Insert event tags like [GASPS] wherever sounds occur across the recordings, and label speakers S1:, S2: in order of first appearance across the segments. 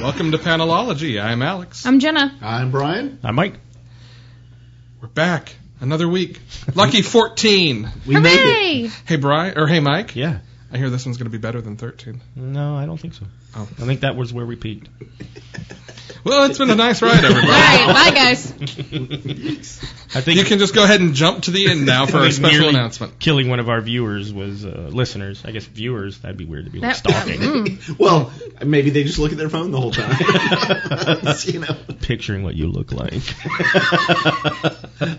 S1: Welcome to Panelology. I'm Alex.
S2: I'm Jenna.
S3: I'm Brian.
S4: I might.
S1: We're back another week. Lucky 14.
S3: We made it.
S2: Hooray!
S1: Hey Brian or hey Mike.
S4: Yeah.
S1: I hear this one's going to be better than 13.
S4: No, I don't think so.
S1: Oh.
S4: I think that was where we peaked.
S1: Well, it's been a nice ride,
S4: [LAUGHS]
S2: All
S1: everybody.
S2: right, bye
S3: [LAUGHS]
S2: guys.
S4: I think
S1: You can just go ahead and jump to the end now
S4: [LAUGHS]
S1: for
S4: I
S1: a
S4: mean,
S1: special
S4: nearly
S1: announcement.
S4: killing one of our viewers was uh, listeners. I guess viewers. That'd be weird to be like
S2: That- mm.
S4: stalking,
S3: [LAUGHS] Well, maybe they just look at their phone the whole [LAUGHS] time. you know,
S4: picturing what you
S1: [LAUGHS]
S4: look like.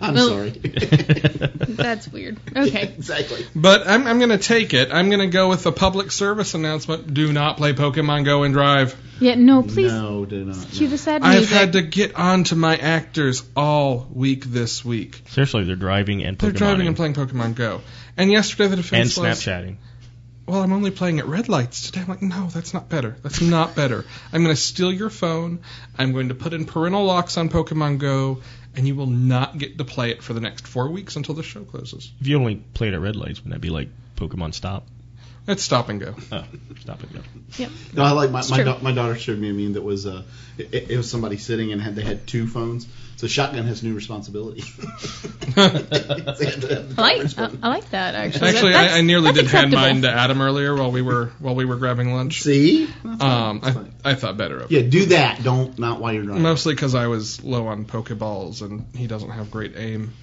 S3: I'm
S2: Well-
S3: sorry.
S2: That's weird. Okay.
S3: exactly.
S1: But I'm, I'm going to take it. I'm going to go with a public service announcement. Do not play Pokemon Go and Drive.
S2: Yeah, no, please
S3: No, do not.
S2: cue the sad
S1: I've
S2: music.
S1: had to get onto my actors all week this week.
S4: Seriously, they're driving and
S1: They're
S4: Pokemon
S1: driving and playing Pokemon Go. And yesterday the
S4: and
S1: defense was,
S4: Snapchatting.
S1: well, I'm only playing at red lights today. I'm like, no, that's not better. That's not better. I'm going to steal your phone. I'm going to put in parental locks on Pokemon Go, and you will not get to play it for the next four weeks until the show closes.
S4: If you only played at red lights, wouldn't that be like Pokemon Stop?
S1: It's stop and go.
S4: Oh,
S1: [LAUGHS]
S4: stop it. Go.
S3: No, I like my my,
S2: true.
S3: da- my daughter showed me a meme that was uh, it, it was somebody sitting and had they had two phones. So shotgun has new [LAUGHS] responsibility. They had to have
S2: I like, I, I like that actually.
S1: Actually,
S2: That-
S1: I, I nearly
S2: that's
S1: did hand
S2: acceptable.
S1: mine to Adam earlier while we were while we were grabbing
S3: the-
S1: lunch.
S3: See,
S1: Um, I, I thought better of it.
S3: yeah, do that. Don't not while you're driving.
S1: Mostly because I was low on Pokeballs and he doesn't have great aim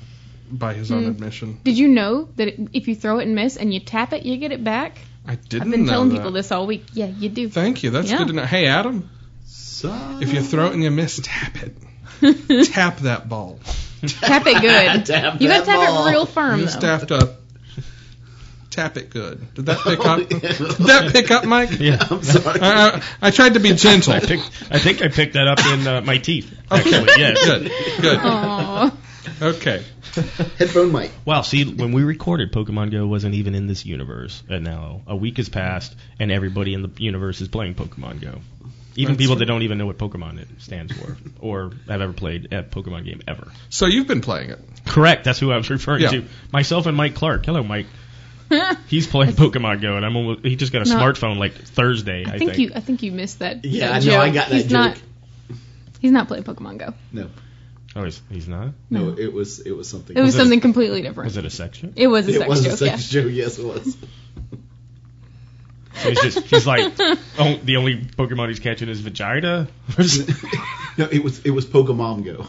S1: by his
S2: Hmm.
S1: own admission.
S2: Did you know that it- if you throw it and miss and you tap it, you get it back?
S1: I didn't
S2: I've been
S1: know
S2: telling
S1: that.
S2: people this all week. Yeah, you do.
S1: Thank you. That's
S2: Yeah.
S1: good to know. Hey, Adam,
S3: Son
S1: if you throw it and you miss, tap it. tap that ball.
S2: [LAUGHS] tap it good.
S3: [LAUGHS] Tap
S2: you
S3: that
S2: gotta tap
S3: ball. [LAUGHS]
S2: it real firm
S1: You
S2: though.
S1: just have to tap it good. Did that pick
S3: [LAUGHS]
S4: [LAUGHS]
S1: up? Did that pick up, Mike?
S4: Yeah.
S2: [LAUGHS]
S3: I'm sorry.
S1: I, I, I tried to
S4: [LAUGHS]
S1: be gentle.
S4: I picked. I think I picked that up in uh, my teeth. Actually, yes.
S1: Good. Good.
S3: [LAUGHS]
S2: Aw.
S1: Okay.
S3: Headphone mic.
S4: Wow, see, when we recorded, Pokemon Go wasn't even in this universe, and now a week has passed, and everybody in the universe is playing Pokemon Go. Even
S1: That's
S4: people
S1: right.
S4: that don't even know what Pokemon it stands for, or have ever played a Pokemon game ever.
S1: So you've been playing it.
S4: Correct, that's who I was referring
S1: Yeah.
S4: to. Myself and Mike Clark.
S2: [LAUGHS]
S4: Hello, Mike. He's playing Pokemon Go, and I'm almost, he just got a
S2: No.
S4: smartphone like Thursday, I,
S2: I think you I think you missed that.
S3: Yeah,
S2: that
S3: I know,
S2: joke.
S3: I got that
S2: he's
S3: joke.
S2: Not, he's not playing Pokemon Go.
S3: No,
S4: Oh, he's, he's not.
S3: no, it was it was something.
S2: It was,
S4: it a-
S2: something completely different.
S4: Was it a section?
S2: It was a
S3: it
S2: sex
S3: was
S2: joke.
S3: a sex joke. Yes, it was. [LAUGHS]
S4: So he's just
S2: [LAUGHS]
S4: he's like, oh, the only Pokemon he's catching
S1: [LAUGHS]
S4: is Vegeta. [LAUGHS]
S3: No, it was it was Pokemon Go.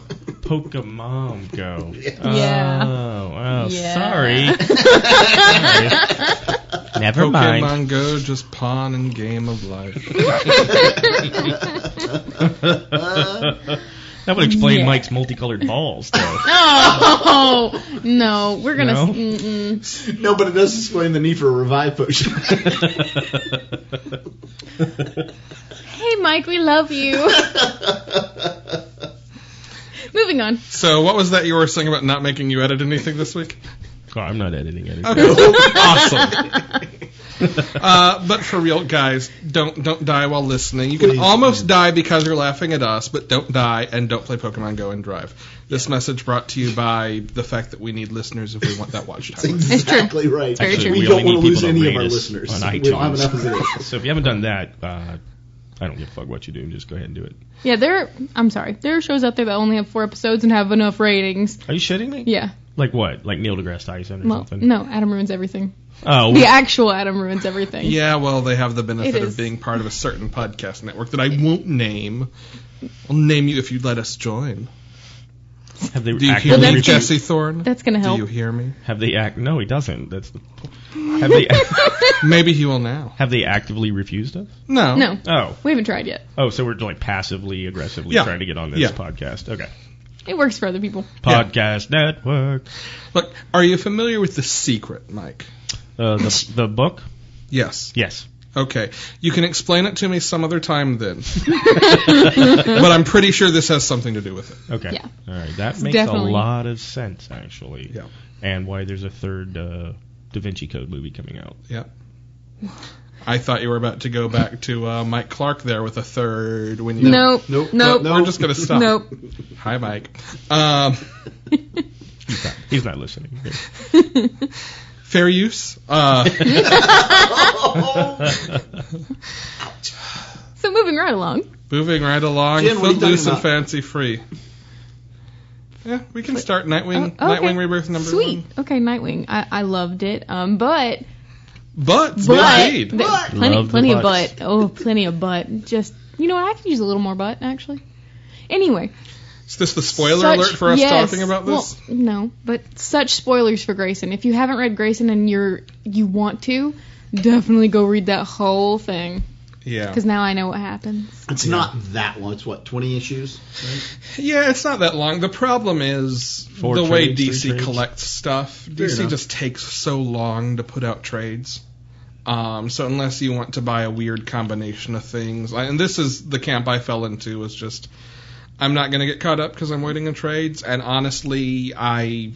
S4: Pokemon Go.
S2: Yeah.
S4: Oh, oh
S2: Yeah. [LAUGHS]
S4: sorry. Sorry. Never
S1: Pokemon
S4: mind.
S1: Go, just pawn and game of life.
S4: That would explain
S2: Yeah.
S4: Mike's multicolored
S2: [LAUGHS]
S4: balls, though.
S2: Oh no, we're gonna.
S4: No?
S2: Mm-mm.
S3: [LAUGHS] no, but it does explain the need for a revive potion. [LAUGHS]
S2: Hey, Mike, we
S1: [LAUGHS]
S2: love you. Moving on.
S1: So what was that you were saying about not making you edit anything this week?
S4: Oh, I'm not editing anything.
S1: awesome. Uh, but for real, guys, don't don't die while listening. You can
S3: Please,
S1: almost die because you're laughing at us, but don't die and don't play Pokemon Go and Drive. This message brought to you by the fact that we need listeners if we want that watch
S3: That's
S1: time.
S3: exactly right.
S2: Very
S4: Actually,
S2: true.
S3: We,
S4: we
S3: don't
S4: only
S3: want to
S4: need
S3: lose
S4: people to
S3: any of
S4: rate
S3: our
S4: us
S3: listeners.
S4: on
S3: we don't have
S4: iTunes.
S3: enough as it is.
S4: [LAUGHS] So if you haven't done that, uh, I don't give a fuck what you do. Just go ahead and do it.
S2: Yeah, there. I'm sorry. There are shows out there that only have four episodes and have enough ratings.
S4: Are you shitting me?
S2: Yeah.
S4: Like what? Like Neil deGrasse Tyson or
S2: Well,
S4: something?
S2: no. Adam ruins everything.
S4: Oh,
S2: The actual Adam ruins everything.
S1: Yeah, well, they have the benefit
S2: It
S1: of
S2: is.
S1: being part of a certain podcast network that I won't name. I'll name you if you let us join.
S4: have they
S1: Do you hear
S4: actually
S2: that's-
S1: me,
S4: reviewed-
S1: Jesse Thorne?
S2: That's gonna
S1: Do
S2: help.
S1: you hear me?
S4: Have they act? No, he doesn't. That's the. Have they [LAUGHS]
S1: Maybe he will now.
S4: have they actively refused us?
S1: No.
S2: No,
S4: Oh,
S2: we haven't tried yet.
S4: oh, so we're like passively aggressively
S1: Yeah.
S4: trying to get on this
S1: Yeah.
S4: podcast. Okay,
S2: It works for other people.
S4: Podcast Network.
S1: Look, are you familiar with The Secret, Mike?
S4: Uh, the,
S1: [LAUGHS]
S4: the book?
S1: Yes.
S4: Yes.
S1: Okay. You can explain it to me some other time
S2: [LAUGHS]
S1: then. but I'm pretty sure this has something to do with it.
S4: Okay.
S2: Yeah.
S4: All right. That makes
S2: definitely-
S4: a lot of sense, actually.
S1: Yeah.
S4: And why there's a third uh, Da Vinci Code movie coming out.
S1: Yeah. I thought you were about to go back to uh, Mike Clark there with a third when you.
S2: Nope.
S3: Nope.
S2: Nope.
S3: No.
S1: We're just gonna stop.
S2: Nope.
S1: Hi, Mike. Um,
S4: He's not, he's not listening.
S1: [LAUGHS] fair use.
S2: [LAUGHS]
S1: Uh,
S2: So moving right along.
S1: moving right along.
S3: Jim, what are you
S1: Footloose
S3: talking
S1: and
S3: about?
S1: fancy free. Yeah, we can start Nightwing.
S2: Oh, okay.
S1: Nightwing Rebirth number
S2: Sweet.
S1: one.
S2: Okay, Nightwing. I, I loved it. Um, but
S1: But,
S2: but
S1: indeed.
S2: th- plenty
S4: Love the
S2: plenty of
S4: butts.
S2: butt. Oh, plenty of butt. Just you know what? I could use a little more butt actually. Anyway,
S1: Is this the spoiler
S2: such-
S1: alert for us
S2: yes.
S1: talking about this?
S2: Well, no, but such spoilers for Grayson. If you haven't read Grayson and you're you want to, definitely go read that whole thing
S1: yeah.
S2: because now I know what happens.
S3: It's not that long. It's what twenty issues.
S1: Yeah, it's not that long. The problem is
S4: Four
S1: the way
S4: trades, three
S1: DC
S4: trades?
S1: collects stuff.
S3: Fair
S1: DC
S3: enough.
S1: just takes so long to put out trades. Um, so unless you want to buy a weird combination of things, I- and this is the camp I fell into, was just I'm not going to get caught up because I'm waiting on trades. And honestly, I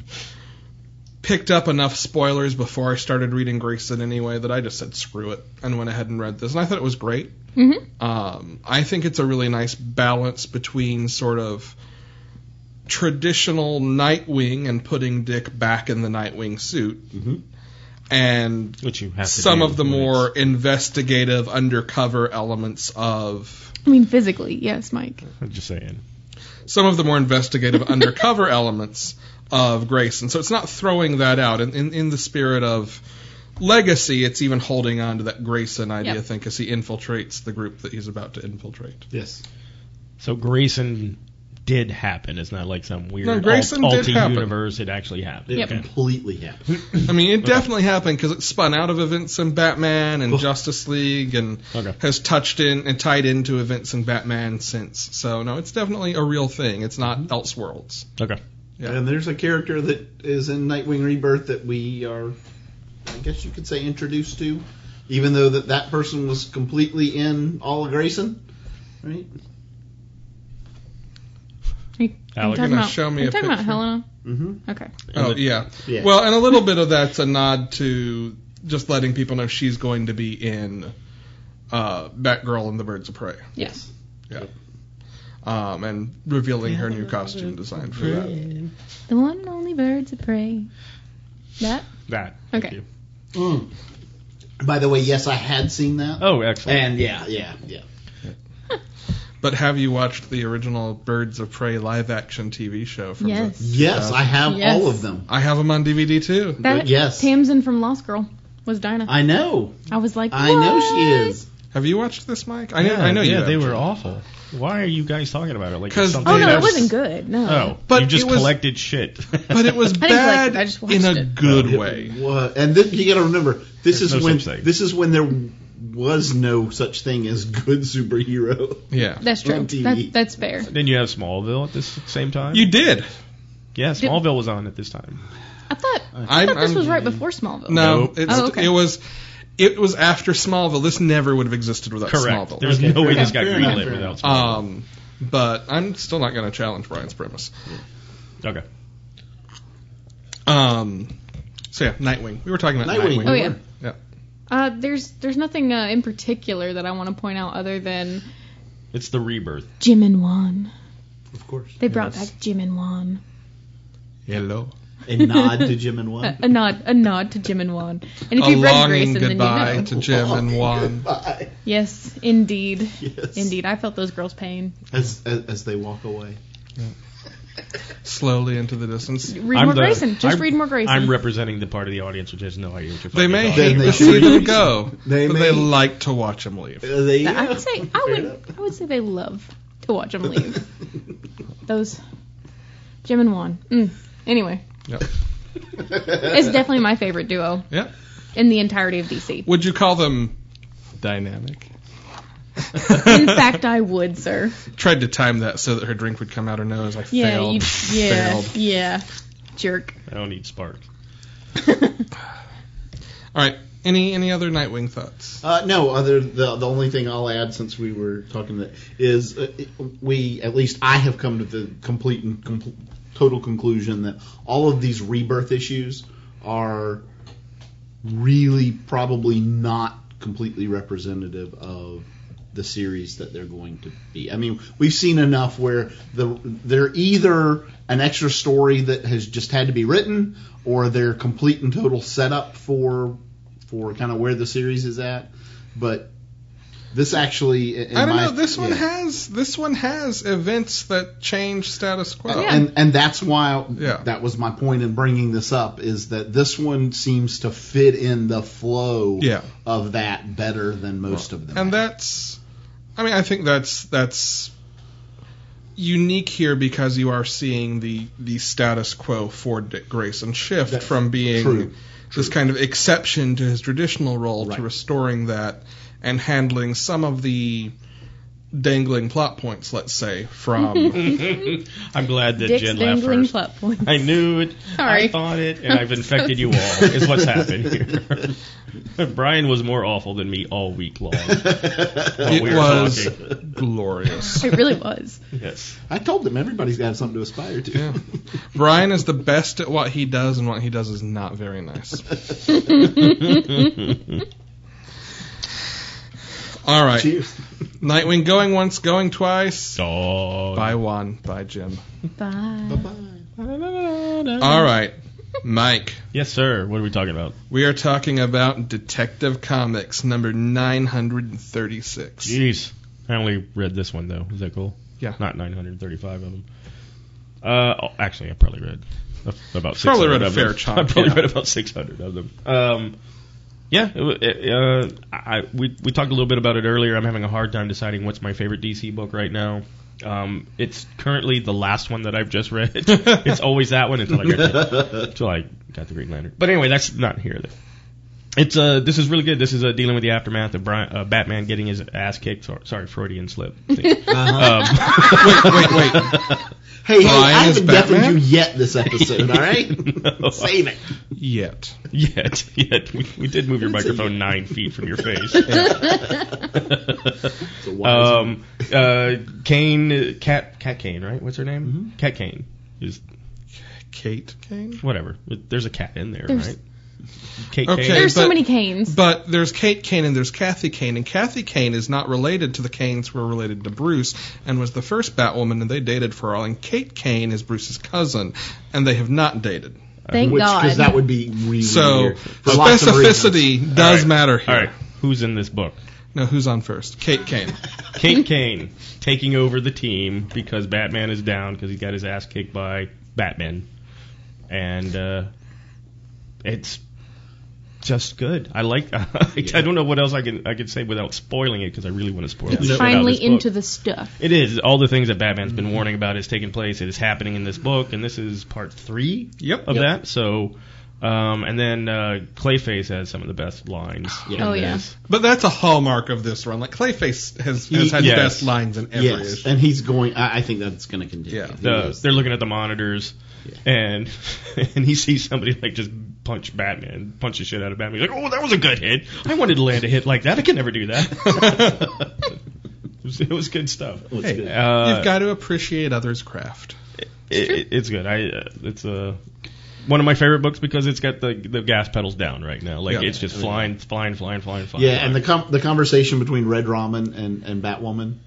S1: picked up enough spoilers before I started reading Grayson anyway that I just said screw it and went ahead and read this, and I thought it was great.
S2: Mhm.
S1: Um, I think it's a really nice balance between sort of traditional Nightwing and putting Dick back in the Nightwing suit,
S3: Mhm.
S1: and
S4: Which you have to
S1: some
S4: do
S1: of the
S4: when
S1: more investigative undercover elements of
S2: I mean, physically, yes, Mike.
S4: it's- I'm just saying.
S1: some of the more investigative [LAUGHS] undercover elements of Grayson. So it's not throwing that out. In, in, in the spirit of legacy, it's even holding on to that Grayson idea
S2: Yep.
S1: thing because he infiltrates the group that he's about to infiltrate.
S3: Yes.
S4: So Grayson did happen. It's not like some weird
S1: No, Grayson
S4: alt,
S1: did happen.
S4: universe. It actually
S3: It
S4: happened.
S2: Yep.
S3: completely happened.
S1: I mean, it definitely happened because it spun out of events in Batman and
S3: Oh.
S1: Justice League and
S4: Okay.
S1: has touched in and tied into events in Batman since. So, no, it's definitely a real thing. It's not Elseworlds.
S4: Okay.
S1: Yeah.
S3: And there's a character that is in Nightwing Rebirth that we are, I guess you could say, introduced to, even though that that person was completely in all of Grayson, right?
S2: Are you,
S4: Alec,
S2: are you talking
S1: you're gonna
S2: about,
S1: show me
S2: are you
S1: a
S2: talking about
S1: picture?
S2: Helena?
S3: Mm-hmm.
S2: Okay.
S1: Oh,
S4: And the-
S1: yeah.
S3: Yeah.
S1: Well, and a little bit of that's a nod to just letting people know she's going to be in uh, Batgirl and the Birds of Prey,
S2: Yes.
S1: um, and revealing her new costume design for that.
S2: The one and only birds of prey. That?
S4: That.
S2: Okay.
S4: Thank you.
S3: Mm. By the way, yes, I had seen that.
S4: Oh, excellent.
S3: And yeah, yeah, yeah.
S1: But have you watched the original Birds of Prey live action TV show? From
S2: Yes.
S1: The,
S3: Yes, I have
S2: Yes.
S3: all of them.
S1: I-, have them on DVD too.
S2: That
S3: yes.
S2: Tamsin from Lost Girl was Dinah. I,
S3: I know.
S2: was like,
S3: I know she
S2: "What?"
S3: is.
S1: Have you watched this, Mike? I know.
S4: yeah,
S1: I know you.
S4: yeah,
S1: have.
S4: they were awful. Why are you guys talking about it? Like
S1: 'Cause
S4: it's something
S2: Oh no, it
S4: that's-
S2: wasn't good. No.
S4: Oh,
S1: But
S4: but you just
S1: it was-
S4: collected shit.
S1: But it was
S2: I didn't collect
S1: bad
S2: it, I just watched
S1: in a
S2: it.
S1: good way.
S3: What? And then you got to remember, this is
S4: There's no
S3: when
S4: such thing.
S3: this is when there was no such thing as good superhero.
S1: Yeah.
S2: That's true.
S3: On TV.
S2: That, that's fair.
S4: [LAUGHS] Then you have Smallville at this same time.
S1: You did.
S4: yeah, Smallville was on at this time.
S2: I thought I
S1: I'm-
S2: thought this
S1: I'm-
S2: was right before Smallville.
S1: No,
S4: Nope.
S1: it's,
S2: Oh, okay.
S1: it was. It was after Smallville. This never would have existed without
S4: Correct.
S1: Smallville.
S4: There's no way this got
S3: Fair enough,
S4: greenlit
S3: fair
S4: without Smallville.
S1: Um, but I'm still not going to challenge Brian's premise. Oh.
S4: okay.
S1: Um, so yeah, Nightwing. We were talking about
S3: Nightwing.
S1: Nightwing.
S2: Oh yeah.
S1: Yeah.
S2: Uh, there's there's nothing uh, in particular that I want to point out other than
S4: It's the rebirth.
S2: Jim and Juan.
S3: Of course.
S2: They brought
S4: Yes.
S2: back Jim and Juan.
S1: Hello.
S3: A nod to Jim and
S2: A,
S3: one.
S2: a nod, a nod to Jim and Juan. And if
S1: a
S2: you've read
S1: longing
S2: Grayson, then you
S1: goodbye [LAUGHS]
S2: know.
S1: to Jim and Juan.
S3: Oh, Goodbye.
S2: Yes, indeed,
S3: Yes.
S2: indeed. I felt those girls' pain.
S3: As, as as they walk away.
S1: Slowly into the distance.
S2: Read
S4: I'm
S2: more
S4: the-
S2: Grayson. Just
S4: I'm-
S2: read more Grayson.
S4: I'm representing the part of the audience which has no idea what you're
S1: They
S4: talking
S1: may
S4: about.
S3: They
S1: hate
S3: may
S1: to see
S3: hate
S1: them
S3: you.
S1: go,
S3: They
S1: but
S3: may-
S1: they like to watch him leave.
S3: Uh, they,
S2: I would say I
S3: Fair
S2: would
S3: enough.
S2: I would say they love to watch them leave. Those Jim and Juan. Mm. Anyway,
S1: Yep.
S2: it's definitely my favorite duo
S1: Yep.
S2: in the entirety of DC.
S1: Would you call them dynamic?
S2: In fact, I would, sir.
S1: Tried to time that so that her drink would come out her nose. I
S2: Yeah,
S1: failed.
S2: you, yeah,
S1: Failed.
S2: yeah. Jerk.
S4: I don't need sparks.
S1: All right. Any any other Nightwing thoughts?
S3: Uh, no, other the the only thing I'll add since we were talking that is uh, it- we at least I have come to the complete and compl- total conclusion that all of these rebirth issues are really probably not completely representative of the series that they're going to be. I mean, we've seen enough where the they're either an extra story that has just had to be written or they're complete and total setup for for kind of where the series is at. But this actually, in
S1: I don't
S3: my,
S1: know. This one
S3: yeah.
S1: has this one has events that change status quo.
S2: Yeah.
S3: Oh, Uh, and and that's why
S1: Yeah.
S3: that was my point in bringing this up is that this one seems to fit in the flow
S1: Yeah.
S3: of that better than most of them.
S1: and that's i mean i think that's that's unique here because you are seeing the the status quo for dick grayson shift
S3: That's
S1: from being
S3: true,
S1: this kind of exception to his traditional role
S3: Right.
S1: to restoring that and handling some of the dangling plot points let's say from
S4: I'm glad that
S2: Dick's
S4: Jen laughed
S2: dangling
S4: first.
S2: plot point.
S4: I knew it. I
S2: Sorry.
S4: thought it, and I've infected you all.
S2: [LAUGHS]
S4: Is what's happened here. [LAUGHS] Brian was more awful than me all
S1: [LAUGHS]
S4: week long. while
S1: it
S4: we were
S1: was
S4: talking.
S1: glorious
S2: It really was.
S4: Yes.
S3: I told them everybody's got something to aspire to. [LAUGHS]
S1: yeah. brian is the best at what he does and what he does is not very nice all right
S3: Cheers.
S1: Nightwing going once, going twice.
S4: Dog.
S1: By one, by Jim.
S2: Bye.
S1: All right, Mike.
S4: Yes, sir. What are we talking about?
S1: We are talking about Detective Comics number 936.
S4: Jeez. I only read this one though. Is that cool?
S1: Yeah.
S4: Not 935 of them. Uh, oh, actually, I probably read a- about.
S1: Probably
S4: 600
S1: read a
S4: of
S1: fair
S4: [LAUGHS] them.
S1: chunk,
S4: I probably
S1: yeah.
S4: read about 600 of them. Um, yeah. It, wa- it, uh, I I- we we talked a little bit about it earlier. I'm having a hard time deciding what's my favorite DC book right now. Um, it's currently the last one that I've just read. [LAUGHS] it's always that one until I
S1: [LAUGHS]
S4: get until I got the Green Lantern. But anyway, that's not here. Though. It's uh, this is really good. This is uh, dealing with the aftermath of Brian, uh, Batman getting his ass kicked. Sorry, sorry Freudian slip. Thing. um,
S1: Wait, wait, wait.
S3: Hey, hey,
S1: Brian
S3: I
S1: is
S3: haven't deafened
S1: Batman?
S3: you yet this episode,
S1: [LAUGHS]
S3: all right?
S4: [LAUGHS] no.
S3: Save it.
S1: Yet.
S4: Yet, yet, we, we did move your microphone nine feet from
S1: [LAUGHS]
S4: your face.
S3: It's a wise
S4: Um, uh, Kane, uh, Cat, Cat Kane, right? What's her name?
S1: Mm-hmm.
S4: Cat Kane. Is
S1: Kate Kane?
S4: whatever. There's a cat in there,
S2: There's-
S4: right? Kate
S1: Okay.
S4: Kane.
S2: There's so
S1: but-
S2: many canes.
S1: But there's Kate Kane and there's Kathy Kane, and Kathy Kane is not related to the Kanes who are related to Bruce and was the first Batwoman, and they dated for all. And Kate Kane is Bruce's cousin, and they have not dated.
S2: Thank
S3: Which,
S2: God.
S3: because that would be really
S1: So
S3: weird. For lots of reasons.
S1: specificity does
S4: right.
S1: matter here.
S4: All right. Who's in this book?
S1: Now, who's on first? Kate
S4: [LAUGHS]
S1: Kane.
S4: Kate
S2: [LAUGHS]
S4: Kane taking over the team because Batman is down because he got his ass kicked by Batman, and uh, it's just good. I like. [LAUGHS] I, don't know what else I can I can say without spoiling it because I really want to spoil.
S2: it's
S4: the shit out of
S2: finally
S4: this book.
S2: into the stuff.
S4: It is all the things that Batman's been warning about is taking place. It is happening in this book, and this is part three
S1: Yep.
S4: of that. So, um, and then uh, Clayface has some of the best lines. in
S2: Oh, yeah.
S4: this.
S1: But that's a hallmark of this run. Like Clayface has, has
S3: He-
S1: had
S4: yes.
S1: best lines in every
S3: Yes,
S1: issue.
S3: and he's going. I, I think that's going to continue.
S1: Yeah.
S3: He
S4: the,
S3: is.
S4: they're looking at the monitors, and [LAUGHS] and he sees somebody like just punch Batman, punch the shit out of Batman. He's like, "Oh, that was a good hit. I wanted to land a hit like that. I can never do that." [LAUGHS] it, was, it was good stuff.
S3: Well, it's
S1: Hey,
S3: good.
S4: Uh,
S1: You've got to appreciate others' craft.
S4: it, it- it's good. I uh, it's uh, one of my favorite books because it's got the the gas pedals down right now. Like
S1: Yeah.
S4: it's just flying, flying, flying, flying, flying.
S3: yeah, and the com- the conversation between Red Ramen and and Batwoman,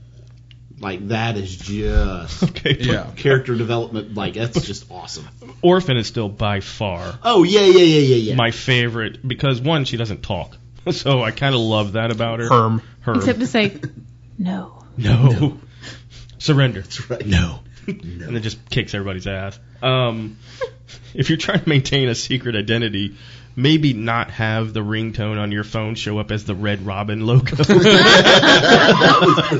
S3: like that is [LAUGHS] just
S4: [LAUGHS] okay, but
S1: Yeah.
S3: character development. Like that's just awesome.
S4: Orphan is still by far
S3: [LAUGHS] Oh yeah, yeah, yeah, yeah, yeah.
S4: my favorite because one, she doesn't talk, [LAUGHS] so I kind of love that about her.
S1: Herm.
S4: Her.
S2: Except to say, no.
S4: No. Surrender.
S3: right. [LAUGHS]
S4: No. and then just kicks everybody's ass. Um, [LAUGHS] if you're trying to maintain a secret identity, maybe not have the ringtone on your phone show up as the Red Robin logo.
S3: Pretty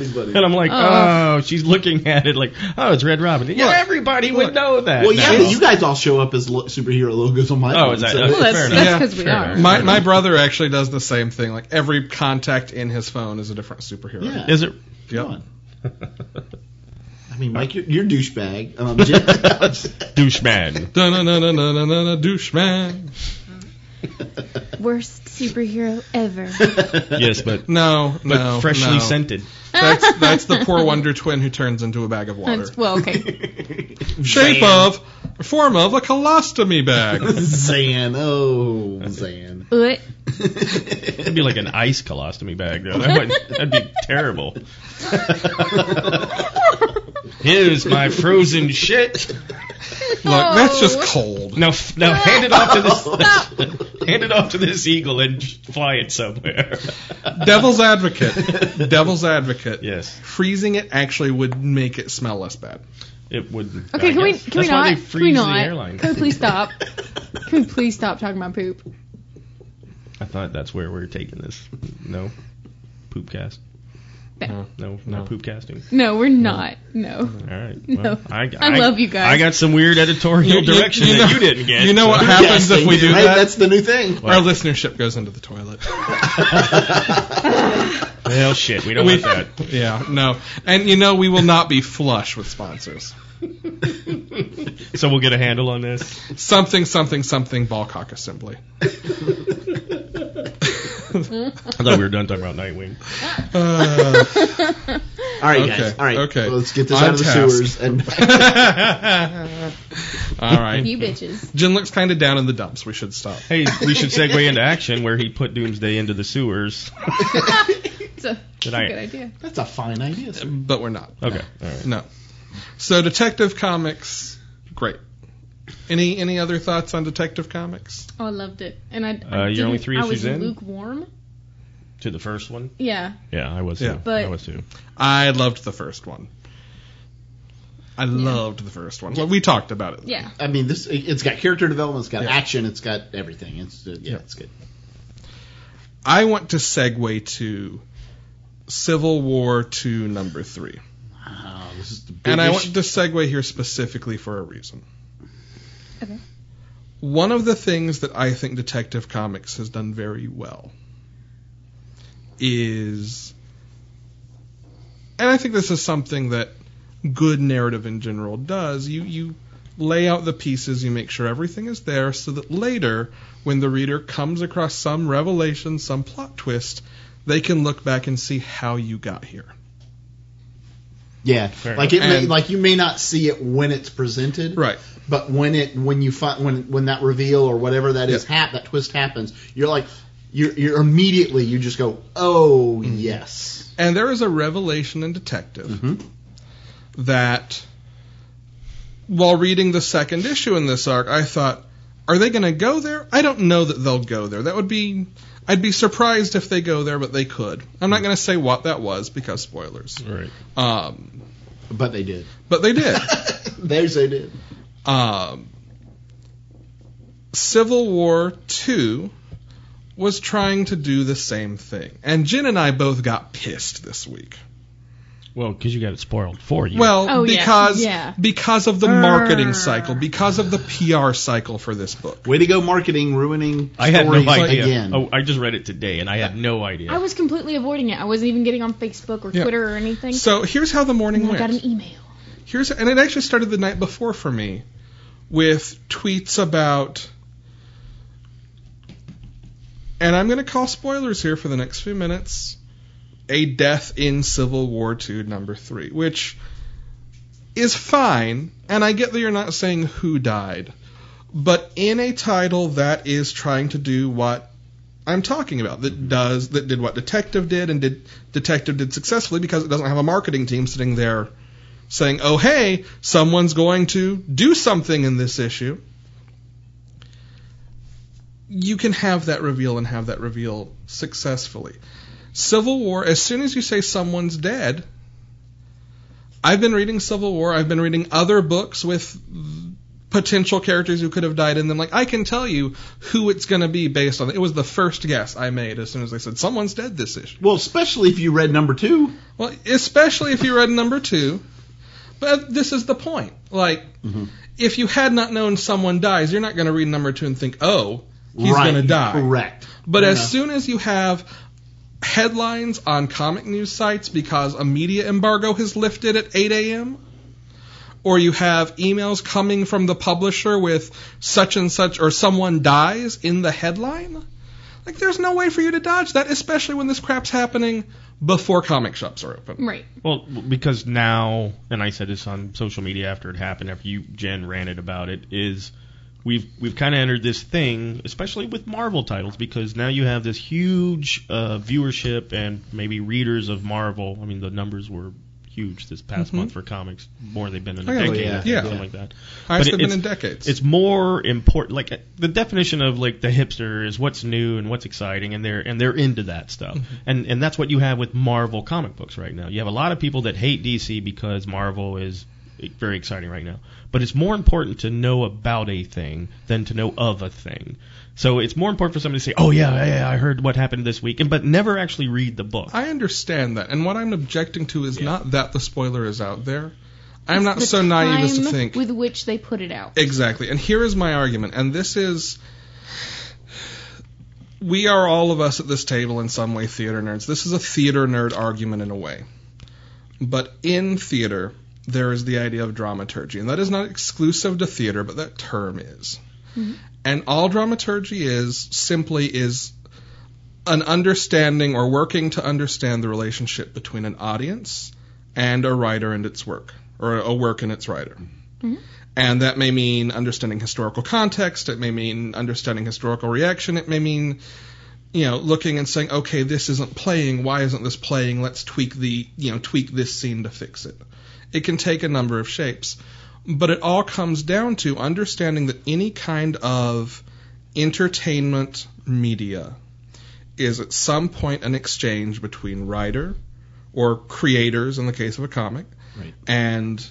S3: funny.
S4: and I'm like,
S2: Oh.
S4: oh, she's looking at it like, oh, it's Red Robin. Yeah,
S3: Look,
S4: everybody would know that.
S3: Well, yeah,
S4: now.
S3: but you guys all show up as lo- superhero logos on my.
S4: Oh,
S3: phone,
S4: is that-
S3: so-
S4: okay.
S2: Well, that's
S4: Fair
S2: that's
S1: enough.
S2: because we
S4: Fair
S2: are.
S4: enough.
S1: My my brother actually does the same thing. Like every contact in his phone is a different superhero.
S3: Yeah.
S4: Is it?
S1: Yep.
S3: Come on. I mean, Mike, you're, you're douchebag. And I'm just,
S4: Doucheman.
S1: Da na na na na na na douche man.
S2: Worst superhero ever.
S4: yes, but,
S1: No,
S4: but
S1: no,
S4: freshly
S1: no.
S4: scented.
S1: That's that's the
S4: [LAUGHS]
S1: poor Wonder Twin who turns into a bag of water.
S2: That's- well, okay.
S1: Shape of, form of a colostomy
S2: [LAUGHS]
S1: bag.
S3: [LAUGHS] Zan. Oh, Zan.
S2: What?
S4: It'd be like an ice colostomy bag, though. That would, that'd be terrible. Here's my frozen shit.
S1: Look, that's just
S2: Oh.
S1: cold.
S4: Now, f- now hand it off to
S2: [LAUGHS]
S4: this. [LAUGHS] hand it off to this eagle and fly it somewhere.
S1: Devil's advocate. Devil's advocate.
S4: [LAUGHS] yes,
S1: Freezing it actually would make it smell less bad.
S4: it would.
S2: Okay,
S4: I
S2: can we,
S4: guess.
S2: can we
S4: That's why
S2: not?
S4: they
S2: Can we
S4: freeze the
S2: not?
S4: airlines.
S2: Can we please stop? Can we please stop talking about poop?
S4: I thought that's where we are taking this. No, poop cast.
S2: No.
S4: No,
S1: No.
S4: not poop casting.
S2: No, we're not. No.
S4: All right.
S2: [LAUGHS] No.
S4: Well, I,
S2: I love you guys.
S4: I got some weird editorial
S1: You- you-
S4: direction
S1: you
S4: that
S1: know-
S4: you didn't get.
S1: you know what happens if we do
S3: Right?
S1: that?
S3: That's the new thing.
S1: Our listenership goes into the toilet. [LAUGHS]
S4: Well, shit. We don't
S1: We-
S4: want that.
S1: yeah, no. And you know, we will not be flush with sponsors.
S4: So we'll get a handle on this.
S1: Something, something, something, Ballcock Assembly.
S4: [LAUGHS] I thought we were done talking about Nightwing.
S1: Uh,
S3: All right,
S1: Okay,
S3: guys. All right.
S1: okay.
S3: Let's get this
S1: On
S3: out of the
S1: task.
S3: sewers. And
S1: [LAUGHS] all
S2: [LAUGHS]
S1: right.
S2: You bitches.
S1: Jin looks kind of down in the dumps. We should stop.
S4: Hey, we should segue into action where he put Doomsday into the sewers.
S2: It's a
S4: Good
S2: good idea.
S3: that's a fine idea. sir.
S1: But we're not.
S4: Okay. All right.
S1: No. So Detective Comics, great. Any any other thoughts on Detective Comics?
S2: Oh, I loved it. And I,
S4: Uh,
S2: I
S4: you're only
S2: didn't-
S4: three
S2: I
S4: issues
S2: was
S4: in?
S2: lukewarm.
S4: To the first one.
S2: Yeah.
S4: Yeah, I was.
S1: Yeah.
S4: too.
S2: But-
S4: I was too.
S1: I loved the first one. I loved the first one. Well, we talked about it.
S2: Yeah.
S3: I mean, this it's got character development, it's got
S1: Yeah.
S3: action, it's got everything. It's uh, yeah,
S1: Yeah.
S3: it's good.
S1: I want to segue to Civil War 2 number 3.
S3: Wow, Oh, this is the biggest.
S1: Uh-huh. And I want to segue here specifically for a reason.
S2: Okay.
S1: One of the things that I think Detective Comics has done very well is, and I think this is something that good narrative in general does. You you lay out the pieces, you make sure everything is there, so that later, when the reader comes across some revelation, some plot twist, they can look back and see how you got here.
S3: yeah,
S4: Fair
S3: like it may,
S1: And-
S3: like you may not see it when it's presented,
S1: Right.
S3: But when it when you find when when that reveal or whatever that is hap that twist happens, you're like you're you're immediately you just go oh
S1: Mm-hmm.
S3: yes
S1: And there is a revelation in Detective that while reading the second issue in this arc, I thought, are they going to go there? I don't know that they'll go there. That would be. I'd be surprised if they go there, but they could. I'm not going to say what that was because spoilers.
S4: All right.
S1: Um,
S3: but they did
S1: but they did.
S3: there's they did
S1: um, Civil War Two was trying to do the same thing, and Jin and I both got pissed this week.
S4: Well, because you got it spoiled for you.
S1: Well,
S2: Oh, yeah.
S1: because
S2: Yeah.
S1: because of the
S2: Err.
S1: marketing cycle, because of the PR cycle for this book.
S3: way to go marketing ruining
S4: I had no
S3: stories
S4: idea.
S3: again
S4: Oh, I just read it today, and I had no idea.
S2: I was completely avoiding it. I wasn't even getting on Facebook or
S1: Yeah.
S2: Twitter or anything.
S1: So here's how the morning
S2: and I
S1: went.
S2: got an email.
S1: here's and it actually started the night before for me with tweets about and I'm going to call spoilers here for the next few minutes a death in Civil War 2 number 3 which is fine and I get that you're not saying who died but in a title that is trying to do what I'm talking about that does that did what detective did and did detective did successfully because it doesn't have a marketing team sitting there saying, oh, hey, someone's going to do something in this issue, you can have that reveal and have that reveal successfully. Civil War, as soon as you say someone's dead, I've been reading Civil War. I've been reading other books with potential characters who could have died in them. Like I can tell you who it's going to be based on. It was the first guess I made as soon as I said someone's dead this issue.
S3: Well, especially if you read number two.
S1: Well, especially if you read number two. But this is the point. Like,
S3: Mm-hmm.
S1: if you had not known someone dies, you're not going to read number two and think, oh, he's
S3: right,
S1: going to die.
S3: Correct.
S1: But
S3: Fair
S1: as
S3: enough.
S1: soon as you have headlines on comic news sites because a media embargo has lifted at 8 a.m., or you have emails coming from the publisher with such and such or someone dies in the headline, like there's no way for you to dodge that, especially when this crap's happening before comic shops are open.
S2: Right.
S4: Well, because now, and I said this on social media after it happened, after you Jen ranted about it, is we've we've kind of entered this thing, especially with Marvel titles, because now you have this huge uh, viewership and maybe readers of Marvel. I mean, the numbers were huge this past month for comics, more they've been in a
S1: Oh, yeah.
S4: decade,
S3: Yeah.
S4: I think,
S1: Yeah.
S4: something like that.
S1: Highest
S4: But
S1: they've
S4: it-
S1: been in
S4: it's-
S1: decades.
S4: It's more important. Like uh, the definition of like the hipster is what's new and what's exciting, and they're and they're into that stuff.
S1: Mm-hmm.
S4: And and that's what you have with Marvel comic books right now. You have a lot of people that hate DC because Marvel is very exciting right now. But it's more important to know about a thing than to know of a thing. So it's more important for somebody to say, "Oh yeah, yeah, yeah, I heard what happened this week," and but never actually read the book.
S1: I understand that, and what I'm objecting to is not that the spoiler is out there. I'm not so naive as to
S2: time
S1: think
S2: with which they put it out.
S1: Exactly. And here is my argument. And this is. We are all of us at this table in some way theater nerds. This is a theater nerd argument in a way. But in theater, there is the idea of dramaturgy. And that is not exclusive to theater, but that term is. And all dramaturgy is simply is an understanding or working to understand the relationship between an audience and a writer and its work, or a work and its writer. And that may mean understanding historical context. It may mean understanding historical reaction. It may mean, you know, looking and saying, okay, this isn't playing. Why isn't this playing? Let's tweak the, you know, tweak this scene to fix it. It can take a number of shapes, but it all comes down to understanding that any kind of entertainment media is at some point an exchange between writer or creators in the case of a comic
S3: Right.
S1: and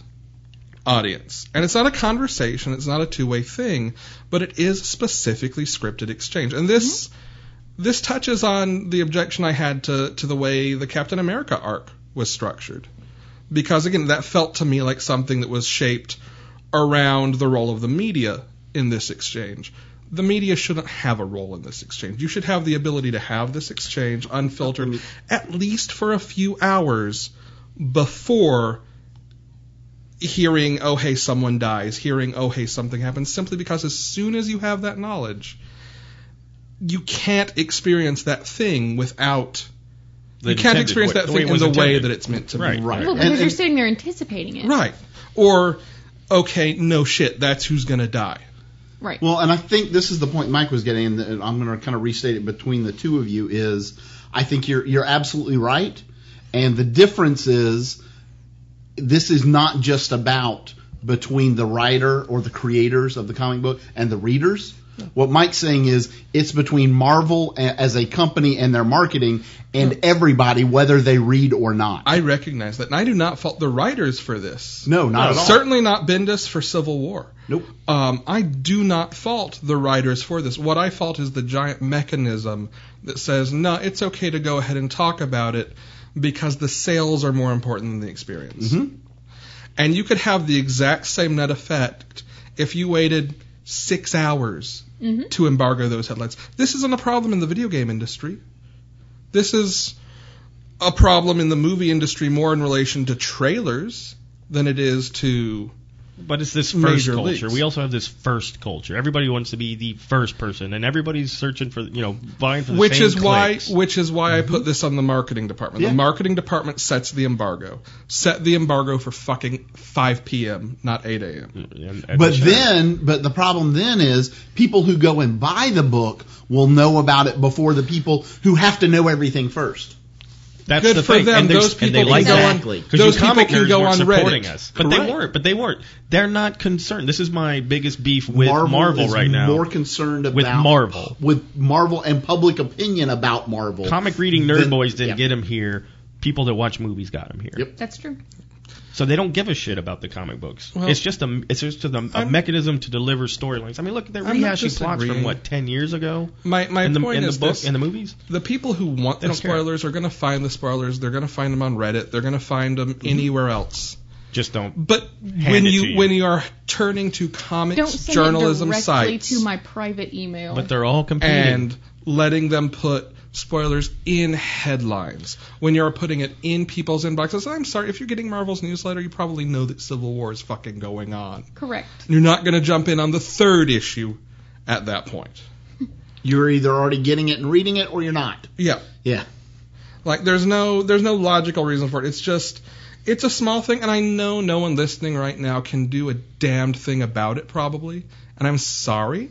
S1: audience. And it's not a conversation, it's not a two-way thing, but it is specifically scripted exchange. And this this touches on the objection I had to to the way the Captain America arc was structured. Because again, that felt to me like something that was shaped around the role of the media in this exchange. The media shouldn't have a role in this exchange. You should have the ability to have this exchange unfiltered at least for a few hours before hearing, oh, hey, someone dies, hearing, oh, hey, something happens, simply because as soon as you have that knowledge, you can't experience that thing without.
S4: The
S1: you can't
S4: intended
S1: experience
S4: way-
S1: that
S4: the way
S1: thing
S4: it
S1: in
S4: was
S1: the way
S4: intended.
S1: that it's meant to
S4: Right.
S1: be.
S3: Right.
S2: Well,
S3: And-
S2: because you're
S3: and-
S2: sitting there anticipating it.
S1: Right. Or, okay, no shit, that's who's going to die.
S2: Right.
S3: Well, and I think this is the point Mike was getting, and that I'm going to kind of restate it between the two of you. Is I think you're you're absolutely right, and the difference is this is not just about between the writer or the creators of the comic book and the readers. What Mike's saying is it's between Marvel a- as a company and their marketing and everybody, whether they read or not.
S1: I recognize that. And I do not fault the writers for this.
S3: no, not at all.
S1: Certainly not Bendis for Civil War.
S3: Nope.
S1: Um, I do not fault the writers for this. What I fault is the giant mechanism that says, no, it's okay to go ahead and talk about it because the sales are more important than the experience. And you could have the exact same net effect if you waited six hours to embargo those headlines. This isn't a problem in the video game industry. This is a problem in the movie industry more in relation to trailers than it is to
S4: But it's this first
S1: Major
S4: culture.
S1: leagues.
S4: We also have this first culture. Everybody wants to be the first person, and everybody's searching for you know vying for the
S1: which
S4: same
S1: is why
S4: clicks. Mm-hmm.
S1: which is why I put this on the marketing department.
S3: Yeah.
S1: The marketing department sets the embargo. Set the embargo for fucking 5 p.m., not 8 a.m.
S4: And- and
S3: But
S4: sure.
S3: then, but the problem then is people who go and buy the book will know about it before the people who have to know everything first.
S4: that's
S1: good
S4: the
S1: for
S4: thing.
S1: them.
S4: And there's-
S1: Those
S4: and they
S1: people
S4: like
S1: can go
S4: that.
S1: on-
S4: 'Cause
S1: those
S4: you comic
S1: people can
S4: nerds
S1: go
S4: weren't
S1: on
S4: supporting
S1: Reddit.
S4: us, but
S3: Correct.
S4: they weren't. But they weren't. They're not concerned. This is my biggest beef with Marvel,
S3: is
S4: right now.
S3: More concerned about
S4: With Marvel.
S3: with Marvel and public opinion about Marvel.
S4: comic reading nerd
S3: Then-
S4: boys didn't
S3: yeah.
S4: get them here. People that watch movies got them here.
S3: Yep.
S2: That's true.
S4: So they don't give a shit about the comic books.
S1: Well,
S4: it's just a it's just a, a
S1: I'm-
S4: mechanism to deliver storylines. I mean, look, they're
S1: I'm not
S4: rehashing plots
S1: disagreeing.
S4: from what ten years ago
S1: My my
S4: in the
S1: point
S4: in the
S1: is
S4: book
S1: this.
S4: in the movies.
S1: the people who want
S4: They
S1: the
S4: don't care.
S1: spoilers are going to find the spoilers. They're going to find them on Reddit. They're going to find them anywhere else.
S4: Just don't.
S1: But when
S4: Mm-hmm. it
S1: you,
S4: to you.
S1: when you are turning to comics
S2: Don't send
S1: journalism
S2: it directly
S1: sites
S2: to my private email.
S4: But they're all competing.
S1: and letting them put spoilers in headlines when you're putting it in people's inboxes. I'm sorry if you're getting Marvel's newsletter, you probably know that Civil War is fucking going on.
S2: Correct.
S1: You're not going to jump in on the third issue at that point.
S3: You're either already getting it and reading it, or you're not.
S1: Yeah.
S3: [LAUGHS] Yeah.
S1: Like there's no there's no logical reason for it. It's just it's a small thing and I know no one listening right now can do a damned thing about it probably. And I'm sorry.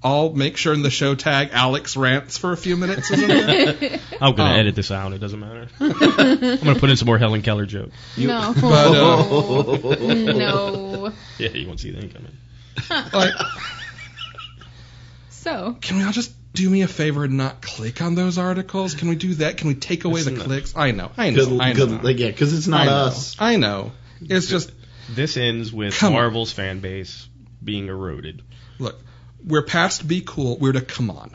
S1: I'll make sure in the show tag Alex rants for a few minutes. Isn't it?
S4: I'm gonna
S1: um,
S4: edit this out. It doesn't matter. [LAUGHS] I'm gonna put in some more Helen Keller jokes.
S2: no.
S1: But,
S2: [LAUGHS] no.
S4: Yeah, you won't see that coming.
S1: Like
S2: [LAUGHS] So,
S1: can we all just do me a favor and not click on those articles? Can we do that? Can we take away the
S4: Listen up.
S1: clicks? I know. I know.
S3: Good,
S1: I know.
S3: good, like, yeah, because it's
S1: I
S3: not
S1: know.
S3: us.
S1: I know. It's just
S4: This ends with
S1: Come on.
S4: Marvel's fan base being eroded.
S1: look, we're past be cool. We're to come on.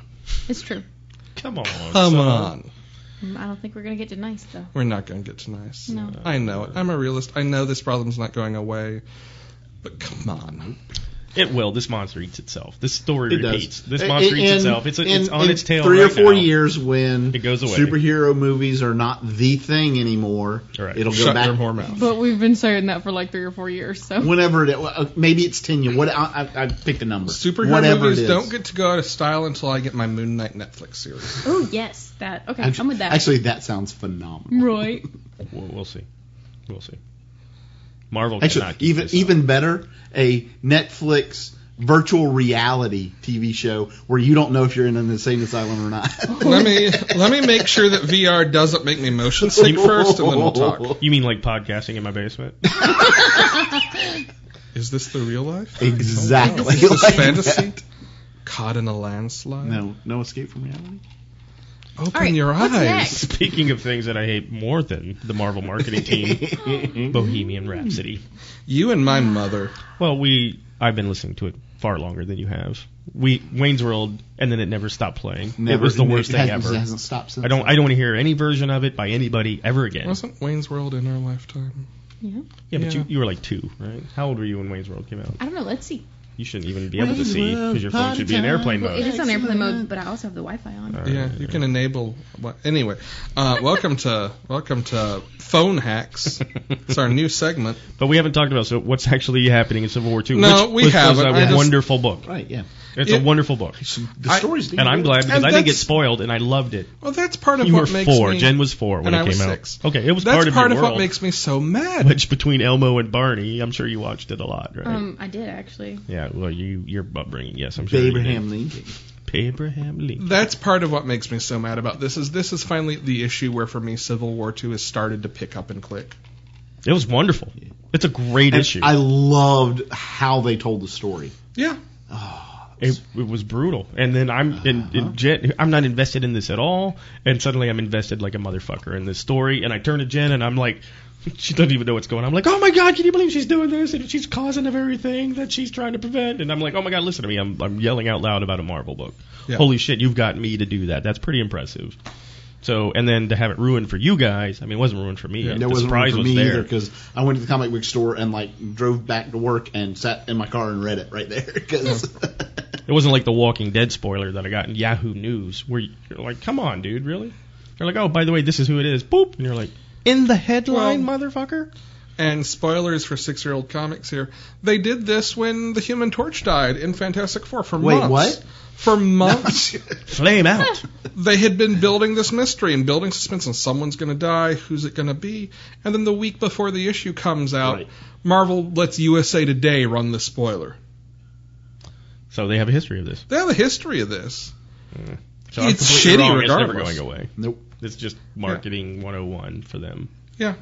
S2: it's true.
S4: Come on.
S1: Come
S4: son.
S1: on.
S2: Mm, I don't think we're going to get to nice, though.
S1: We're not going to get to nice.
S2: No.
S1: I know it. I'm a realist. I know this problem's not going away. But come on.
S4: It will. This monster eats itself. This story
S3: It does.
S4: repeats. This
S3: In-
S4: monster eats
S3: in-
S4: itself. It's, it's
S3: in-
S4: on
S3: in
S4: its tail.
S3: Three or
S4: right
S3: four
S4: now.
S3: years when
S4: It goes away.
S3: superhero movies are not the thing anymore.
S4: Right.
S3: It'll go
S1: Shut
S3: back.
S1: your whore mouth.
S2: But we've been saying that for like three or four years, so.
S3: Whenever it, uh, maybe it's ten years. What I, I, I picked a number.
S1: Superhero
S3: Whatever it
S1: movies
S3: is.
S1: don't get to go out of style until I get my Moon Knight Netflix series.
S2: Oh, yes. That. Okay,
S3: Actually,
S2: I'm with that.
S3: Actually, that sounds phenomenal.
S2: Right.
S4: We'll, we'll see. We'll see. Marvel
S3: Actually,
S4: cannot keep
S3: even
S4: this up.
S3: even better, a Netflix virtual reality TV show where you don't know if you're in an insane asylum
S1: [LAUGHS]
S3: or not.
S1: let me let me make sure that VR doesn't make me motion sick first, and then we'll talk.
S4: You mean like podcasting in my basement?
S1: Is this the real life?
S3: Exactly.
S1: Is this
S3: like
S1: fantasy?
S3: that.
S1: Caught in a landslide?
S3: No, no escape from reality.
S1: Open
S2: All right,
S1: your
S2: what's
S1: eyes.
S2: next?
S4: Speaking of things that I hate more than the Marvel marketing
S3: [LAUGHS]
S4: team, Bohemian Rhapsody.
S1: You and my mother.
S4: Well, we I've been listening to it far longer than you have. We Wayne's World, and then it never stopped playing. it was the worst
S3: it [LAUGHS]
S4: thing
S3: hasn't-
S4: ever.
S3: It hasn't stopped since.
S4: I don't I don't want to hear any version of it by anybody ever again.
S1: Wasn't Wayne's World in our lifetime?
S2: Yeah.
S4: yeah, but
S1: yeah.
S4: you you were like two, right? How old were you when Wayne's World came out?
S2: I don't know. Let's see.
S4: You shouldn't even be able to
S3: Wayne's
S4: see
S3: World,
S4: because your phone should be in
S3: party
S4: airplane
S3: time.
S4: mode.
S2: It is on airplane mode, but I also have the Wi Fi on.
S4: All
S1: Yeah,
S4: right.
S1: you can enable. Well, anyway, uh, welcome to welcome to phone hacks. It's our new segment.
S4: But we haven't talked about so what's actually happening in Civil War Two.
S1: No,
S4: which
S1: we
S4: was- was
S1: haven't.
S4: a
S1: I just-
S4: wonderful book.
S3: Right. Yeah.
S4: It's
S1: It-
S4: a wonderful book,
S3: The
S1: I-
S3: stories.
S4: and I'm glad because
S1: And
S4: I didn't get
S1: that's-
S4: spoiled, and I loved it.
S1: Well, that's part of
S4: You were
S1: what makes
S4: four.
S1: me.
S4: Jen was four when
S1: and
S4: it
S1: I
S4: came
S1: was
S4: out.
S1: six.
S4: Okay, it was
S1: that's
S4: part of your
S1: what
S4: world.
S1: makes me so mad.
S4: [LAUGHS] Which between Elmo and Barney, I'm sure you watched it a lot, right?
S2: Um, I did actually.
S4: yeah. Well, you your upbringing, yes, I'm sure. you did.
S3: Abraham Lincoln.
S4: Abraham Lincoln.
S1: that's part of what makes me so mad about this is this is finally the issue where for me Civil War II has started to pick up and click.
S4: It was wonderful. It's a great
S3: And
S4: issue.
S3: I loved how they told the story.
S1: Yeah,
S4: it, it was brutal, and then I'm in, in Jen. I'm not invested in this at all, and suddenly I'm invested like a motherfucker in this story. And I turn to Jen, and I'm like, [LAUGHS] she doesn't even know what's going. on. I'm like, oh my god, can you believe she's doing this? And she's causing of everything that she's trying to prevent. And I'm like, oh my god, listen to me. I'm I'm yelling out loud about a Marvel book.
S1: Yeah.
S4: Holy shit, you've got me to do that. That's pretty impressive. So, and then to have it ruined for you guys. I mean, it wasn't ruined for me.
S1: Yeah,
S4: the
S3: There wasn't one
S4: surprise
S3: for
S4: was
S3: me
S4: there.
S3: either because I went to the comic book store and like drove back to work and sat in my car and read it right there. [LAUGHS] Because
S4: It wasn't like the Walking Dead spoiler that I got in Yahoo News, where you're like, "Come on, dude, really?" They're like, "Oh, by the way, this is who it is." Boop, and you're like, "In the headline, motherfucker."
S1: and spoilers for six-year-old comics here. They did this when the Human Torch died in Fantastic Four for
S3: Wait,
S1: months.
S3: what? [LAUGHS]
S1: For months.
S4: Flame out.
S1: they had been building this mystery and building suspense and someone's going to die who's it going to be and then the week before the issue comes out
S3: Right.
S1: marvel lets usa today run the spoiler
S4: so they have a history of this.
S1: they have a history of this
S4: So
S1: It's
S4: I'm completely
S1: shitty
S4: wrong.
S1: regardless.
S4: It's never going away.
S3: nope.
S4: It's just marketing 101 for them.
S1: yeah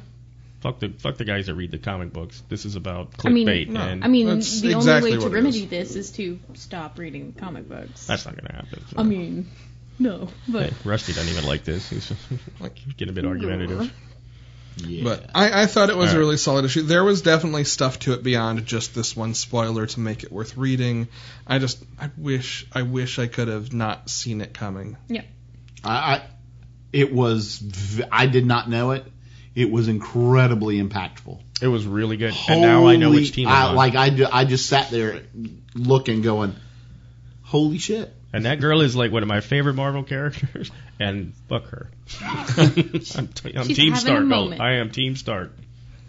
S4: Fuck the fuck the guys that read the comic books. This is about clickbait,
S2: I mean,
S1: no.
S4: and
S2: I mean,
S1: That's
S2: the
S1: exactly
S2: only way to
S1: what it
S2: remedy
S1: is.
S2: this is to stop reading comic books.
S4: that's not gonna happen. so.
S2: I mean, no, but
S4: Hey, Rusty doesn't even like this. He's just [LAUGHS]
S1: Like-
S4: getting a bit argumentative.
S3: [LAUGHS] Yeah.
S1: But I, I thought it was
S4: All
S1: a
S4: right.
S1: really solid issue. There was definitely stuff to it beyond just this one spoiler to make it worth reading. I just I wish I wish I could have not seen it coming.
S3: I, I it was v- I did not know it. It was incredibly impactful.
S4: It was really good, and now I know
S3: Holy-
S4: which team.
S3: I,
S4: I'm on.
S3: like I, ju- I just sat there looking, going, "Holy shit!"
S4: And that girl is like one of my favorite Marvel characters, [LAUGHS] and fuck her. I'm, t- I'm
S2: She's having
S4: Team
S2: a
S4: Stark. though.
S2: moment.
S4: I am Team Stark.
S2: [LAUGHS]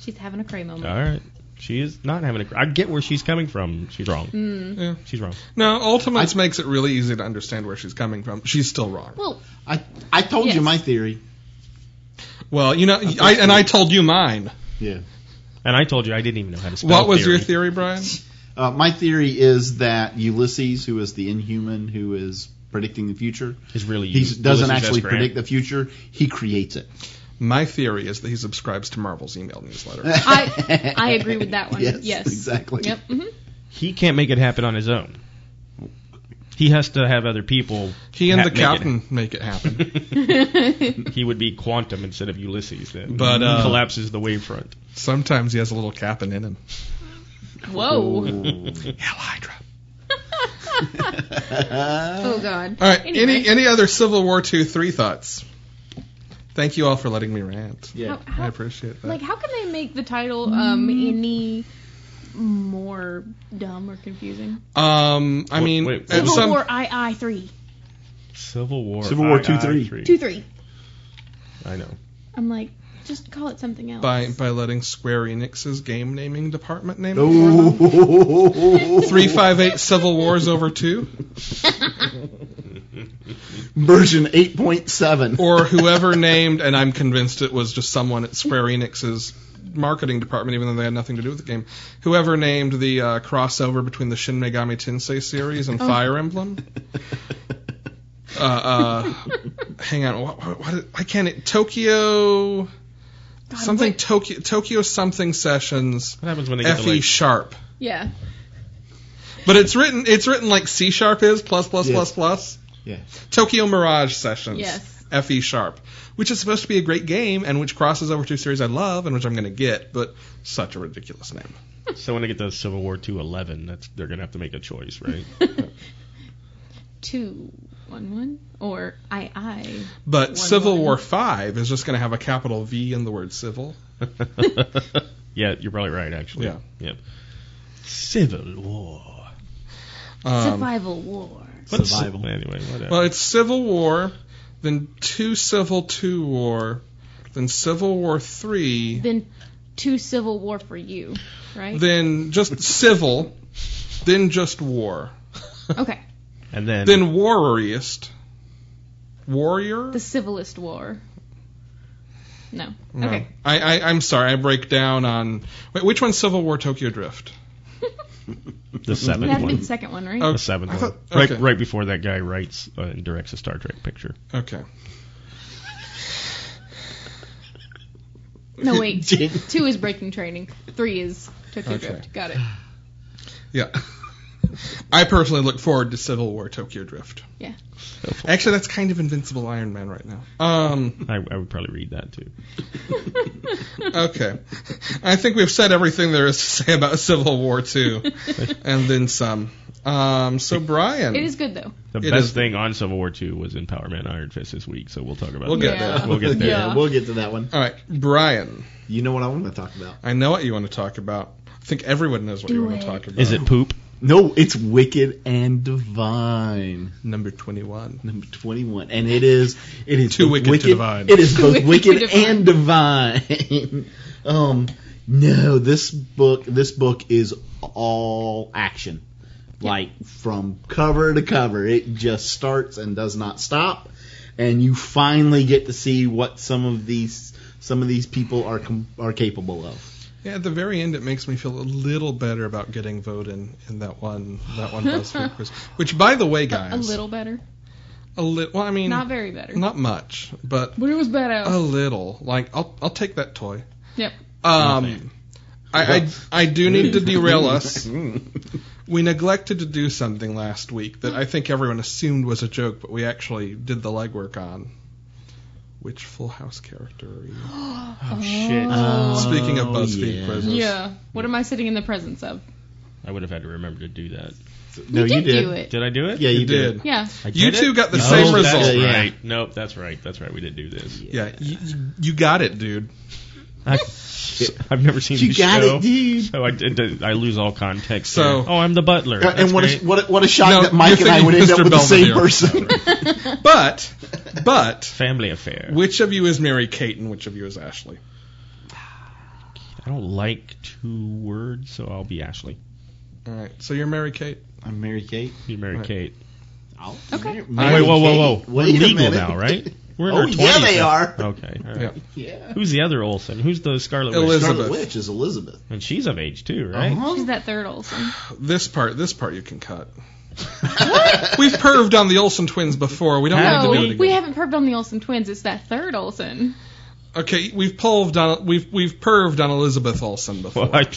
S2: She's having a cray moment.
S4: All right. She is not having a. cr- I get where she's coming from. She's wrong.
S2: Hmm.
S1: Yeah.
S4: She's wrong.
S1: Now, Ultimates makes it really easy to understand where she's coming from. She's still wrong.
S2: Well,
S3: I I told you
S2: Yes.
S3: my theory.
S1: Well, you know, I, and I told you mine.
S3: Yeah.
S4: And I told you I didn't even know how to spell.
S1: What was your theory, Brian?
S3: Uh, my theory is that Ulysses, who is the Inhuman, who is predicting the future,
S4: Is really
S3: he
S4: Ulysses
S3: doesn't
S4: S.
S3: actually
S4: Grant.
S3: predict the future. He creates it.
S1: My theory is that he subscribes to Marvel's email newsletter.
S3: [LAUGHS]
S4: [LAUGHS]
S2: I I agree with that one.
S3: Yes,
S2: Yes,
S3: exactly.
S2: Yep. hmm
S4: He can't make it happen on his own. He has to have other people.
S1: He and
S4: ha-
S1: the
S4: make it happen.
S1: captain make it happen.
S4: He would be Quantum instead of Ulysses. Then,
S1: But, uh,
S4: collapses the wavefront.
S1: Sometimes he has a little captain in him.
S2: Whoa.
S3: Ooh.
S1: Hell, Hydra.
S2: [LAUGHS] Oh God.
S1: All right. Any
S2: Anyway.
S1: any other Civil War two three thoughts? Thank you all for letting me rant.
S3: yeah.
S2: How- how-
S1: I appreciate that.
S2: like, how can they make the title um any more dumb or confusing?
S1: um, I
S4: Wait,
S1: mean,
S4: wait, what
S1: at
S4: was-
S2: Civil
S1: some,
S2: War II three
S4: Civil War.
S3: Civil War
S4: II,
S3: two, three.
S4: three.
S2: two three.
S4: I know.
S2: I'm like, just call it something else.
S1: by by letting Square Enix's game naming department name it for them.
S3: Oh.
S1: three five eight Civil Wars over two,
S3: Version 8.7.
S1: or
S3: [LAUGHS]
S1: whoever named, and I'm convinced it was just someone at Square Enix's marketing department, even though they had nothing to do with the game. Whoever named the uh, crossover between the Shin Megami Tensei series
S2: Oh.
S1: and Fire Emblem. Uh, uh, hang on, what, what, what, I can't. it- Tokyo
S2: God,
S1: something
S2: Uh, what-
S1: Tokyo Tokyo something sessions.
S4: What happens when they get
S1: Fe
S4: the like,
S1: sharp,
S2: yeah.
S1: but it's written it's written like C sharp is plus plus
S3: Yeah.
S1: plus plus.
S3: Yeah.
S1: Tokyo Mirage Sessions.
S2: Yes.
S1: Fe E Sharp, which is supposed to be a great game and which crosses over two series I love and which I'm going to get, but such a ridiculous name.
S4: So when they get to Civil War two eleven, that's they're gonna have to make a
S1: [LAUGHS]
S4: choice, right?
S2: Two one one or I I.
S1: But
S2: One
S1: Civil
S2: line.
S1: War Five is just going to have a capital V in the word civil.
S4: yeah, you're probably right, actually.
S1: Yeah.
S4: Yep. Civil War.
S1: Um,
S2: Survival War.
S4: What's-
S3: Survival.
S4: Anyway, whatever.
S1: well, it's Civil War, then two Civil Two War, then Civil War Three,
S2: Then two Civil War for you, right?
S1: then just Civil, then just War,
S2: okay.
S4: and
S1: [LAUGHS]
S4: then,
S1: then Warriorist, Warrior.
S2: The Civilist War. No.
S1: No.
S2: Okay.
S1: I, I I'm sorry. I break down on wait, which one's Civil War Tokyo Drift?
S4: the
S2: It
S4: seventh
S2: had to be
S4: one.
S2: the second one, right?
S1: Oh,
S4: The seventh
S1: I
S4: one.
S1: [LAUGHS] thought-
S4: Right,
S1: okay.
S4: right before that guy writes uh, and directs a Star Trek picture.
S1: Okay.
S2: No, wait. Two is breaking training. Three is Tokyo
S1: Okay.
S2: Drift. Got it.
S1: Yeah. [LAUGHS] I personally look forward to Civil War Tokyo Drift.
S2: Yeah.
S1: Actually, that's kind of Invincible Iron Man right now. Um, [LAUGHS]
S4: I, I would probably read that too.
S1: okay. I think we've said everything there is to say about [LAUGHS] Civil War 2
S4: [LAUGHS]
S1: and then some. Um, so Brian,
S2: It is good though.
S4: The
S1: It
S4: best
S1: is-
S4: thing on Civil War Two was in Power Man Iron Fist this week, so we'll talk about
S1: We'll
S4: that.
S1: get
S2: Yeah.
S1: there.
S4: We'll get there.
S2: Yeah.
S3: we'll get to that one.
S1: All right, Brian.
S3: You know what I want to talk about?
S1: I know what you want to talk about. I think everyone knows what
S2: Do
S1: you want
S2: it.
S1: to talk about.
S4: Is it poop?
S3: No, it's Wicked and Divine.
S1: number 21?
S3: Number 21. And it is it is
S1: Too
S3: both
S1: wicked to divine.
S3: It is both
S2: wicked
S3: wicked
S2: to divine.
S3: and divine. [LAUGHS] um no, this book this book is all action. Like from cover to cover. It just starts and does not stop. And you finally get to see what some of these some of these people are com- are capable of.
S1: Yeah, at the very end, it makes me feel a little better about getting voted in that one that
S2: [LAUGHS]
S1: one BuzzFeed quiz. Which, by the way, guys,
S2: A little better.
S1: a little. Well, I mean,
S2: Not very better.
S1: not much, but
S2: But it was badass.
S1: a little. Like, I'll I'll take that toy.
S2: Yep.
S1: Um, I, I I do need to derail
S4: [LAUGHS]
S1: us. We neglected to do something last week that I think everyone assumed was a joke, but we actually did the legwork on. which Full House character are you?
S4: Oh, shit.
S1: Speaking of
S3: Oh,
S1: BuzzFeed
S3: yeah.
S1: quizzes.
S2: Yeah. What am I sitting in the presence of?
S4: I would have had to remember to do that.
S3: No,
S2: you,
S3: you
S2: did
S3: did.
S2: do it.
S4: Did I do it?
S3: Yeah, you,
S1: You
S3: did.
S1: did.
S2: Yeah.
S4: I did
S1: You
S4: it?
S1: two got the
S4: No,
S1: same
S4: that's
S1: result.
S3: Yeah, yeah.
S4: Right. Nope, that's right. That's right. We did do this.
S1: Yeah, you, you- you got it, dude.
S4: I, [LAUGHS] have never seen
S3: You
S4: this
S3: got
S4: show.
S3: it, dude.
S4: So I, did- I lose all context.
S1: So-
S4: there. oh, I'm the butler.
S3: Uh,
S4: That's
S3: and what a,
S4: great.
S3: what, a, what a shock
S1: No,
S3: that Mike
S1: you're
S3: and I
S1: thinking
S3: would end up
S1: Mr.
S3: with the same
S1: Belvedere.
S3: person.
S1: But, but,
S4: family affair?
S1: which of you is Mary Kate and which of you is Ashley?
S4: I don't like two words, so I'll be Ashley.
S1: All right, so you're Mary Kate.
S3: [LAUGHS] I'm Mary Kate.
S4: You marry
S1: Right.
S4: Kate.
S3: I'll
S2: Okay.
S3: Mary-
S4: Wait,
S3: Mary
S4: whoa, whoa, whoa.
S3: Kate.
S4: We're
S3: Wait a
S4: legal
S3: minute.
S4: now, right? We're in
S3: Oh,
S4: our 20s.
S3: yeah, they
S4: now.
S3: are.
S4: Okay. all right.
S1: Yeah.
S3: Yeah.
S4: Who's the other Olsen? Who's the Scarlet Witch?
S1: Eliz-
S3: Scarlet
S1: Elizabeth.
S3: Witch
S2: [LAUGHS]
S3: is Elizabeth.
S4: And she's of age too, right?
S3: Uh-huh.
S2: She's that third Olsen.
S1: This part, this part you can cut. [LAUGHS] We've perved on the Olsen twins before. We don't
S4: Have
S2: No,
S1: need to do it
S2: Oh, we,
S1: again.
S2: haven't perved on the Olsen twins. It's that third Olsen.
S1: okay, we've perved on we've we've perved on Elizabeth Olsen before.
S4: [LAUGHS] Well, I,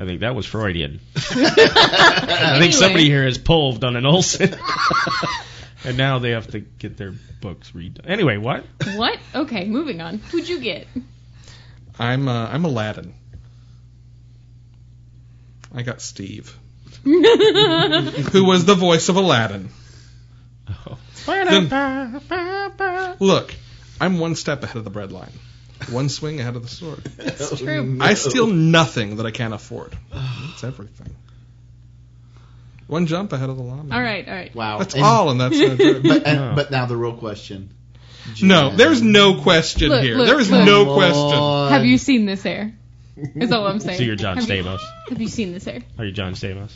S4: I think that was Freudian. I think somebody here has polved on an
S3: [LAUGHS]
S4: Olsen. [LAUGHS] and now they have to get their books redone. Anyway, what?
S2: What? Okay, moving on. Who'd you get?
S1: I'm uh, I'm Aladdin. I got
S2: [LAUGHS]
S1: Steve, who was the voice of Aladdin.
S4: [LAUGHS]
S1: Look, I'm one step ahead of the breadline, one swing ahead of the sword.
S3: That's
S2: true.
S1: I steal nothing that I can't afford. That's everything. One jump ahead of the llama.
S2: All right, all right.
S3: Wow.
S1: That's
S3: And-
S1: all, and that's
S2: [LAUGHS]
S1: no joke.
S3: But, and-
S4: No.
S3: but now the real question.
S1: No,
S3: Jan.
S1: there's no question
S2: Look,
S1: here.
S2: look,
S1: there is
S2: look.
S1: no
S3: Lord.
S1: question.
S2: Have you seen this hair? Is all I'm saying.
S4: So you're John
S2: have you-
S4: Stamos.
S2: Have you seen this hair?
S4: Are you John Stamos?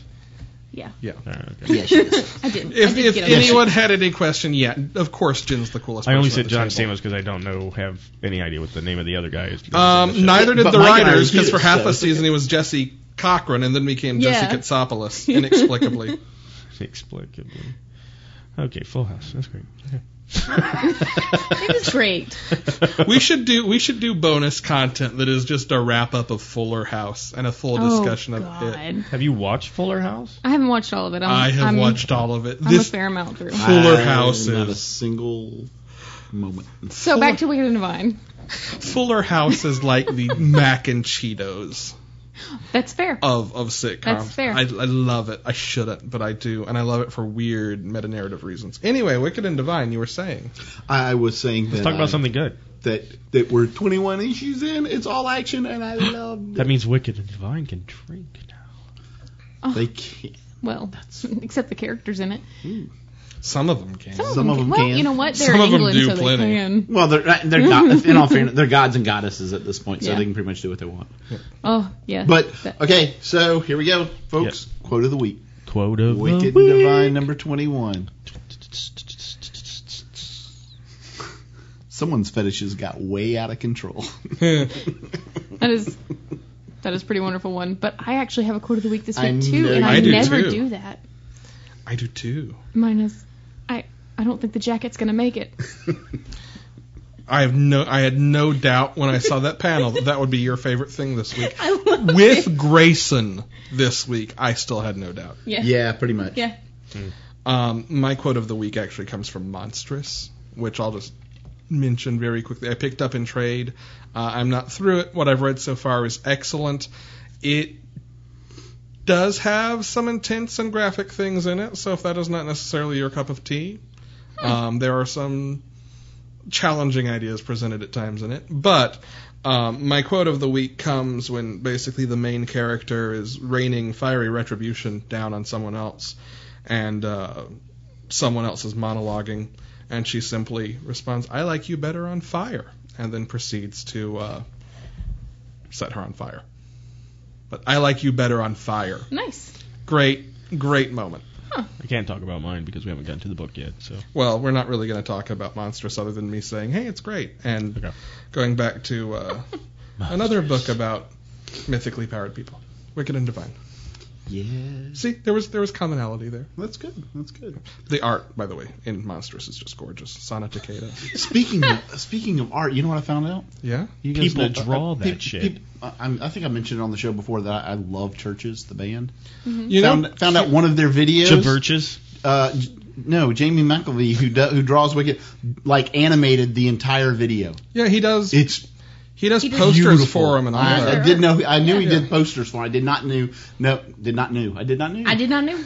S2: Yeah.
S1: Yeah.
S4: All right, okay.
S3: Yeah, she is.
S2: I did. I
S1: If,
S2: did
S1: if
S2: get a
S1: anyone had any question, yeah, of course Jin's the coolest.
S4: I only
S1: person at
S4: said
S1: the
S4: John
S1: table.
S4: Stamos because I don't know have any idea what the name of the other guy is.
S1: Um, neither did
S3: But
S1: the
S3: Mike and I
S1: writers
S3: reviewed
S1: because for
S3: it,
S1: half
S3: so-
S1: a season he was Jesse Cochran and then became
S2: Yeah.
S1: Jesse Katsopoulos
S2: [LAUGHS]
S1: inexplicably.
S4: Explicably. Okay, Full House. That's great. Okay.
S2: It was great.
S1: we should do we should do bonus content that is just a wrap up of Fuller House and a full discussion
S2: oh,
S1: of
S2: God.
S1: it.
S4: Have you watched Fuller House?
S2: I haven't watched all of it. I'm,
S1: I have
S2: am
S1: watched all of it.
S2: I'm a
S1: This
S2: fair amount through.
S1: Fuller
S3: I'm
S1: House
S3: Not a
S1: is-
S3: single moment.
S2: So back to Wicked and Vine.
S1: Fuller House is like
S2: [LAUGHS]
S1: the mac and Cheetos
S2: That's fair.
S1: of of sitcoms.
S2: That's fair.
S1: I, I love it. I shouldn't, but I do, and I love it for weird meta narrative reasons. Anyway, Wicked and Divine, you were saying
S3: I was saying that,
S4: Let's talk
S3: I-
S4: about something good.
S3: that that we're 21 issues in. It's all action, and I love [LAUGHS]
S4: That means Wicked and Divine can drink now.
S3: They can't.
S2: well, [LAUGHS] except the characters in it.
S1: some of them can. [LAUGHS]
S2: Some,
S3: Some
S2: of
S3: of
S2: them.
S3: them
S2: well,
S3: can.
S2: you know what? They're
S1: Some
S2: in
S1: of them
S2: England,
S1: do
S2: so they
S1: plenty.
S2: can.
S3: Well, they're not- they're not. In all fairness, they're gods and goddesses at this point, so
S2: Yeah.
S3: they can pretty much do what they want.
S2: Oh, yeah.
S3: But
S1: uh,
S2: That-
S3: okay, so here we go, folks. Quote of the week:
S4: Quote of
S3: Wicked
S4: the
S3: and
S4: week.
S3: Divine number 21. Someone's fetishes got way out of control. [LAUGHS]
S2: that is that is a pretty wonderful one. But I actually have a quote of the week this week
S3: I
S2: too,
S3: know
S2: and
S3: you
S1: do. I
S2: I,
S1: do,
S2: never
S1: too.
S2: do that.
S1: I do too.
S2: Mine is, I I don't think the jacket's gonna
S1: [LAUGHS]
S2: make it.
S1: I have no. I had no doubt when I saw that panel that that would be your favorite thing this week.
S2: [LAUGHS] I love it.
S1: With Grayson this week, I still had no doubt.
S2: Yeah.
S3: yeah, pretty much.
S2: Yeah.
S1: Um, my quote of the week actually comes from Monstrous, which I'll just mention very quickly. I picked up in trade. Uh, I'm not through it. What I've read so far is excellent. It does have some intense and graphic things in it, so if that is not necessarily your cup of tea, um, there are some challenging ideas presented at times in it. But um, my quote of the week comes when basically the main character is raining fiery retribution down on someone else, and uh, someone else is monologuing, and she simply responds, "I like you better on fire," and then proceeds to uh, set her on fire. But I like you better on fire.
S2: Nice.
S1: Great, great moment.
S4: I can't talk about mine because we haven't gotten to the book yet. So
S1: Well, we're not really going to talk about monstrous other than me saying, "Hey, it's great," and
S4: Okay.
S1: going back to uh, another book about mythically powered people, Wicked and Divine.
S3: Yeah.
S1: See, there was there was commonality there.
S3: That's good. That's good.
S1: The art, by the way, in monstrous is just gorgeous. Sana Takeda.
S3: Speaking of, speaking of art, you know what I found out?
S1: Yeah.
S3: You
S4: People
S3: know-
S4: draw that
S3: peop-
S4: shit.
S3: peop- I, I'm- I think I mentioned it on the show before that I, I love Churches, the band.
S1: You know,
S3: found, found out one of their videos.
S4: Javirches.
S3: Uh, no Jamie McAvee who do, who draws Wicked like animated the entire video.
S1: Yeah, he does.
S3: It's
S1: He does
S2: He does-
S1: posters
S3: beautiful.
S1: for him and all
S3: I,
S1: that.
S3: I did know. I knew he
S2: Yeah.
S3: did posters for. Him. I did not knew. No, did not knew. I did not knew.
S2: I did not
S1: [LAUGHS]
S2: know.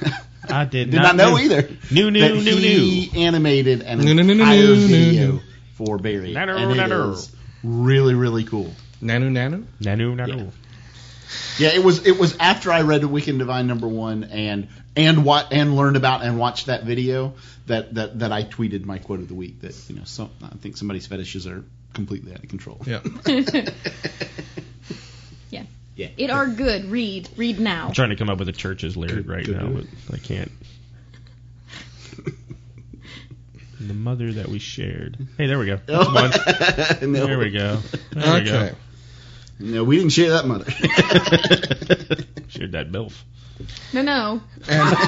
S4: I did,
S3: Did not, know
S4: knew-
S3: either.
S4: New, new,
S3: that
S4: new,
S3: he animated an
S1: No, no, no, no,
S3: entire
S1: no, no,
S3: video
S1: no.
S3: for Barry,
S4: No, no,
S3: and it
S4: no, no.
S3: is really, really cool.
S1: Nanu Nanu.
S4: Nanu, nanu.
S3: Yeah, it was it was after I read Weekend Divine number one and and what and learned about and watched that video that that that I tweeted my quote of the week that you know some I think somebody's fetishes are completely out of control.
S1: Yeah.
S2: yeah.
S3: Yeah.
S2: It are good. Read. Read now.
S4: I'm trying to come up with a church's lyric right now, but I can't. [LAUGHS] the mother that we shared. Hey, there we go. That's one.
S3: no,
S4: There we go. There we go.
S1: Okay.
S3: no, we didn't share that mother. [LAUGHS]
S4: Shared that MILF.
S2: No, no.
S1: And,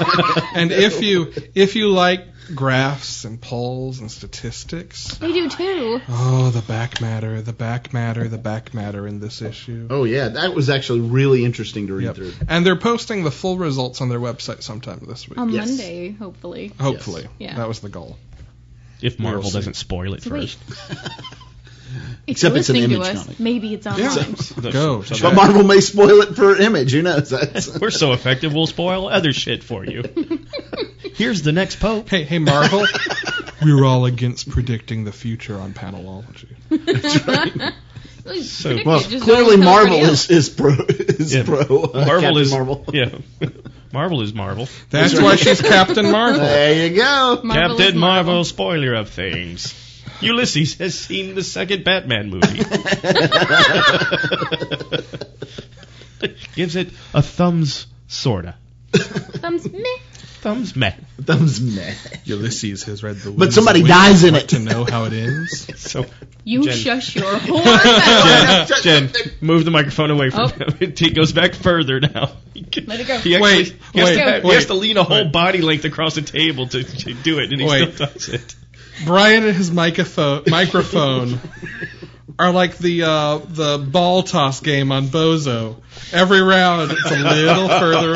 S1: and if you if you like graphs and polls and statistics,
S2: They do too.
S1: oh, the back matter, the back matter, the back matter in this issue.
S3: oh yeah, that was actually really interesting to read
S1: Yep.
S3: through.
S1: And they're posting the full results on their website sometime this week.
S2: On
S3: Yes.
S2: Monday, hopefully.
S1: Hopefully,
S2: Um, Yeah.
S1: that was the goal.
S4: If
S1: will
S4: Marvel
S1: see.
S4: doesn't spoil it
S2: So wait.
S4: first.
S2: [LAUGHS] If you're
S3: Except it's an
S2: listening to
S3: image
S2: us,
S3: comic.
S2: maybe it's online. [LAUGHS]
S1: Go.
S4: So- so
S3: But
S4: that-
S3: Marvel may spoil it for image. Who knows? That's-
S4: [LAUGHS] We're so effective, we'll spoil other shit for you. Here's the next pope.
S1: Hey, hey, Marvel. [LAUGHS] we were all against predicting the future on panelology.
S2: So,
S3: well, clearly Marvel is is pro is
S4: Yeah.
S3: pro uh,
S4: Marvel
S3: Captain
S4: is
S3: Marvel.
S4: Yeah. Marvel is Marvel.
S1: That's why she's Captain
S3: [LAUGHS]
S1: Marvel.
S3: There you go.
S4: Captain Marvel. spoiler of things. [LAUGHS] Ulysses has seen the second Batman movie. [LAUGHS] Gives it a thumbs sorta.
S2: [LAUGHS] Thumbs meh.
S4: Thumbs meh.
S3: Thumbs meh.
S1: Ulysses has read the.
S3: But somebody dies in it.
S1: to know how it ends.
S4: So
S2: You
S4: Jen.
S2: shush your horn.
S3: [LAUGHS]
S4: Jen, move the microphone away from
S2: Oh.
S4: him. [LAUGHS] He goes back further now. Let
S2: it go.
S4: He actually,
S1: Wait,
S4: he has,
S1: wait,
S4: to, he has
S1: wait.
S4: to lean a whole body length across the table to, to do it, and he
S1: Wait.
S4: still does it.
S1: Brian and his microphone microphone are like the uh, the ball toss game on Bozo. Every round, it's a little further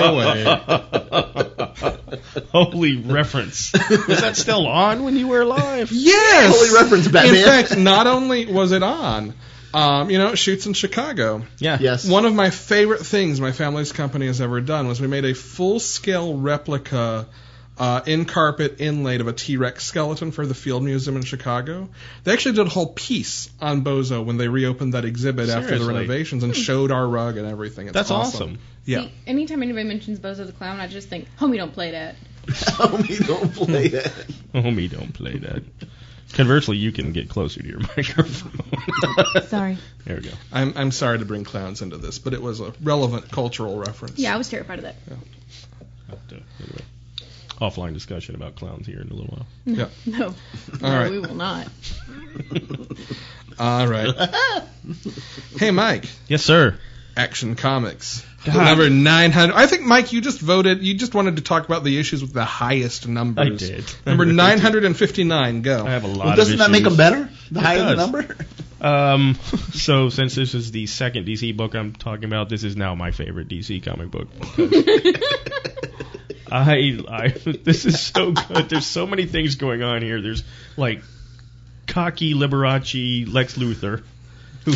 S1: away.
S4: Holy [LAUGHS] reference! Was that still on when you were alive?
S1: Yes.
S3: Holy reference, Batman.
S1: In fact, not only was it on, um, you know, it shoots in Chicago.
S4: Yeah.
S3: Yes.
S1: One of my favorite things my family's company has ever done was we made a full scale replica uh, in carpet inlaid of a T Rex skeleton for the Field Museum in Chicago. They actually did a whole piece on Bozo when they reopened that exhibit after the
S4: Seriously?
S1: renovations and showed our rug and everything. It's
S4: That's
S1: awesome.
S4: awesome.
S1: Yeah.
S2: Anytime anybody mentions Bozo the Clown, I just think, homie, don't play that.
S3: Homie, don't play that.
S4: [LAUGHS] Homie, don't play that. Conversely, you can get closer to your [LAUGHS] microphone.
S2: Sorry.
S4: there we go.
S1: I'm, I'm sorry to bring clowns into this, but it was a relevant cultural reference.
S2: Yeah, I was terrified of that.
S4: But, uh, anyway, offline discussion about clowns here in a little while.
S1: Yeah.
S2: No.
S1: All
S2: no,
S1: right.
S2: we will not.
S1: All right. hey, Mike.
S4: Yes, sir.
S1: Action Comics. Number 900. I think, Mike, you just voted. You just wanted to talk about the issues with the highest numbers.
S4: [LAUGHS] I did.
S1: Number 959. Go.
S4: I have a lot.
S3: Well,
S4: of
S3: doesn't that make
S4: issues.
S3: them better? The higher the
S4: does.
S3: number.
S4: Um, [LAUGHS] so since this is the second DC book I'm talking about, this is now my favorite DC comic book. [LAUGHS] I, I, [LAUGHS] this is so good. There's so many things going on here. There's like cocky Liberace Lex Luthor.
S1: [LAUGHS]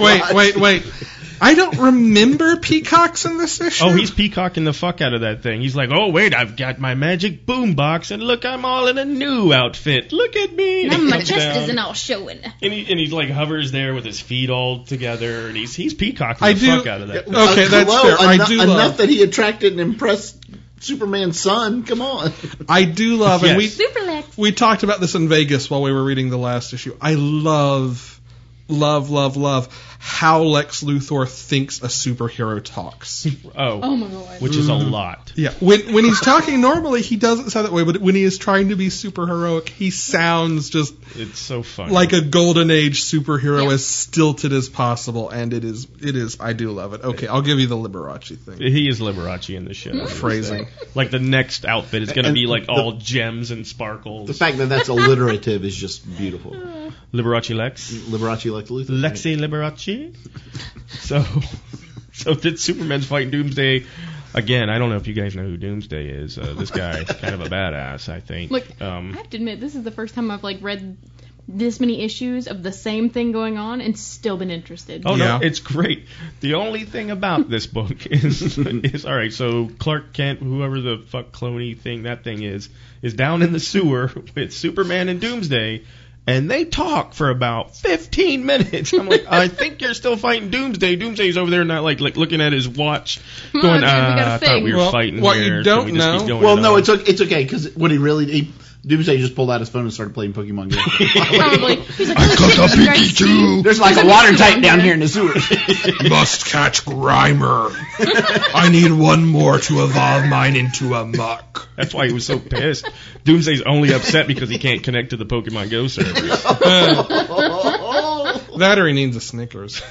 S1: wait, wait, wait. I don't remember peacocks in this issue.
S4: Oh, he's peacocking the fuck out of that thing. He's like, oh wait, I've got my magic boombox, and look, I'm all in a new outfit. Look at me. And
S2: Now
S4: [LAUGHS] he
S2: my
S4: comes
S2: chest
S4: down,
S2: isn't all showing.
S4: And he, and he like hovers there with his feet all together, and he's he's peacocking
S1: I
S4: the
S1: do-
S4: fuck out of that. thing.
S1: Okay,
S3: Uh,
S1: that's
S3: hello,
S1: fair. I
S3: eno-
S1: do
S3: enough
S1: love.
S3: that he attracted and impressed Superman's son. Come on.
S1: I do love, and we
S4: Yes.
S2: Superlex.
S1: we talked about this in Vegas while we were reading the last issue. I love, love, love, love how Lex Luthor thinks a superhero talks.
S4: [LAUGHS]
S2: Oh my god.
S4: which is a lot.
S1: Yeah, when when he's talking normally, he doesn't sound that way. But when he is trying to be super heroic, he sounds just
S4: It's so fun.
S1: like a golden age superhero,
S2: Yeah.
S1: as stilted as possible. And it is, it is. I do love it. Okay, I'll give you the Liberace thing.
S4: he is Liberace in the show.
S2: Hmm?
S1: Phrasing.
S4: [LAUGHS] Like the next outfit is going to
S3: And
S4: be like
S3: the-
S4: all gems and
S3: The
S4: sparkles.
S3: fact that that's alliterative is just beautiful.
S4: Liberace Lex.
S3: Liberace like Luther.
S4: [LAUGHS] Lexi Liberace. So, so did Superman's fighting Doomsday. I Again, I don't know if you guys know who Doomsday is. Uh, this guy, kind of a badass, I think.
S2: Look, I
S4: um,
S2: have to admit, this is the first time I've like read this many issues of the same thing going on and still been interested.
S4: oh
S1: Yeah.
S4: no, it's great. The only thing about this book [LAUGHS] is, is all right. So Clark Kent, whoever the fuck Cloney thing that thing is, is down in the sewer [LAUGHS] with Superman and Doomsday. And they talk for about 15 minutes. I'm like, I think you're still fighting Doomsday. Doomsday's over there, not like like looking at his watch,
S2: Come on,
S4: going,
S2: dude, we
S4: "Ah,
S2: got a
S4: I thought we
S2: thing."
S4: were
S1: Well,
S4: fighting
S1: what you
S4: here.
S1: don't
S4: Can we just keep
S1: know-
S4: going
S3: Well,
S4: on?"
S3: no, it's o- it's okay because what he really he, Doomsday just pulled out his phone and started playing
S2: [LAUGHS]
S3: Pokemon games.
S2: Probably. He's like, I caught
S3: [LAUGHS] There's like a water tank down here in
S2: [LAUGHS]
S3: the sewer. [LAUGHS]
S5: Must catch Grimer. I need one more to evolve mine into a
S3: [LAUGHS]
S5: muck.
S4: That's why he was so pissed. Doomsday's only upset because he can't connect to the Pokemon
S2: [LAUGHS]
S4: Go server.
S2: Oh,
S1: That or he needs a
S3: [LAUGHS]
S1: Snickers.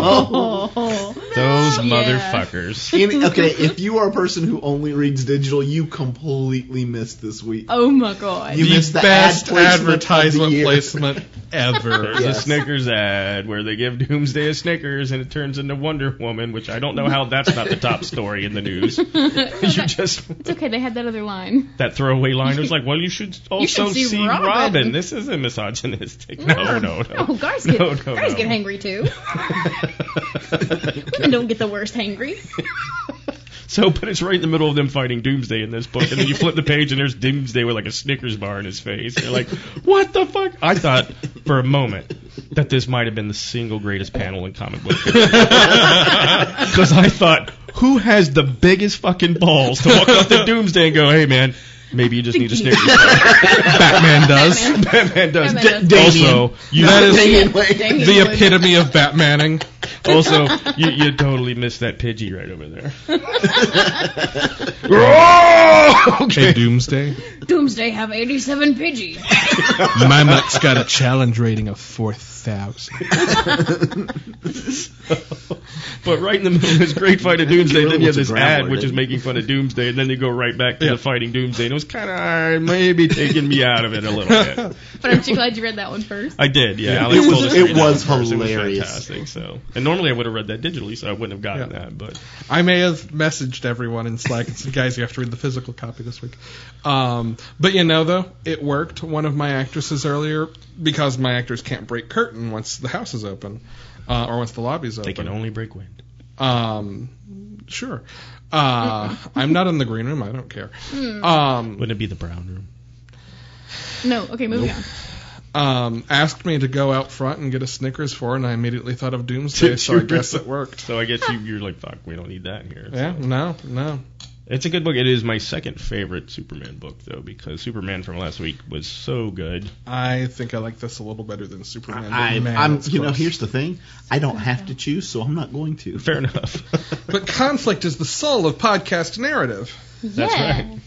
S2: Oh.
S4: Those
S2: Yeah.
S4: motherfuckers.
S3: Any- okay, if you are a person who only reads digital, you completely missed this week.
S2: Oh my god.
S3: You missed the
S1: best
S3: ad placement of the
S1: advertisement
S3: year.
S1: placement
S3: [LAUGHS]
S1: ever.
S4: There's a Snickers ad where they give Doomsday a Snickers and it turns into Wonder Woman, which I don't know how that's not the top story in the news. [LAUGHS] you just
S2: It's okay, they had that other line.
S4: that throwaway line was like, well, you should also
S2: should see
S4: see Robin.
S2: Robin.
S4: This isn't misogynistic. No, no, no.
S6: Oh, guys
S4: No,
S6: get
S4: no,
S6: guys
S4: no.
S6: get hangry
S4: [LAUGHS]
S6: too. Women don't get the worst hangry.
S4: So, but it's right in the middle of them fighting Doomsday in this book, and then you flip the page and there's Doomsday with like a Snickers bar in his face. You're like, what the fuck? I thought for a moment that this might have been the single greatest panel in comic book [LAUGHS] because I thought, who has the biggest fucking balls to walk up to Doomsday and go, hey man, maybe you just need a Snickers [LAUGHS] bar. Batman does. Batman,
S1: [LAUGHS]
S4: does.
S6: Batman
S4: D- Also, you
S1: That is
S4: [LAUGHS]
S3: Anyway,
S1: the epitome of Batmaning.
S4: also you, you totally missed that Pidgey right over there. Oh,
S1: Hey, Doomsday.
S6: Doomsday have 87 Pidgey.
S1: My muck's got a challenge rating of 4,000.
S4: But right in the middle of this great fight of Doomsday,
S3: really
S4: then you
S3: want
S4: have this
S3: to grab
S4: ad
S3: one,
S4: which
S3: didn't
S4: is
S3: you?
S4: making fun of Doomsday, and then they go right back to the fighting Doomsday, and it was kind of maybe taking me out of it a little bit.
S2: But aren't you glad you read that one first?
S4: I did, yeah. Alex
S3: It was-
S4: told us to
S3: it
S4: read that
S3: was
S4: one first. It
S3: hilarious.
S4: fantastic, so, and normally I would have read that digitally, so I wouldn't have gotten
S1: Yeah.
S4: that. But
S1: I may have messaged everyone in Slack and said, guys, you have to read the physical copy this week. Um, but you know, though, it worked. One of my actresses earlier, because my actors can't break curtain once the house is open, uh, or once the lobby's open.
S4: they can only break wind.
S1: Um, sure. Uh, I'm not in the green room. I don't care. Um,
S4: Wouldn't it be the brown room?
S2: No, okay, moving on.
S1: um, asked me to go out front and get a Snickers for, her, and I immediately thought of Doomsday,
S4: Did
S1: so
S4: you
S1: I guess
S4: really?
S1: it worked.
S4: So I guess you, you're like, fuck, we don't need that in here.
S1: Yeah, no, no.
S4: It's a good book. It is my second favorite Superman book, though, because Superman from last week was so good. [LAUGHS]
S1: I think I like this a little better than Superman. but
S3: I,
S1: man,
S3: I'm,
S1: it's
S3: you know,
S1: close.
S3: here's the thing. I don't have to choose, so I'm not going to.
S4: Fair enough. [LAUGHS]
S1: But conflict is the soul of podcast narrative.
S4: That's
S2: yeah.
S4: right.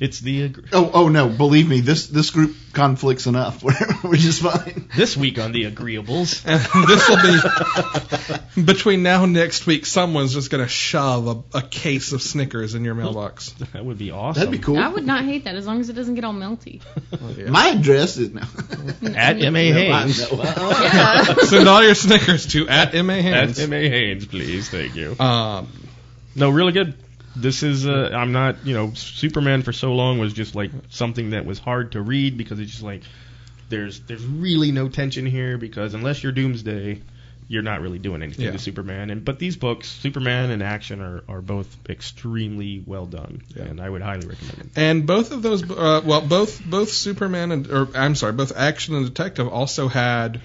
S4: It's the ag-
S3: Oh, oh no! Believe me, this this group conflicts enough. [LAUGHS] We're, we're just fine.
S4: this week on the agreeables.
S1: this will
S3: [LAUGHS]
S1: be between now and next week. Someone's just gonna shove a, a case of Snickers in your mailbox.
S4: That would be awesome.
S3: That'd be cool.
S2: I would not hate that as long as it doesn't get all melty.
S3: [LAUGHS] My address is now.
S4: At M
S3: [LAUGHS]
S4: A Haynes.
S2: Oh,
S1: Send all your Snickers to at ma
S4: At
S1: Hands.
S4: M A Haynes, please. Thank you.
S1: Um,
S4: No, really good. This is uh, I'm not you know Superman for so long was just like something that was hard to read because it's just like there's there's really no tension here because unless you're Doomsday, you're not really doing anything
S1: Yeah.
S4: to Superman. And but these books, Superman and Action, are, are both extremely well done,
S1: Yeah.
S4: and I would highly recommend them.
S1: And both of those, uh, well, both both Superman and, or I'm sorry, both Action and Detective also had,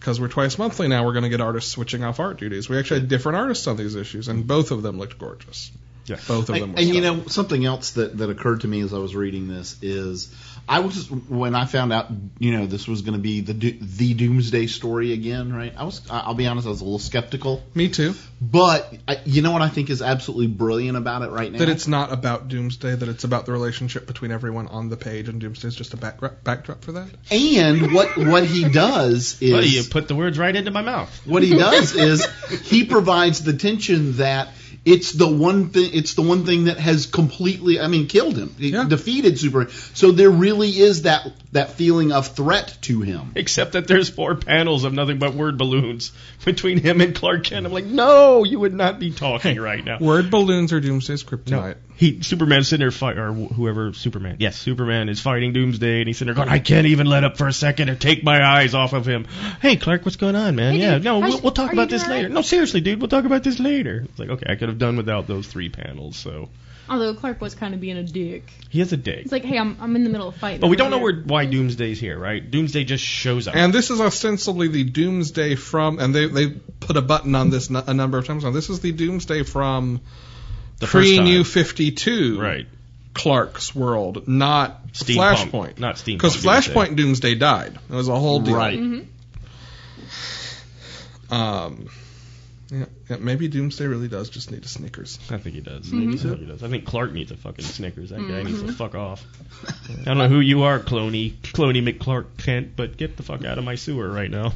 S1: because we're twice monthly now, we're going to get artists switching off art duties. We actually had different artists on these issues, and both of them looked gorgeous.
S4: Yeah.
S1: Both of them.
S3: And,
S1: Were
S3: and you
S1: stunning.
S3: know something else that, that occurred to me as I was reading this is I was just, when I found out you know this was going to be the do- the Doomsday story again, right? I was I- I'll be honest, I was a little skeptical,
S1: me too.
S3: but I, you know what I think is absolutely brilliant about it right now.
S1: That it's not about Doomsday. That it's about the relationship between everyone on the page, and Doomsday is just a backdrop, backdrop for that.
S3: and what what he
S1: [LAUGHS]
S3: does is
S4: Buddy, you put the words right into my mouth.
S3: What he does is he provides the tension that It's the one thing. It's the one thing that has completely, I mean, killed him, It
S1: Yeah.
S3: defeated Superman. So there really is that that feeling of threat to him.
S4: Except that there's four panels of nothing but word balloons between him and Clark Kent. I'm like, no, you would not be talking right now.
S1: Word balloons are Doomsday's kryptonite.
S4: He Superman's sitting there fight or wh- whoever Superman. Yes, Superman is fighting Doomsday, and he's sitting there going, "I can't even let up for a second or take my eyes off of him." Hey, Clark, what's going on, man?
S2: Hey,
S4: yeah,
S2: dude,
S4: no,
S2: how's-
S4: we'll, we'll talk
S2: are
S4: about
S2: you
S4: this
S2: doing all
S4: later.
S2: right?
S4: No, seriously, dude, we'll talk about this later. It's like, okay, I could have done without those three panels. So
S2: Although Clark was kind of being a dick.
S4: he has a dick.
S2: It's like, hey, I'm, I'm in the middle of a fight.
S4: But we don't know where why Doomsday's here, right? Doomsday just shows up.
S1: And this is ostensibly the Doomsday from, and they they put a button on this nu- a number of times. Now this is the Doomsday from
S4: the first
S1: pre
S4: time.
S1: New Fifty Two,
S4: right?
S1: Clark's world, not
S4: Steampunk.
S1: Flashpoint,
S4: not steampunk.
S1: because
S4: Doomsday.
S1: Flashpoint Doomsday died. It was a whole deal.
S2: Mm-hmm.
S3: Right.
S1: Um, yeah, yeah, maybe Doomsday really does just need a Snickers.
S4: I think he does.
S2: Mm-hmm.
S4: Maybe so he does. I think Clark needs a fucking Snickers. That guy needs to fuck off. I don't know who you are, Cloney, Cloney McClark Kent, but get the fuck out of my sewer right now.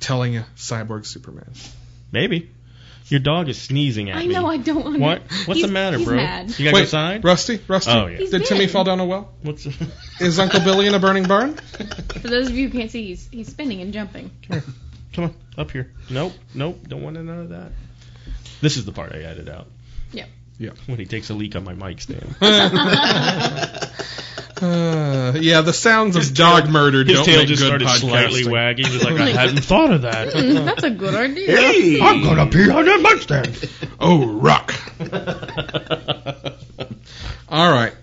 S1: Telling a cyborg Superman.
S4: Maybe. Your dog is sneezing at
S2: I
S4: me.
S2: know I don't. want
S4: What?
S2: to-
S4: What's
S2: he's-
S4: the matter,
S2: he's
S4: bro?
S2: Mad.
S4: You got to go
S1: Wait,
S4: outside?
S1: Rusty, Rusty.
S4: Oh, yeah.
S2: He's
S1: Did Timmy
S2: big.
S1: fall down a well?
S4: What's
S1: Is Uncle Billy in a burning barn?
S2: For those of you who can't see, he's he's spinning and jumping.
S4: Come on, up here. [LAUGHS] Nope, nope, don't want none of that. This is the part I added out.
S2: Yep.
S1: Yep.
S4: When he takes a leak on my
S1: [LAUGHS]
S4: mic stand.
S1: Uh, yeah, the sounds of dog murder
S4: His
S1: don't
S4: tail
S1: make
S4: just
S1: good
S4: started
S1: podcasting.
S4: slightly wagging. He
S2: [LAUGHS]
S4: was like, I hadn't thought of that.
S2: Mm, [LAUGHS] that's a good idea.
S4: I'm gonna pee on that mic stand.
S1: [LAUGHS] Oh, rock. All right.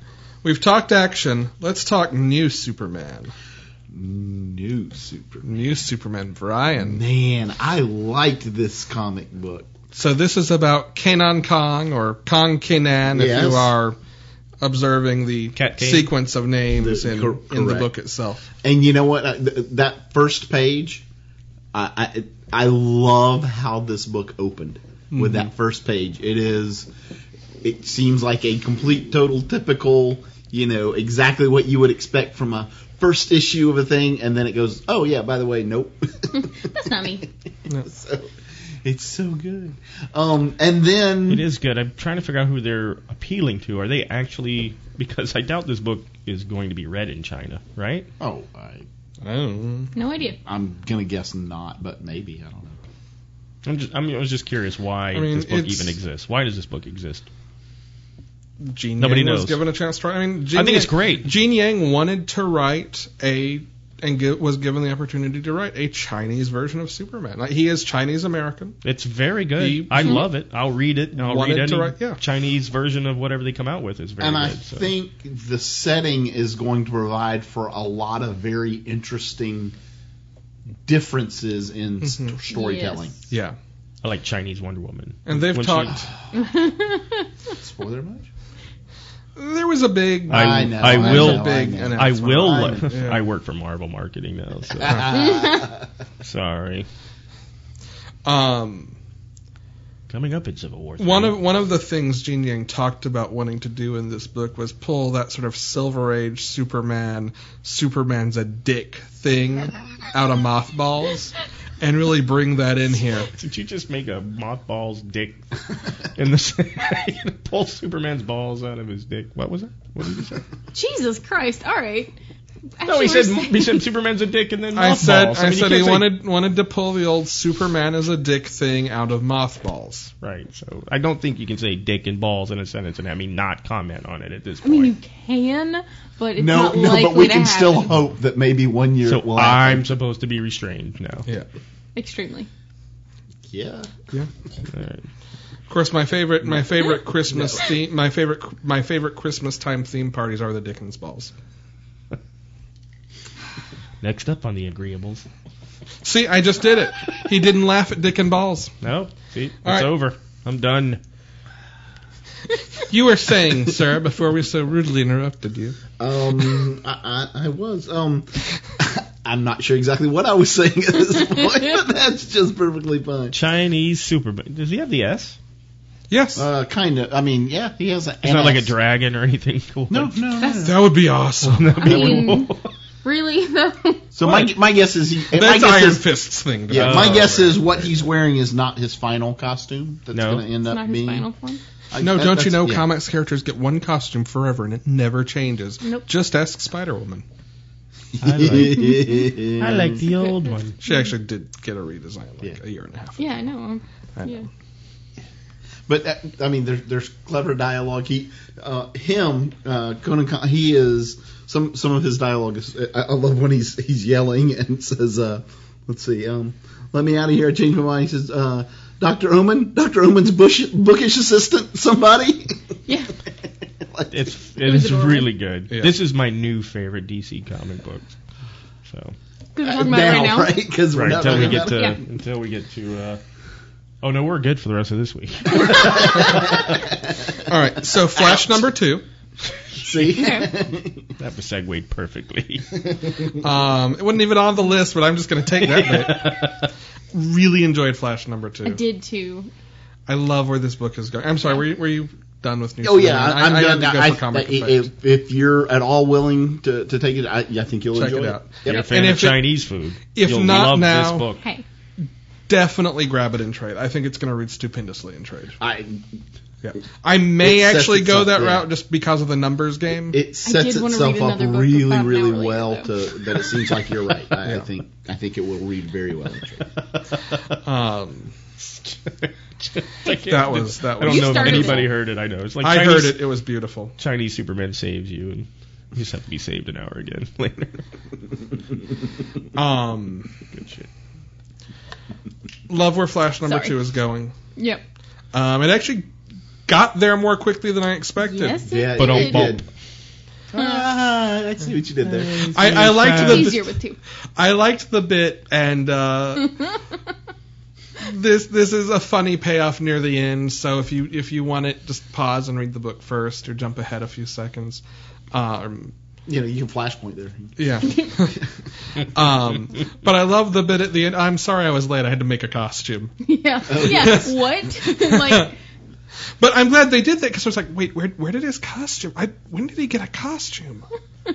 S1: We've talked action. Let's talk new Superman.
S3: New Superman.
S1: New Superman Brian.
S3: Man, I liked this comic book.
S1: So this is about Kanan Kong or Kong Kanan if
S3: Yes.
S1: you are observing the
S4: Cat Kane.
S1: sequence of names
S3: The-
S1: in,
S3: cor-
S1: in the
S3: correct.
S1: book itself.
S3: And you know what? I, th- that first page, I, I I love how this book opened with that first page. It is, it seems like a complete, total, typical, you know, exactly what you would expect from a first issue of a thing, and then it goes, oh yeah, by the way, nope.
S2: That's not me.
S3: [LAUGHS] so, it's so good. Um, and then
S4: It is good. I'm trying to figure out who they're appealing to. Are they actually because I doubt this book is going to be read in China, right?
S3: Oh, I,
S1: Oh.
S2: No idea.
S3: I'm gonna guess not, but maybe I don't know.
S4: I'm just, I mean, I was just curious why
S1: I mean,
S4: this book
S1: it's-
S4: even exists. Why does this book exist?
S1: Gene
S4: Nobody
S1: Yang
S4: knows.
S1: was given a chance to write. I mean, Gene
S4: I think it's
S1: Yang-
S4: great.
S1: Gene Yang wanted to write a and gi- was given the opportunity to write a Chinese version of Superman. Like he is Chinese American.
S4: It's very good.
S1: He-
S4: I love it. I'll read it. I'll
S1: Wanted
S4: read any
S1: Hmm. to write- yeah.
S4: Chinese version of whatever they come out with. It's very
S3: and
S4: good.
S3: I
S4: so.
S3: think the setting is going to provide for a lot of very interesting differences in s-
S4: Mm-hmm.
S3: storytelling.
S2: Yes.
S1: Yeah,
S4: I like Chinese Wonder Woman.
S1: and they've
S4: When she-
S1: talked.
S2: [LAUGHS]
S3: Spoiler much?
S1: There was a big.
S4: I,
S3: I know,
S4: I
S3: I
S4: will.
S3: know,
S1: big
S3: I know.
S1: announcement.
S4: I will.
S3: I
S4: lo-
S1: know.
S4: I work for Marvel Marketing now. So.
S3: [LAUGHS]
S4: Sorry.
S1: Um,
S4: Coming up in Civil War.
S1: one
S4: three.
S1: of one of the things Gene Yang talked about wanting to do in this book was pull that sort of Silver Age Superman, Superman's a dick thing out of mothballs, and really bring that in here.
S4: Did you just make a mothball's dick in [LAUGHS] the pull Superman's balls out of his dick? What was that? What did
S1: [LAUGHS]
S4: you say?
S2: Jesus Christ. All right.
S4: No, he
S2: Actually,
S4: said
S2: we're
S4: he said Superman's a dick and then
S1: I
S4: mothballs.
S1: said
S4: mean,
S1: I
S4: you
S1: said
S4: can't
S1: he
S4: say-
S1: wanted wanted to pull the old Superman as a dick thing out of mothballs.
S4: right. So I don't think you can say dick and balls in a sentence and have me not comment on it at this
S2: I mean, [LAUGHS] you
S4: point.
S2: can, but it's
S3: No,
S2: [LAUGHS] not
S3: no,
S2: likely
S3: but we
S2: to
S3: can
S2: happen.
S3: still hope that maybe one year it
S4: so
S3: will
S4: I'm
S3: happen.
S4: supposed to be restrained now.
S1: Yeah.
S2: Extremely.
S3: Yeah.
S4: All right.
S1: Of course, my favorite my favorite Christmas theme my favorite my favorite Christmas time theme parties are the Dickens balls.
S4: Next up on the agreeables.
S1: See, I just did it. He didn't laugh at Dick and balls.
S4: No, see, it's
S1: All right.
S4: over. I'm done.
S1: You were saying, sir, before we so rudely interrupted you.
S3: Um, [LAUGHS] I, I, I was. Um, [LAUGHS] I'm not sure exactly what I was saying at this
S2: [LAUGHS]
S3: point, but that's just perfectly fine.
S4: Chinese Superman. Does he have the S?
S1: Yes,
S3: Uh, kind of. I mean, yeah, he has a.
S4: [LAUGHS] It's not like a dragon or anything. Cool.
S3: No, no, no.
S1: that would be awesome.
S3: [LAUGHS]
S2: I mean, Really though. [LAUGHS]
S3: So my, my guess is he. my
S1: That's
S3: guess
S1: Iron
S3: is,
S1: Fist's thing. to
S3: Yeah,
S1: be
S3: my
S1: honest.
S3: guess is what he's wearing is not his final costume. That's
S4: No.
S3: going to end
S2: It's
S3: up
S2: not his
S3: being.
S2: final form.
S3: I-
S1: No,
S3: that-
S1: don't you
S3: that's-
S1: know
S3: yeah.
S1: comics characters get one costume forever and it never changes?
S2: Nope.
S1: Just ask Spider Woman.
S4: I like,
S3: [LAUGHS]
S4: I like the old one.
S1: She actually did get a redesign like
S3: Yeah.
S1: a year and a half. ago.
S2: Yeah, I know. um,
S1: I know.
S2: Yeah.
S3: But that, I mean, there's there's clever dialogue. He, uh, him, uh, Conan. Con- He is some some of his dialogue is. I, I love when he's he's yelling [LAUGHS] and says, uh, "Let's see, um, let me out of here. I changed my mind." He says, uh, "Doctor Omen, Doctor Omen's bush, bookish assistant, somebody." [LAUGHS]
S2: Yeah.
S3: Like-
S4: It's
S2: It was
S4: it's
S2: adorable.
S4: really good.
S1: Yeah.
S4: This is my new favorite DC comic book. So
S2: Good
S3: [LAUGHS]
S2: we're talking about it right now.
S3: Uh, right? Because
S4: right
S3: we're not
S4: until we
S3: talking about
S4: get to
S3: it.
S2: Yeah.
S4: until we get to. Uh, oh no, we're good for the rest of this week. [LAUGHS]
S1: All right, so Flash number two.
S3: See,
S4: that was
S1: [LAUGHS]
S4: segued perfectly.
S1: Um, it wasn't even on the list, but I'm just going to take that
S3: [LAUGHS]
S1: bit. Really enjoyed Flash number two.
S2: I did too.
S1: I love where this book is going. I'm sorry, were you, were you done with New
S3: Oh yeah,
S1: Superman?
S3: I, I'm
S1: I,
S3: done.
S1: I had to go
S3: I,
S1: for comic
S3: I-
S1: effect.
S3: if, if you're at all willing to, to take it, I, I think you'll
S1: Check
S3: enjoy
S1: it
S3: it.
S1: out.
S4: You're a fan
S1: And
S4: of
S1: if it-
S4: Chinese food.
S1: if
S4: You'll
S1: not
S4: love
S1: now-
S4: this book.
S2: Hey.
S1: Definitely grab it in trade. I think it's going to read stupendously in trade.
S3: I
S1: Yeah. I may
S3: It sets
S1: actually go
S3: itself,
S1: that
S3: yeah.
S1: route just because of the numbers game.
S3: it sets
S2: did wanna
S3: itself
S2: read
S3: up
S2: another book
S3: really,
S2: about an
S3: really
S2: hour later,
S3: well
S2: though.
S3: to that. It seems like you're right. I, I
S1: Yeah.
S3: think I think it will read very well. Uh,
S1: um,
S4: that
S1: that [LAUGHS] was that was.
S4: I don't
S2: You
S4: know if
S2: started
S4: anybody
S2: it.
S4: heard it. I know it's like
S1: I
S4: Chinese,
S1: heard it. It was beautiful.
S4: Chinese Superman saves you, and you just have to be saved an hour again [LAUGHS] later.
S1: Um,
S4: Good shit.
S1: love where Flash number
S2: Sorry.
S1: two is going.
S2: Yep.
S1: Um, it actually got there more quickly than I expected.
S2: Yes.
S3: Yeah,
S2: it
S4: But
S3: you
S4: don't
S2: did.
S4: bump.
S3: did. Ah, I see what you did there.
S1: I, I liked
S2: It's
S1: the,
S2: easier with two. [LAUGHS]
S1: I liked the bit, and uh, this this is a funny payoff near the end. So if you if you want it, just pause and read the book first, or jump ahead a few seconds. Um,
S3: You know, you can flashpoint there.
S1: yeah.
S2: [LAUGHS]
S1: um, but I love the bit at the end. I'm sorry I was late. I had to make a costume.
S2: Yeah.
S3: Oh,
S2: Yeah.
S1: yes.
S3: [LAUGHS]
S2: What? like
S1: But I'm glad they did that because I was like, wait, where where did his costume? I when did he get a costume?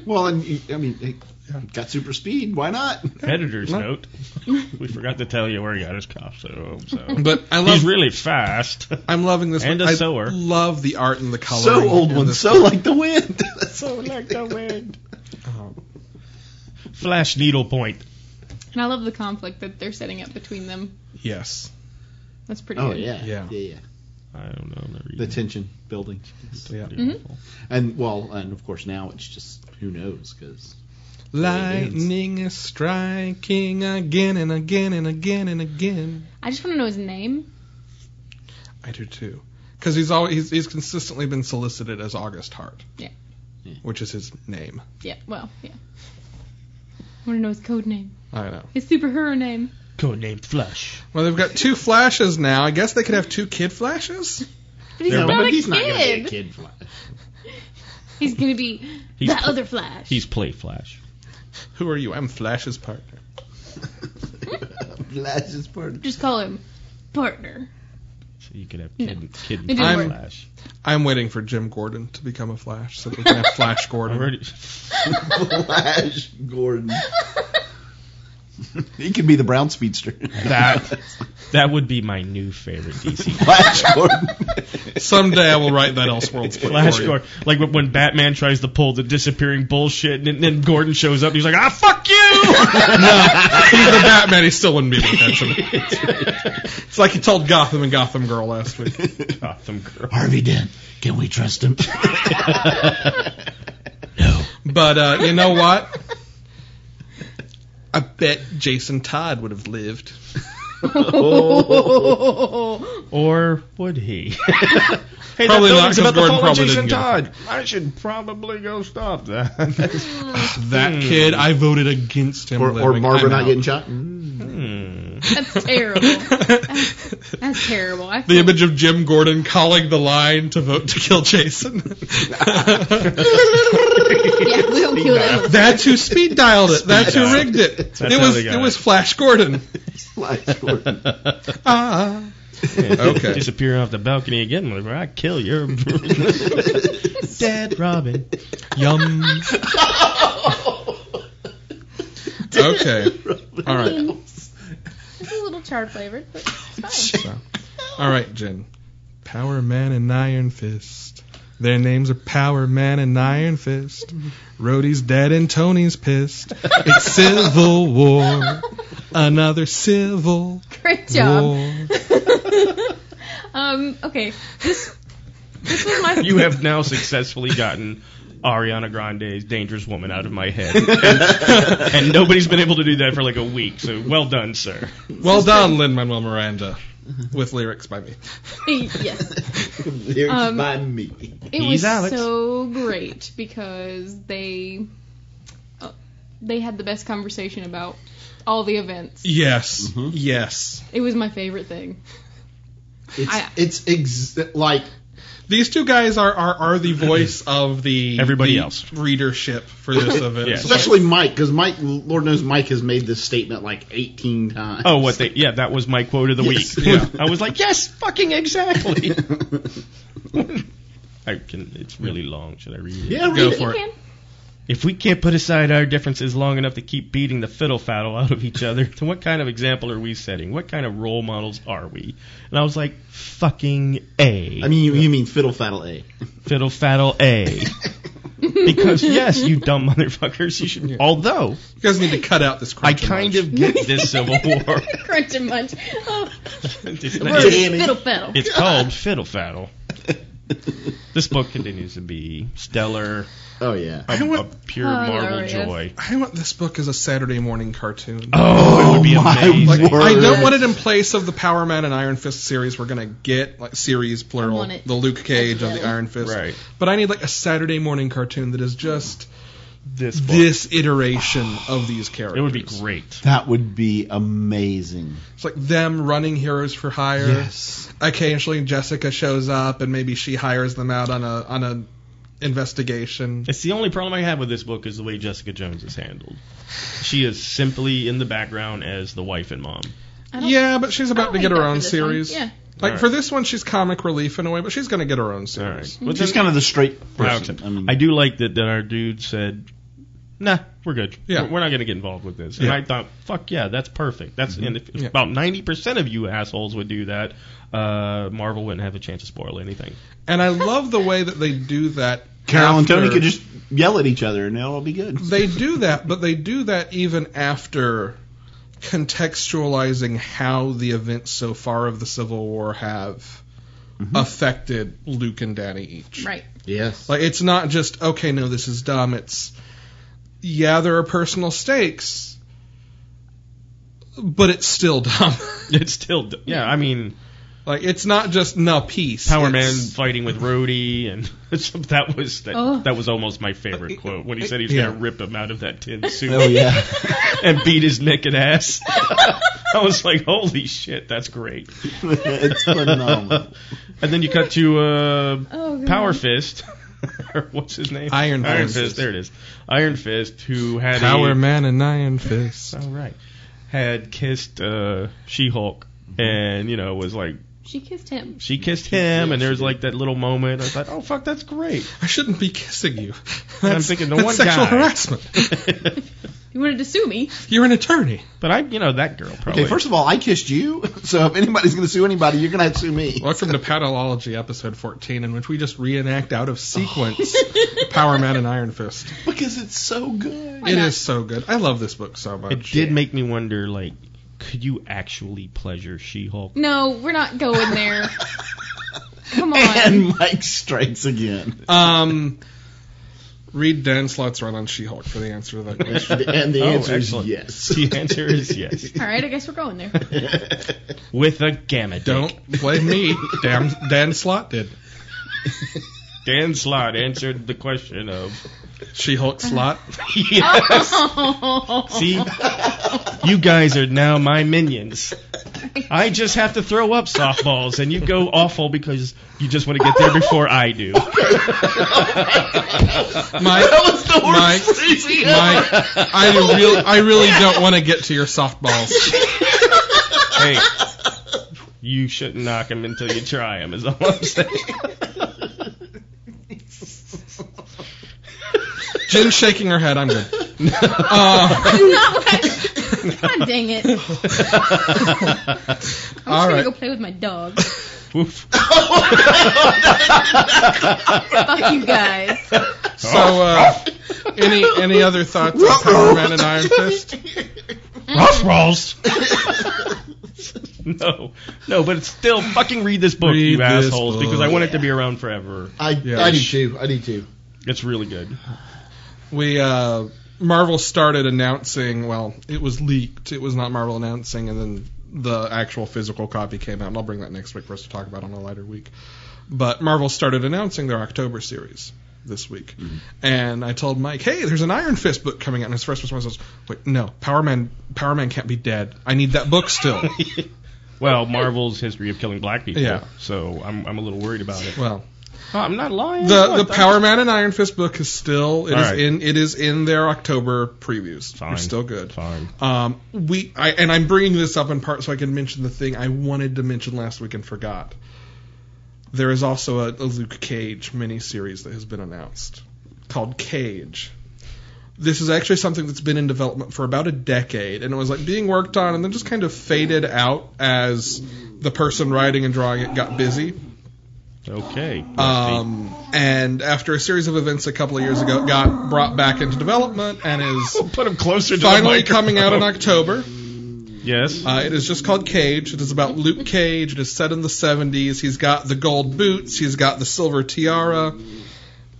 S3: Well, and you, I mean, it got super speed. Why not?
S4: Editor's
S1: No.
S2: [LAUGHS]
S4: note: We forgot to tell you where he got his costume. So
S1: [LAUGHS] But I love
S4: he's really fast.
S1: I'm loving this.
S4: and
S1: book.
S4: a
S1: I
S4: sewer.
S1: Love the art and the color.
S3: So old one, so like the wind. [LAUGHS] so like the wind.
S4: Flash needle point.
S2: and I love the conflict that they're setting up between them.
S1: Yes.
S2: That's pretty
S3: Oh
S2: good.
S3: yeah,
S1: Yeah.
S3: yeah, yeah. yeah.
S4: I don't know. I'm not reading.
S3: The tension building.
S1: Yeah.
S2: Mm-hmm.
S4: Beautiful.
S3: And well, and of course now it's just who knows because
S1: Lightning is striking again and again and again and again.
S2: I just want to know his name.
S1: I do too, because he's always he's, he's consistently been solicited as August Hart.
S2: Yeah.
S3: Yeah.
S1: Which is his name.
S2: Yeah. Well, yeah. I want to know his code name.
S1: I know.
S2: His superhero name.
S4: Codename Flash.
S1: Well, they've got two flashes now. I guess they could have two kid flashes.
S2: But he's
S4: Yeah,
S2: not
S4: but
S2: a
S3: he's
S2: kid.
S3: not gonna be a kid. Flash.
S2: He's gonna be
S4: He's
S2: that
S4: pl-
S2: other Flash.
S4: He's play Flash.
S1: [LAUGHS] Who are you? I'm Flash's partner.
S3: Flash is part of
S2: just call him
S3: [LAUGHS]
S2: partner.
S4: So you could have kid, kid
S2: didn't
S4: Flash.
S1: work.
S4: Flash.
S1: I'm waiting for Jim Gordon to become a Flash, so we can have Flash Gordon. [LAUGHS]
S4: I'm already-
S3: Flash Gordon. he could be the brown speedster.
S4: that [LAUGHS] that would be my new favorite
S1: [LAUGHS]
S4: DC.
S3: [LAUGHS] Flash Gordon.
S1: Someday I will write that Elseworlds book
S4: Flash
S1: for you.
S4: Gordon, like when- when Batman tries to pull the disappearing bullshit, and then- then Gordon shows up, and he's like, "Ah,
S1: [LAUGHS]
S4: fuck you!"
S1: He's the Batman. He still wouldn't be the attention. [LAUGHS] it's like he told Gotham and Gotham Girl last week.
S4: [LAUGHS] Gotham Girl.
S3: Harvey Dent. Can we trust him?
S1: But uh, you know what? I bet Jason Todd would have lived.
S2: Oh.
S4: Or
S1: [LAUGHS]
S4: would he? [LAUGHS] hey,
S1: Probably not,
S4: building's
S1: 'cause Gordon probably didn't get
S4: Todd. I should probably go stop that. [LAUGHS]
S1: That kid, I voted against him.
S3: [LAUGHS] or or
S1: living.
S3: Marvin
S1: I'm
S3: not
S1: out.
S3: getting [LAUGHS] shot.
S4: Hmm.
S2: That's
S3: [LAUGHS]
S2: terrible. That's, that's terrible. I
S1: [LAUGHS] The
S2: feel-
S1: image of Jim Gordon calling the line to vote to kill Jason.
S2: [LAUGHS] yeah, we don't kill
S3: [LAUGHS]
S2: that. little-
S1: That's who speed dialed it. That's who
S4: dialed.
S1: rigged it. it
S4: how
S1: was
S4: they got
S1: it was
S4: it.
S1: Flash Gordon.
S3: Flash Gordon.
S1: Ah. [LAUGHS] Okay.
S3: [LAUGHS]
S4: Disappear off the balcony again, motherfucker. I kill
S1: [LAUGHS]
S4: your dead Robin.
S1: Yum. Okay. All right.
S7: It's a little char flavored, but it's fine.
S1: So, all right, Jen. Power Man and Iron Fist. Their names are Power Man and Iron Fist. Rhodey's dead and Tony's [LAUGHS] pissed. It's Civil War.
S2: [LAUGHS]
S1: Another Civil
S7: Great job.
S1: War.
S2: [LAUGHS]
S7: Um, okay. This this was my
S4: [LAUGHS] You have now successfully gotten Ariana Grande's "Dangerous Woman" out of my head, and, and nobody's been able to do that for like a week. So well done, sir.
S1: Well done, Lin Manuel Miranda, with lyrics by me.
S7: yes.
S3: [LAUGHS] Lyrics
S2: Um,
S3: by me.
S2: It
S4: He's
S2: was
S4: Alex.
S2: so great because they uh, they had the best conversation about all the events.
S1: Yes, yes.
S2: It was my favorite thing.
S3: It's
S2: I-
S3: it's ex- like
S1: These two guys are are, are the voice of the
S4: Everybody
S1: the
S4: else.
S1: readership for this event.
S4: Yes.
S3: especially Mike because Mike, Lord knows Mike has made this statement like 18 times.
S4: Oh, what they? Yeah, that was my quote of the
S3: Yes.
S4: week.
S1: Yeah.
S4: I was like, yes, fucking exactly. I can. It's really long. Should I read it?
S3: yeah, read
S1: Go
S3: it.
S1: for it.
S4: If we can't put aside our differences long enough to keep beating the fiddle faddle out of each other, then what kind of example are we setting? What kind of role models are we? And I was like, fucking A.
S3: I mean, you, you mean fiddle faddle eh? a?
S4: fiddle faddle A. because, yes, you dumb motherfuckers, you should. Although,
S1: You guys need to cut out this.
S4: I
S1: crunch and
S4: kind
S1: munch.
S4: of get this [LAUGHS] Civil
S2: [LAUGHS]
S4: War.
S6: Crunch and munch. Oh,
S4: it's
S3: Damn it.
S6: fiddle faddle.
S4: it's called Fiddle Faddle. This book continues to be stellar,
S3: Oh yeah. [LAUGHS]
S4: a, a pure Marvel
S6: Hilarious.
S4: joy.
S1: I want this book as a Saturday morning cartoon.
S4: Oh, it would be amazing.
S1: I don't want it in place of the Power Man and Iron Fist series. We're gonna get like series plural,
S6: want it.
S1: the Luke Cage of the Iron Fist.
S4: Right.
S1: But I need like a Saturday morning cartoon that is just
S4: this book.
S1: this iteration of these characters.
S4: It would be great.
S3: That would be amazing.
S1: It's like them running Heroes for Hire. Occasionally, Jessica shows up, and maybe she hires them out on a on a investigation.
S4: It's the only problem I have with this book is the way Jessica Jones is handled. She is simply in the background as the wife and mom.
S1: Yeah, but she's about to
S6: hate
S1: get her
S6: that for
S1: own
S6: this one.
S1: series.
S6: Yeah.
S1: Like
S4: Alright.
S1: for this one, she's comic relief in a way, but she's gonna get her own
S4: All
S1: series.
S4: right. Well,
S3: She's
S4: then-
S3: kind of the straight person.
S4: Okay.
S3: I mean,
S4: I do like that, that our dude said, "Nah, we're good.
S1: Yeah.
S4: We're, we're not going to get involved with this." And
S1: Yeah. Mm-hmm.
S4: I thought, "Fuck yeah, that's perfect. That's and if
S1: Yeah.
S4: about ninety percent of you assholes would do that, uh, Marvel wouldn't have a chance to spoil anything." [LAUGHS]
S1: And I love the way that they do that.
S3: Carol and Tony
S1: after-
S3: could just yell at each other and it'll all be good.
S1: They do that, but they do that even after contextualizing how the events so far of the Civil War have
S4: Mm-hmm.
S1: affected Luke and Danny each.
S6: Right.
S3: yes.
S1: Like it's not just okay, no, this is dumb. It's yeah, there are personal stakes, but it's still [LAUGHS] dumb.
S4: It's still, d- yeah. I mean,
S1: like it's not just no peace.
S4: Power Man
S1: it's-
S4: fighting with Rhodey, and [LAUGHS] that was that,
S6: Oh.
S4: that was almost my favorite quote when he said he was
S1: Uh, Yeah.
S4: going to rip him out of that tin suit.
S3: Oh [LAUGHS] yeah.
S4: [LAUGHS] and beat his naked ass. [LAUGHS] I was like, holy shit, that's great.
S3: it's phenomenal.
S4: And then you cut to uh,
S6: Oh,
S2: Mm-hmm.
S6: God.
S4: Power Fist. [LAUGHS] Or What's his name?
S1: Iron
S4: Iron
S1: Fist.
S4: Fist. There it is. Iron Fist, who had
S1: Power
S4: a,
S1: Man and Iron Fist.
S4: Oh, right. Had kissed uh, She Hulk, and you know was like
S2: She kissed him.
S4: she kissed him, and there was like that little moment. I thought, oh fuck, that's great.
S1: I shouldn't be kissing you.
S4: I'm
S1: That's-
S4: thinking the
S1: that's
S4: one
S1: sexual
S4: guy.
S1: harassment.
S6: You wanted to sue me?
S1: You're an attorney.
S4: But I, you know, that girl probably.
S3: Okay, first of all, I kissed you, [LAUGHS] so if anybody's going to sue anybody, you're going to have to sue me.
S1: Welcome to Paddleology episode 14, in which we just reenact out of sequence [LAUGHS] Power Man and Iron Fist.
S3: Because it's so good.
S1: It is so good. I love this book so much.
S4: it did make me wonder, like, could you actually pleasure She Hulk?
S2: No, we're not going there. Come on.
S3: And Mike strikes again.
S1: Um, read Dan Slott's run on She-Hulk for the answer to that question.
S3: And the
S4: [LAUGHS] Oh,
S3: answer
S4: excellent.
S3: is yes.
S4: [LAUGHS] [LAUGHS] The
S3: [LAUGHS]
S4: answer is yes.
S6: All right, I guess we're going there.
S4: With a gamma. dick.
S1: Don't blame me. Dan, Dan Slott did.
S4: Dan Slott answered the question of
S1: She-Hulk [LAUGHS] Slott.
S7: [LAUGHS]
S4: yes. See, you guys are now my minions. I just have to throw up softballs, and you go awful because you just want to get there before I do.
S3: Oh,
S4: [LAUGHS]
S1: My,
S3: That's the
S1: my,
S3: worst phrase he had.
S1: my, I really, I really don't want to get to your [LAUGHS] softballs.
S4: Hey, you shouldn't knock him until you try him. Is all I'm saying.
S1: [LAUGHS] Jen's shaking her head. I'm good. Uh,
S7: Not what
S4: [LAUGHS]
S7: I- God dang it. I'm just
S1: All
S7: gonna
S1: right.
S7: go play with my dog.
S4: [LAUGHS] Oof.
S7: Fuck you guys.
S1: So, uh, any any other thoughts on Power Man and Iron Fist?
S4: Ross rolls. [LAUGHS] no, no, but still fucking read this book,
S1: Read
S4: you
S1: this
S4: assholes, because I
S1: book.
S4: want it to be around forever.
S3: I,
S1: Yeah.
S3: I do too. I do too.
S4: It's really good.
S1: We uh, Marvel started announcing. Well, it was leaked. It was not Marvel announcing, and then the actual physical copy came out. And I'll bring that next week for us to talk about on a lighter week. But Marvel started announcing their October series this week,
S4: Mm-hmm.
S1: and I told Mike, "Hey, there's an Iron Fist book coming out." And his first response was, "Wait, no, Power Man. Power Man can't be dead. I need that book
S4: [LAUGHS]
S1: still."
S4: Well, Marvel's history of killing black people.
S1: Yeah.
S4: So I'm, I'm a little worried about it.
S1: well.
S4: Oh, I'm not lying.
S1: The
S4: What?
S1: the
S4: I'm-
S1: Power Man and Iron Fist book is still it is
S4: All right.
S1: in it is in their October previews.
S4: Fine.
S1: They're still good.
S4: Fine.
S1: Um, we I, and I'm bringing this up in part so I can mention the thing I wanted to mention last week and forgot. There is also a, a Luke Cage miniseries that has been announced called Cage. This is actually something that's been in development for about a decade, and it was like being worked on, and then just kind of faded out as the person writing and drawing it got busy.
S4: Okay.
S1: Um, and after a series of events a couple of years ago, it got brought back into development and
S4: [LAUGHS]
S1: is
S4: put him closer to
S1: finally coming out in October.
S4: Yes.
S1: Uh, it is just called Cage. It is about Luke Cage. It is set in the 70s. He's got the gold boots. He's got the silver tiara.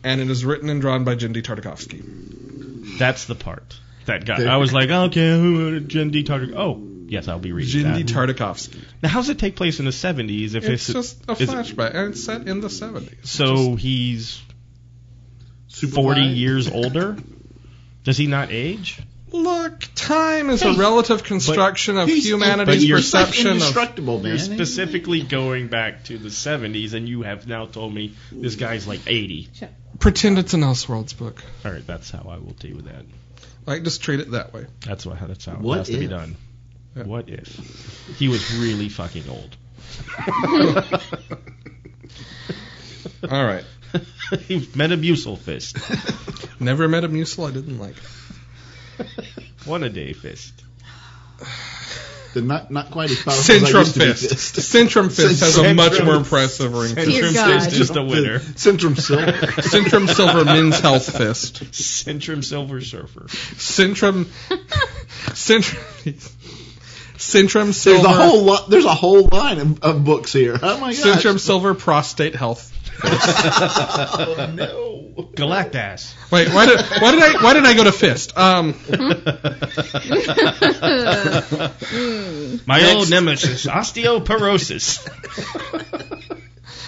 S1: And it is written and drawn by Jindy Tartakovsky.
S4: That's the part that got. I was like, okay, who Jim D. Tartar? Oh, yes, I'll be reading
S1: Jindy
S4: that.
S1: Tartakovsky.
S4: now, how's it take place in the 70s? If
S1: It's
S4: it's,
S1: just a
S4: is it-
S1: flashback. And it's set in the 70s.
S4: so he's
S3: Super
S4: 40
S3: fine.
S4: years older. Does he not age?
S1: Look, time is a relative construction of
S3: He's-
S1: humanity's
S3: he's like
S1: perception of
S3: indestructible, man. [LAUGHS]
S4: You're specifically going back to the 70s, and you have now told me this guy's like 80.
S1: pretend it's an Elseworlds book.
S4: All right, that's how I will deal with that.
S1: Like just treat it that way.
S4: That's what, that's how
S3: What
S4: it has to be
S3: if?
S4: done.
S1: Yeah.
S4: What if he was really fucking old?
S1: All right.
S4: he was metamucil fist, [LAUGHS]
S1: Never met a mucil I didn't like.
S4: one a day fist.
S3: They're not not quite as powerful as I
S1: Centrum
S3: used to be.
S1: Fist. Centrum Fist has a
S4: Centrum-
S1: much more impressive ring. to it.
S7: Dear
S4: Centrum
S7: God.
S4: fist is the winner.
S3: Centrum
S4: [LAUGHS]
S3: Silver.
S1: Centrum Silver Men's Health Fist.
S4: Centrum Silver Surfer.
S1: Centrum. Centrum. Centrum
S3: There's
S1: Silver.
S3: a whole lot. There's a whole line of, of books here. Oh my god.
S1: Centrum Silver Prostate Health.
S3: No.
S4: Galactass.
S1: Wait, why did why did I why did I go to fist? Um,
S4: My old nemesis, osteoporosis.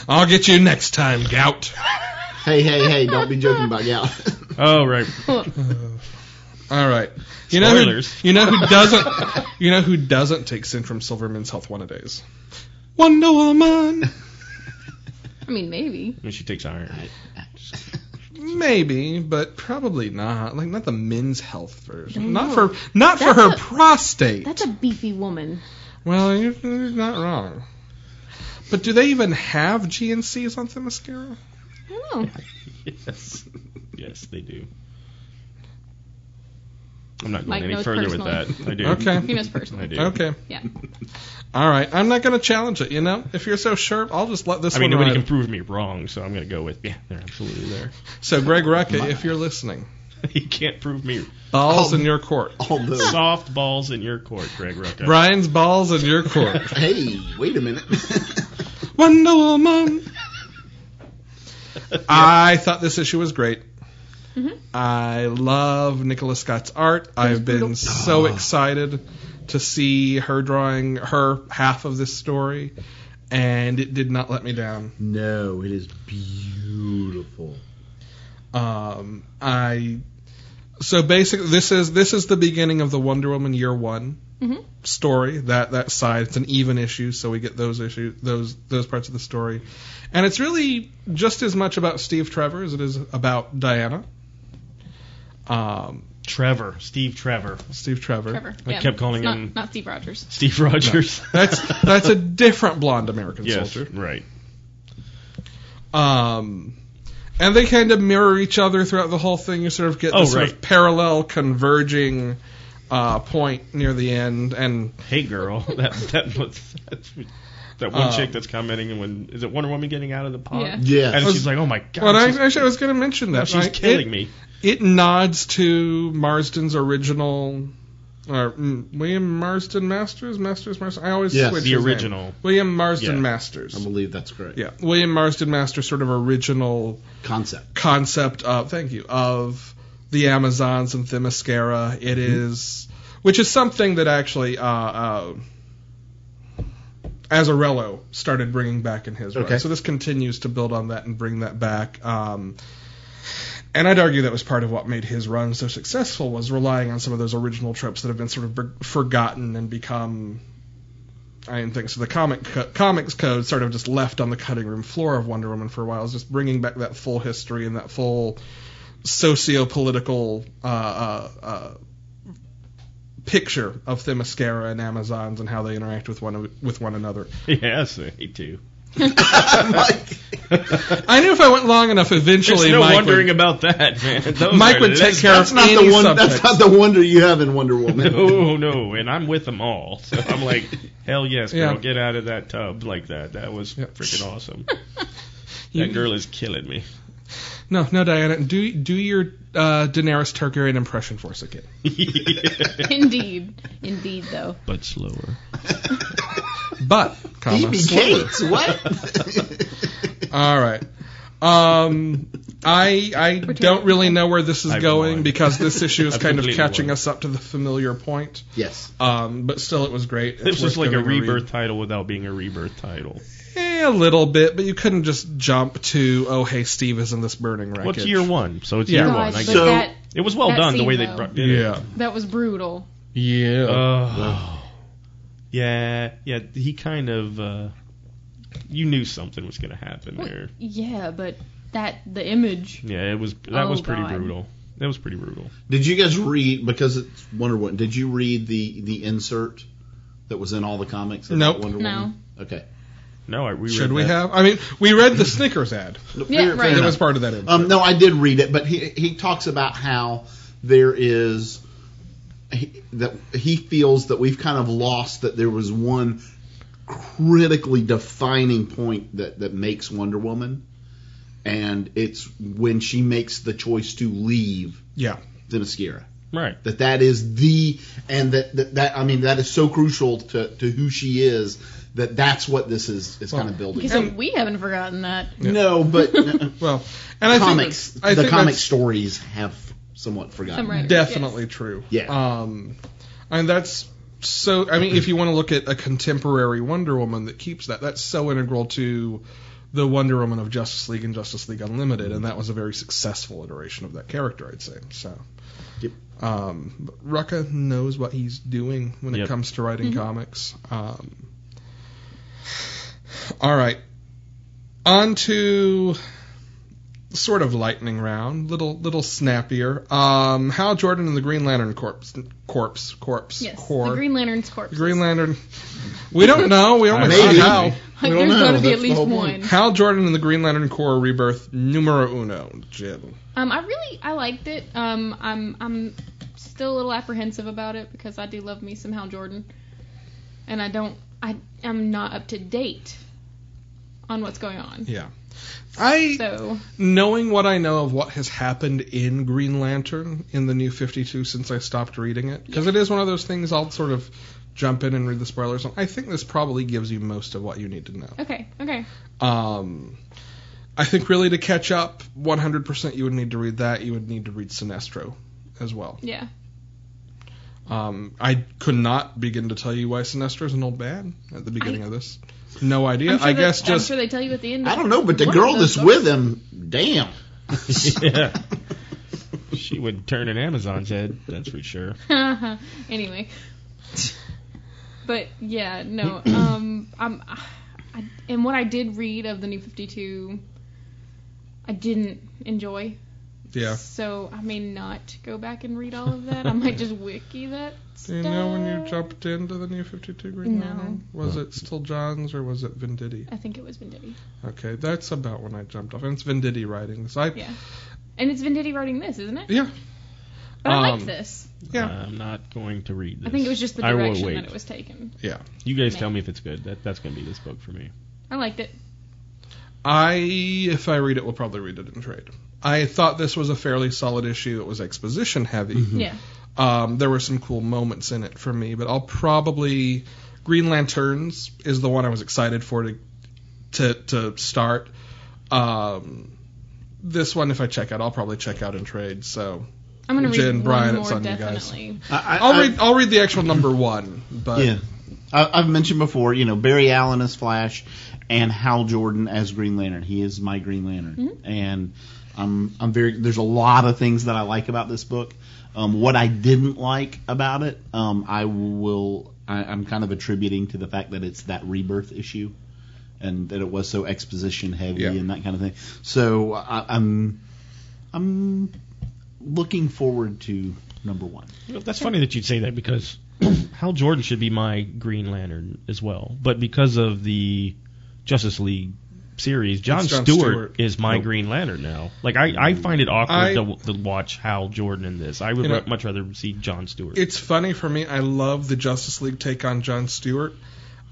S1: I'll get you next time, gout.
S3: Hey hey hey! Don't be joking about
S4: [LAUGHS]
S3: gout.
S4: oh, right.
S1: All right. You know who,
S4: Spoilers.
S1: you know who doesn't you know who doesn't take Centrum Silver Men's Health one a days. Wonder Woman.
S7: I mean, maybe.
S4: When she takes iron.
S1: Maybe, but probably not. Like not the men's health version. Not for not for her prostate.
S7: That's a beefy woman.
S1: Well, you're, you're not wrong. But do they even have GNCs on Themyscira?
S7: I don't know.
S4: Yes. Yes, they do. I'm not going
S7: Mike
S4: any
S7: knows
S4: further
S7: personally.
S4: with that. I do.
S7: He
S1: Okay.
S7: knows
S4: I
S7: personally.
S4: do.
S1: Okay.
S7: Yeah.
S1: All right. I'm not going to challenge it. You know, if you're so sure, I'll just let this
S4: I mean,
S1: one
S4: nobody can
S1: ride.
S4: prove me wrong, so I'm going to go with, yeah, they're absolutely there. [LAUGHS]
S1: So, Greg Rucka, if you're listening,
S4: he can't prove me.
S1: balls
S3: Oh.
S1: in your court.
S3: Although,
S4: Soft balls in your court, Greg Rucka.
S1: Brian's balls in
S4: [LAUGHS]
S1: your court.
S3: hey, wait a minute. [LAUGHS]
S1: Wonder Woman. I thought this issue was great. I love Nicola Scott's art. I've been so excited to see her drawing her half of this story, and it did not let me down.
S3: no, it is beautiful.
S1: Um, I so basically this is this is the beginning of the Wonder Woman year one
S7: Mhm.
S1: story. That that side it's an even issue, so we get those issue those those parts of the story, and it's really just as much about Steve Trevor as it is about Diana. Um,
S4: Trevor. Steve Trevor.
S1: Steve Trevor.
S7: Trevor.
S4: I
S7: yeah.
S4: kept calling
S7: It's not,
S4: him
S7: Not Steve
S4: [LAUGHS]
S7: Rogers.
S4: Steve Rogers.
S1: That's that's a different blonde American
S4: yes,
S1: soldier.
S4: right.
S1: Um, And they kind of mirror each other throughout the whole thing. You sort of get
S4: Oh,
S1: this sort
S4: right.
S1: of parallel converging uh, point near the end. And
S4: Hey, girl. [LAUGHS] That that was that's, that one
S1: Um,
S4: chick that's commenting when is it Wonder Woman getting out of the pod?
S2: Yeah.
S3: Yeah.
S4: And
S1: Was-
S4: she's like, oh my god,
S1: well, I,
S4: she's,
S1: actually, I was going to mention that.
S4: she's
S1: right?
S4: killing
S1: It-
S4: me. [LAUGHS]
S1: It nods to Marsden's original, or mm, William Marsden Masters, Masters Masters. I always
S3: Yes,
S1: switch
S4: The
S1: his name.
S4: original.
S1: William Marsden
S4: Yeah.
S1: Masters.
S3: I believe that's correct.
S1: Yeah, William Marsden Masters sort of original
S3: Concept.
S1: concept of thank you of the Amazons and Themyscira. It is, which is something that actually uh, uh, Azarello started bringing back in his work.
S3: Okay.
S1: So this continues to build on that and bring that back. Um, and I'd argue that was part of what made his run so successful was relying on some of those original tropes that have been sort of b- forgotten and become. I didn't think so. The comic co- comics code sort of just left on the cutting room floor of Wonder Woman for a while. Is just bringing back that full history and that full socio-political uh, uh, uh, picture of Themyscira and Amazons and how they interact with one with one another.
S4: Yes, I hate to.
S1: I knew if I went long enough,
S4: There's
S1: eventually
S4: no
S1: Mike
S4: wondering
S1: would,
S4: about
S1: [LAUGHS]
S4: that, man. Those
S1: Mike
S4: are
S1: would take
S4: less-
S1: care
S3: That's
S1: of
S3: not
S1: any
S3: the one.
S1: subject.
S3: That's not the wonder you have in Wonder Woman. [LAUGHS]
S4: [LAUGHS] Oh no, and I'm with them all, so I'm like, hell yes, girl,
S1: Yeah.
S4: get out of that tub like that. That was
S1: Yeah.
S4: freaking awesome.
S1: [LAUGHS] You-
S4: that girl is killing me.
S1: No, no, Diana, do do your uh, Daenerys Targaryen impression for us again.
S7: Indeed. Indeed, though.
S4: but slower.
S1: But, comma,
S3: BB
S1: slower.
S3: Gates. What?
S1: All right. Um, I I don't really know where this is
S4: I've
S1: going
S4: won.
S1: because
S4: [LAUGHS]
S1: this issue is
S4: I've
S1: kind of
S4: completely
S1: catching
S4: won.
S1: us up to the familiar point.
S3: [LAUGHS] yes.
S1: Um, but still, it was great. It's
S4: This
S1: worth
S4: is like a
S1: giving read.
S4: rebirth title without being a rebirth title.
S1: Eh, a little bit, but you couldn't just jump to oh hey Steve is in this burning wreckage.
S4: What's year one? So it's
S1: Yeah.
S4: year
S7: Gosh,
S4: one.
S7: but
S4: I guess.
S7: that,
S4: it was well
S7: that
S4: done the
S7: scene,
S4: way they
S7: though.
S4: brought it.
S1: Yeah.
S7: that was brutal.
S1: Yeah.
S4: Oh. yeah, yeah. He kind of, uh, you knew something was going to happen there.
S7: Yeah, but that, the image.
S4: Yeah, it was. That
S7: Oh,
S4: was pretty
S7: God.
S4: brutal. That was pretty brutal.
S3: Did you guys read because it's Wonder Woman? Did you read the the insert that was in all the comics? about
S1: Nope.
S3: Wonder
S7: No.
S3: Woman? Okay.
S4: No, I, we
S1: Should
S4: read
S1: we
S4: that.
S1: have? I mean, we read the Snickers ad.
S7: Yeah,
S3: Fair- fair
S7: right.
S1: That
S3: enough.
S1: was part of that.
S3: Um, no, I did read it, but he he talks about how there is he, that he feels that we've kind of lost that there was one critically defining point that that makes Wonder Woman, and it's when she makes the choice to leave
S1: yeah.
S3: Themyscira.
S4: Right.
S1: [LAUGHS]
S3: That that is the and that, that that I mean that is so crucial to to who she is that that's what this is is kind of building.
S7: So we haven't forgotten that.
S3: No, [LAUGHS] but
S1: Well, and I
S3: comics
S1: think I
S3: the
S1: think
S3: comic
S1: that's
S3: stories have somewhat forgotten.
S7: Some writers,
S1: definitely true.
S3: Yeah.
S1: Um, and that's so. I mean, if you want to look at a contemporary Wonder Woman that keeps that, that's so integral to the Wonder Woman of Justice League and Justice League Unlimited, and that was a very successful iteration of that character, I'd say. So.
S3: Yep.
S1: Um, but Rucka knows what he's doing when it
S4: Yep.
S1: comes to writing
S7: Mm-hmm.
S1: comics. Um, all right, on to sort of lightning round, little little snappier. Um, Hal Jordan and the Green Lantern Corps, corpse, corpse,
S7: Yes,
S1: corps.
S7: the Green Lantern's corpse.
S1: The Green Lantern. We don't know. We only
S3: Maybe.
S1: saw Hal.
S7: Like,
S3: We don't
S7: there's
S3: know.
S7: got to be
S3: That's
S7: at
S3: the
S7: least
S3: whole
S7: one.
S3: point.
S1: Hal Jordan and the Green Lantern Corps Rebirth Numero Uno. Jim.
S7: Um, I really I liked it. Um, I'm I'm still a little apprehensive about it because I do love me some Hal Jordan, and I don't I I'm not up to date on what's going on.
S1: Yeah. I
S7: So
S1: knowing what I know of what has happened in Green Lantern in the New 52 since I stopped reading it, because it is one of those things I'll sort of jump in and read the spoilers on. I think this probably gives you most of what you need to know.
S7: okay, okay,
S1: Um, I think really to catch up 100%, you would need to read that. You would need to read Sinestro as well.
S7: yeah.
S1: Um, I could not begin to tell you why Sinestro is an old man at the beginning of this. No idea.
S7: I'm sure
S1: I
S7: they-
S1: guess
S7: I'm
S1: just
S7: sure they tell you at the end.
S3: I
S7: of
S3: don't know, but the
S7: one
S3: girl
S7: of those
S3: that's with him,
S1: [LAUGHS]
S3: damn.
S4: yeah. She would turn an Amazon's head. That's for sure.
S7: books. [LAUGHS] anyway, but yeah, no. Um, I'm I, and what I did read of the New Fifty Two, I didn't enjoy.
S1: Yeah.
S7: So I may not go back and read all of that. I might just wiki that
S1: Do
S7: stuff.
S1: [LAUGHS] you know when you jumped into the New 52 Green
S7: No.
S1: Mile? Was it still John's or was it Venditti?
S7: I think it was Venditti.
S1: Okay, that's about when I jumped off. And it's Venditti writings. I,
S7: Yeah. And it's Venditti writing this, isn't it?
S1: Yeah.
S7: But I like
S1: Um,
S7: this.
S1: Yeah.
S4: I'm not going to read this.
S7: I think it was just the
S4: I will
S7: direction
S4: wait.
S7: that it was taken.
S1: Yeah.
S4: You guys tell me if it's good. That that's gonna be this book for me.
S7: I liked it.
S1: I, if I read it, will probably read it in trade. I thought this was a fairly solid issue. It was exposition heavy.
S7: Yeah.
S1: Um, there were some cool moments in it for me, but I'll probably Green Lanterns is the one I was excited for to to to start. Um, this one, if I check out, I'll probably check out in trade. So
S7: I'm gonna read
S1: Jen,
S7: one
S1: Brian,
S7: more
S1: it's on you guys.
S7: definitely.
S1: Oh,
S3: I,
S1: I'll read I'll read the actual number one, but
S3: Yeah. I, I've mentioned before, you know, Barry Allen as Flash and Hal Jordan as Green Lantern. He is my Green Lantern, and I'm I'm very. There's a lot of things that I like about this book. Um, what I didn't like about it, um, I will. I, I'm kind of attributing to the fact that it's that rebirth issue, and that it was so exposition heavy
S1: Yeah.
S3: and that kind of thing. So I, I'm I'm looking forward to number one.
S4: Well, that's funny that you'd say that because [CLEARS THROAT] Hal Jordan should be my Green Lantern as well, but because of the Justice League series, John,
S1: John
S4: Stewart,
S1: Stewart. Mm.
S4: is my Green Lantern now. Like I, I find it awkward
S1: I-
S4: to, to watch Hal Jordan in this. I would
S1: You know-
S4: ra- much rather see John Stewart.
S1: it's funny for me. I love the Justice League take on John Stewart.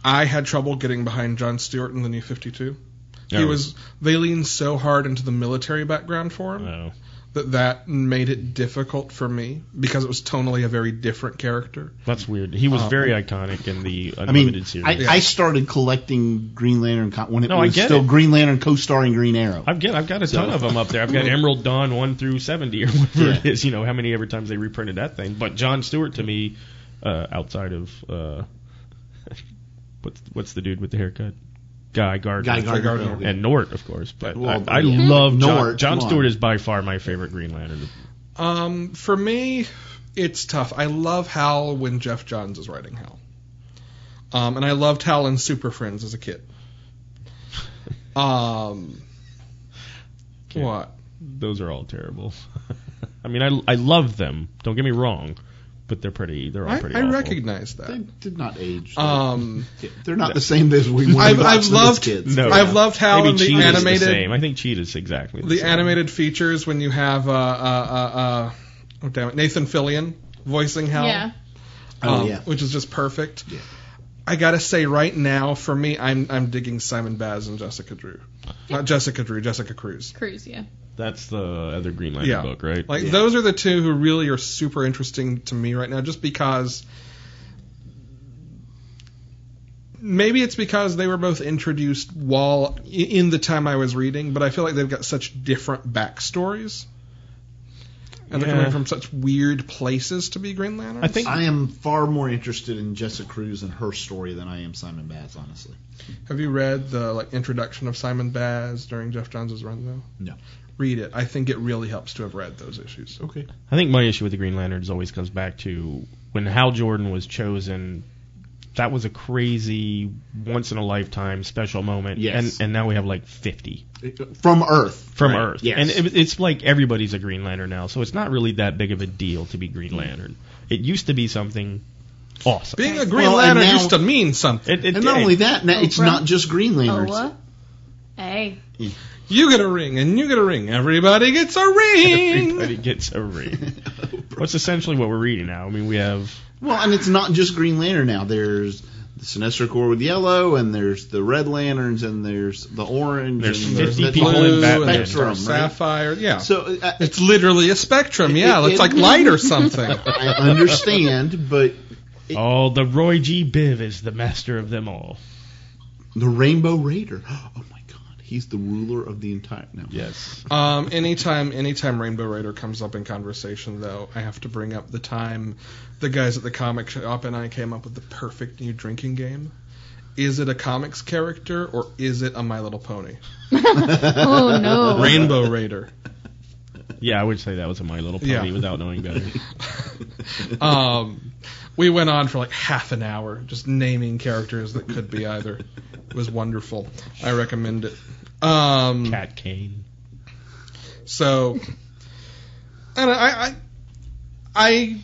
S1: I had trouble getting behind John Stewart in the New Fifty Two. He
S4: Oh.
S1: was they leaned so hard into the military background for him.
S4: Oh.
S1: that that made it difficult for me because it was tonally a very different character.
S4: That's weird. He was
S1: Um,
S4: very iconic in the
S3: I
S4: Unlimited
S3: mean,
S4: series.
S3: I,
S1: Yeah.
S3: I started collecting Green Lantern co- when it
S4: No, I
S3: was
S4: get
S3: still
S4: it.
S3: Green Lantern co-starring Green Arrow.
S4: I've got I've got a ton
S3: So-
S4: of them up there.
S3: [LAUGHS]
S4: I've got Emerald Dawn one through seventy or whatever it
S3: Yeah.
S4: is. You know how many ever times they reprinted that thing. But John Stewart to me, uh, outside of uh, [LAUGHS] what's what's the dude with the haircut? Guy Gardner.
S3: Guy Gardner.
S1: Gardner.
S4: And Nort, of course, but
S3: Well,
S4: I, I
S3: yeah.
S4: love
S3: Nort,
S4: John.
S3: come
S4: John
S3: on.
S4: Stewart is by far my favorite Green Lantern.
S1: Um, for me, it's tough. I love Hal when Jeff Johns is writing Hal. Um, and I loved Hal in Super Friends as a kid. Um,
S4: Okay.
S1: what?
S4: Those are all terrible. [LAUGHS] I mean, I, I love them. Don't get me wrong, but they're pretty. They're all
S1: I,
S4: pretty.
S1: I
S4: awful.
S1: recognize
S3: they
S1: that.
S3: did not age.
S4: Uh,
S1: Um,
S3: They're not the same as we when we
S1: I've-
S3: watched
S1: I've
S3: them as
S1: loved-
S3: kids.
S4: No.
S1: I've loved Hal
S4: Maybe
S1: in the
S4: Cheetah's
S1: animated
S4: The same. I think Cheetah's exactly the,
S1: the
S4: same.
S1: animated features when you have uh, uh, uh, uh, oh damn it Nathan Fillion voicing Hal.
S7: Yeah.
S3: Oh,
S1: um,
S3: yeah.
S1: which is just perfect.
S3: Yeah.
S1: I gotta say, right now for me, I'm I'm digging Simon Baz and Jessica Drew, not Jessica Drew, Jessica Cruz.
S7: Cruise, yeah.
S4: That's the other Green Lantern
S1: Yeah.
S4: book, right?
S1: Like
S3: Yeah.
S1: those are the two who really are super interesting to me right now, just because. Maybe it's because they were both introduced while i- in the time I was reading, but I feel like they've got such different backstories, and they're
S4: Yeah.
S1: coming from such weird places to be Green Lanterns.
S4: I think
S3: I am far more interested in Jessica Cruz and her story than I am Simon Bass, honestly.
S1: Have you read the like introduction of Simon Baz during Jeff Johns' run though?
S3: No.
S1: Read it. I think it really helps to have read those issues.
S3: Okay.
S4: I think my issue with the Green Lanterns always comes back to when Hal Jordan was chosen. That was a crazy, once in a lifetime special moment.
S3: Yes.
S4: And and now we have like 50
S3: From Earth.
S4: from
S3: Right.
S4: Earth.
S3: Yes.
S4: And it, it's like everybody's a Green Lantern now, so it's not really that big of a deal to be Green Lantern. It used to be something awesome.
S1: Being a Green
S3: Well, and
S1: Lantern
S3: now-
S1: used to mean something.
S4: It- it
S3: and not
S4: did.
S3: only that, now it's
S7: Oprah.
S3: not just Green Lanterns.
S7: Ola.
S4: [LAUGHS]
S7: Hey.
S1: You get a ring and you get a ring. Everybody gets a ring.
S4: everybody gets a
S3: [LAUGHS]
S4: ring. What's essentially what we're reading now. I mean, we have
S3: Well, and it's not just Green Lantern now. There's the Sinestro Corps with yellow, and there's the Red Lanterns, and there's the orange.
S4: There's
S3: and
S4: 50
S3: that's
S4: people
S3: all
S4: in
S1: Blue
S4: Batman.
S1: and
S3: Spectrum, right?
S1: Sapphire. Yeah.
S3: So uh,
S1: it's literally a spectrum. Yeah.
S3: It-
S1: It's like
S3: it-
S1: light or
S3: [LAUGHS]
S1: something.
S3: I understand, but
S4: oh, the Roy G. Biv is the master of them all.
S3: the Rainbow Raider. [GASPS] Oh my God, he's the ruler of the entire. No. [LAUGHS]
S4: Yes.
S1: Um, anytime, anytime Rainbow Raider comes up in conversation, though, I have to bring up the time the guys at the comic shop and I came up with the perfect new drinking game. Is it a comics character or is it a My Little Pony?
S7: Oh no.
S1: Rainbow [LAUGHS] Raider.
S4: Yeah, I would say that was a My Little Pony
S1: Yeah.
S4: without knowing better.
S1: [LAUGHS] Um, we went on for like half an hour just naming characters that could be either. It was wonderful. I recommend it. Um,
S4: Cat Kane.
S1: So, I, don't know, I, I, I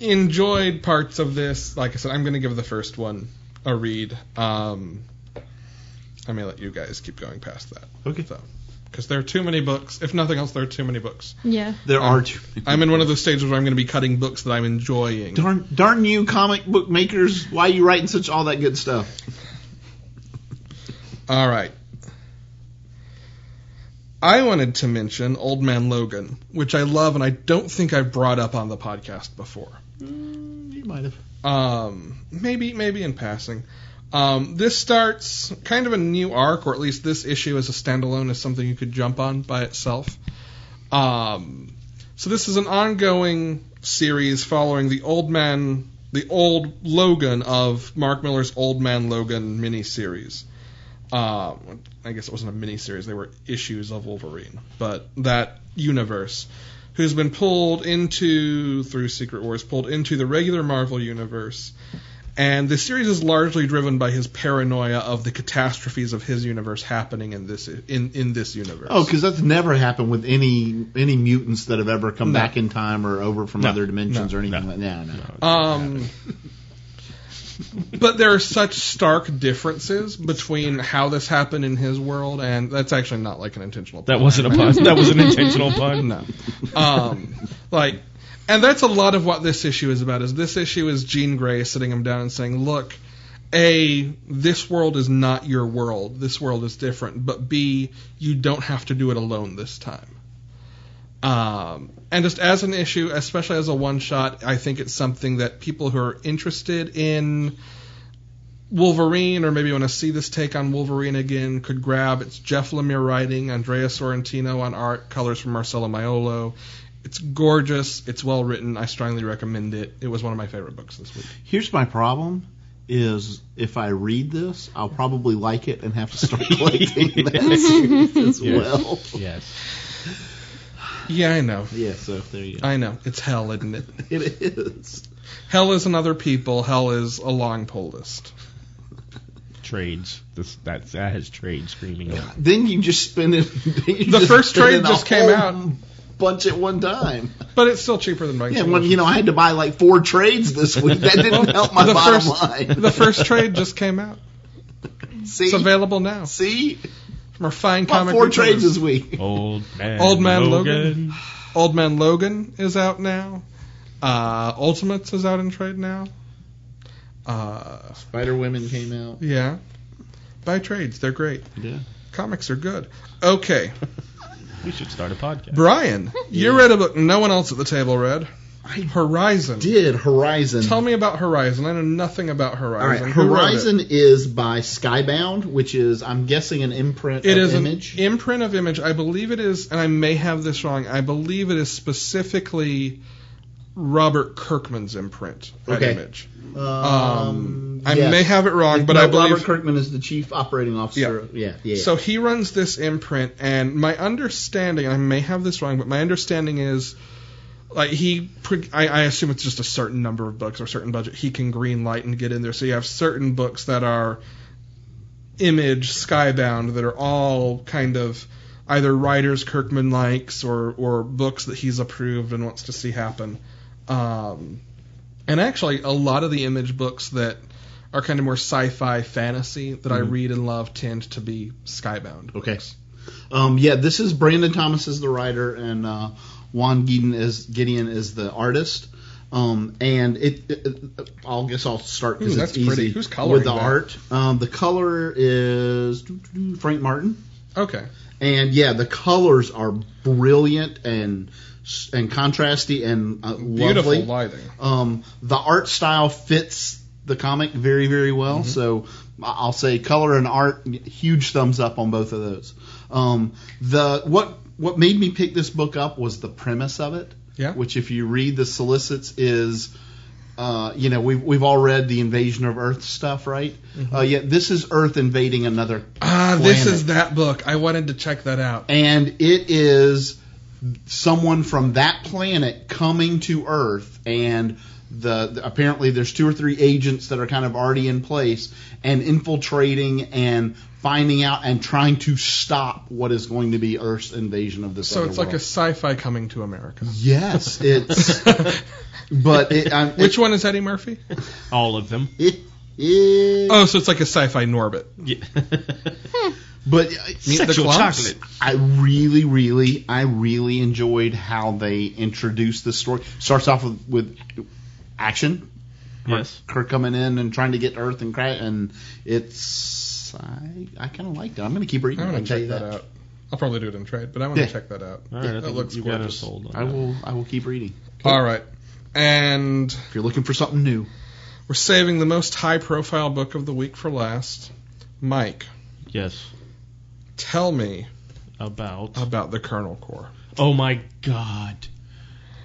S1: enjoyed parts of this. Like I said, I'm going to give the first one a read. Um, I may let you guys keep going past that.
S3: Okay.
S1: So, because there are too many books. If nothing else, there are too many books.
S2: Yeah.
S3: There
S1: I'm-
S3: are too many.
S1: I'm in one of those stages where I'm going to be cutting books that I'm enjoying.
S3: Darn, darn you, comic book makers! Why you writing such all that good stuff?
S1: All right. I wanted to mention Old Man Logan, which I love and I don't think I brought up on the podcast before.
S3: You might have.
S1: um, maybe maybe in passing. Um, this starts kind of a new arc, or at least this issue as a standalone is something you could jump on by itself. Um, so this is an ongoing series following the old man, the old Logan of Mark Miller's Old Man Logan miniseries. Um, I guess it wasn't a miniseries; they were issues of Wolverine, but that universe who's been pulled into through Secret Wars, pulled into the regular Marvel universe. And the series is largely driven by his paranoia of the catastrophes of his universe happening in this in, in this universe.
S3: Oh, because that's never happened with any any mutants that have ever come
S1: No.
S3: back in time or over from
S4: No,
S3: other dimensions
S1: no,
S3: or anything like that. No, no.
S1: Um, but there are such stark differences between how this happened in his world, and that's actually not like an intentional.
S4: That wasn't
S1: [LAUGHS]
S4: a pun. That was an intentional pun.
S1: No. Um, like, and that's a lot of what this issue is about. Is this issue is Jean Grey sitting him down and saying, "Look, a this world is not your world. This world is different. But b you don't have to do it alone this time." Um, and just as an issue, especially as a one shot, I think it's something that people who are interested in Wolverine or maybe want to see this take on Wolverine again could grab. It's Jeff Lemire writing, Andrea Sorrentino on art, colors from Marcelo Maiolo. It's gorgeous. It's well written. I strongly recommend it. It was one of my favorite books this week.
S3: Here's my problem: is if I read this, I'll probably like it and have to
S1: [LAUGHS]
S3: start collecting that series as well.
S4: Yes.
S1: Yeah, I know.
S3: Yeah, so there you go.
S1: I know. It's hell, isn't it?
S3: It is.
S1: Hell isn't other people. Hell is a long pull list.
S4: Trades. This that that has trade screaming. out.
S3: Then you just spend it. [LAUGHS]
S1: The first trade just came out,
S3: bunch at one
S1: [LAUGHS]
S3: time.
S1: but it's still cheaper than buying.
S3: Yeah,
S1: singles.
S3: well, you know, I had to buy like four trades this week. That didn't help
S1: [LAUGHS]
S3: my
S1: The
S3: bottom
S1: first-
S3: line.
S1: the first trade just came out.
S3: See,
S1: It's available now
S3: see,
S1: from our fine
S3: Bought
S1: comic.
S3: four
S1: book
S3: trades
S1: lovers.
S3: this week.
S4: Old man.
S1: Old Man Logan. Old Man Logan is out now. Uh, Ultimates is out in trade now. Uh,
S3: Spider Women came out.
S1: yeah. Buy trades. They're great.
S3: Yeah.
S1: Comics are good. Okay.
S4: We should start a
S3: [LAUGHS]
S4: podcast.
S1: Brian, you read a book no one else at the table read.
S3: I
S1: Horizon.
S3: Did Horizon?
S1: Tell me about Horizon. I know nothing about
S3: All right,
S1: Horizon. Who wrote
S3: Horizon is by Skybound, which is I'm guessing an imprint
S1: It
S3: of
S1: is
S3: Image.
S1: an imprint of image. I believe it is, and I may have this wrong. I believe it is specifically Robert Kirkman's imprint at
S3: Okay.
S1: image.
S3: um,
S1: Um, I
S3: yes.
S1: may have it wrong, but
S3: No,
S1: I believe
S3: Robert Kirkman is the chief operating officer. Yeah, yeah. yeah.
S1: So he runs this imprint, and my understanding, I may have this wrong, but my understanding is, like he, pre- I, I assume it's just a certain number of books or a certain budget he can green light and get in there. So you have certain books that are image skybound that are all kind of either writers Kirkman likes or or books that he's approved and wants to see happen. Um, and actually, a lot of the image books that are kind of more sci-fi fantasy that I read and love tend to be skybound.
S3: Okay. Um, yeah, this is Brandon Thomas is the writer and uh, Juan Gideon is Gideon is the artist. Um, and it, it, it- I'll guess I'll start
S1: Ooh,
S3: because
S1: that's
S3: it's easy
S1: pretty. Who's coloring
S3: with the
S1: that?
S3: art. Um, the color is Frank Martin,
S1: Okay.
S3: and yeah, the colors are brilliant and and contrasty and uh,
S1: Beautiful
S3: lovely.
S1: lighting.
S3: Um, the art style fits the comic very, very well.
S1: Mm-hmm.
S3: So I- I'll say color and art, huge thumbs up on both of those. Um, the what what made me pick this book up was the premise of it.
S1: Yeah.
S3: Which, if you read the solicits, is uh, you know we've we've all read the invasion of Earth stuff, right?
S1: Mm-hmm.
S3: Uh, yeah, this is Earth
S1: [CLEARS THROAT]
S3: invading another
S1: Ah, this
S3: Planet.
S1: is that book. I wanted to check that out.
S3: and it is someone from that planet coming to Earth, and the, the- apparently there's two or three agents that are kind of already in place and infiltrating and finding out and trying to stop what is going to be Earth's invasion of this.
S1: So
S3: other
S1: it's like a
S3: world.
S1: sci-fi coming to America. [LAUGHS]
S3: yes, it's but it, I'm,
S1: Which one is Eddie [LAUGHS] Murphy?
S4: All of them.
S3: It, it,
S1: Oh, so it's like a sci-fi Norbit.
S4: Yeah.
S3: but uh,
S1: Meet the
S4: Sexual
S1: Clumps?
S4: chocolate.
S3: I really, really, I really enjoyed how they introduced this story. Starts off with, with action,
S4: Yes.
S3: her coming in and trying to get Earth and cra- and it's I, I kind of liked it. I'm going to keep reading.
S1: I
S3: it,
S1: want
S3: I'll
S1: to
S3: tell you
S1: check that out. I'll probably do it in trade, but I want
S3: Yeah.
S1: to check that out.
S4: All right. I
S1: that
S4: think
S1: looks
S4: you got us
S1: gorgeous.
S4: sold on
S3: I
S4: that.
S3: will. I will keep reading.
S1: All right, and
S3: If you're looking for something new,
S1: we're saving the most high-profile book of the week for last. Mike,
S4: Yes.
S1: tell me
S4: About.
S1: about the Colonel Corps.
S4: Oh my God.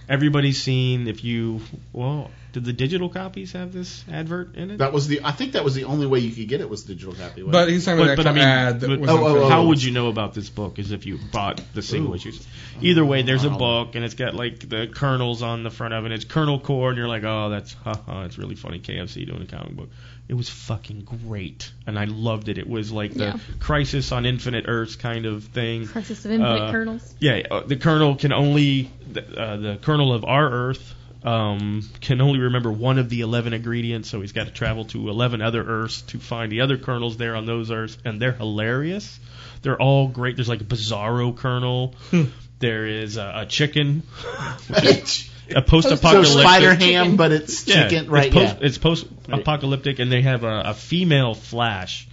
S4: Everybody's seen if you. Well, did the digital copies have this advert in it?
S3: that was the. I think that was the only way you could get it was digital copy. wasn't
S1: But
S3: it?
S1: he's talking about uh,
S4: But-
S1: an
S4: but I
S1: actual
S4: mean,
S1: ad that
S4: but-
S1: was.
S3: Oh, oh, oh.
S4: How would you know about this book? Is if you bought the single
S3: Ooh.
S4: issues. Either way, there's a book and it's got like the kernels on the front of it. It's Colonel Core, and you're like, oh, that's haha, it's really funny. KFC doing a comic book. It was fucking great, and I loved it. It was like the
S7: Yeah.
S4: Crisis on Infinite Earths kind of thing.
S7: Crisis of Infinite
S4: Uh,
S7: Kernels.
S4: Yeah, uh, the colonel can only the, uh, the colonel of our Earth um, can only remember one of the eleven ingredients, so he's got to travel to eleven other Earths to find the other colonels there on those Earths, and they're hilarious. They're all great. There's like a Bizarro Colonel.
S3: Hmm.
S4: there is a, a chicken, which [LAUGHS] is a
S3: so
S4: post-apocalyptic.
S3: Spider Ham, but it's
S4: Yeah,
S3: chicken, right?
S4: It's post,
S3: yeah.
S4: it's post-apocalyptic, and they have a, a female Flash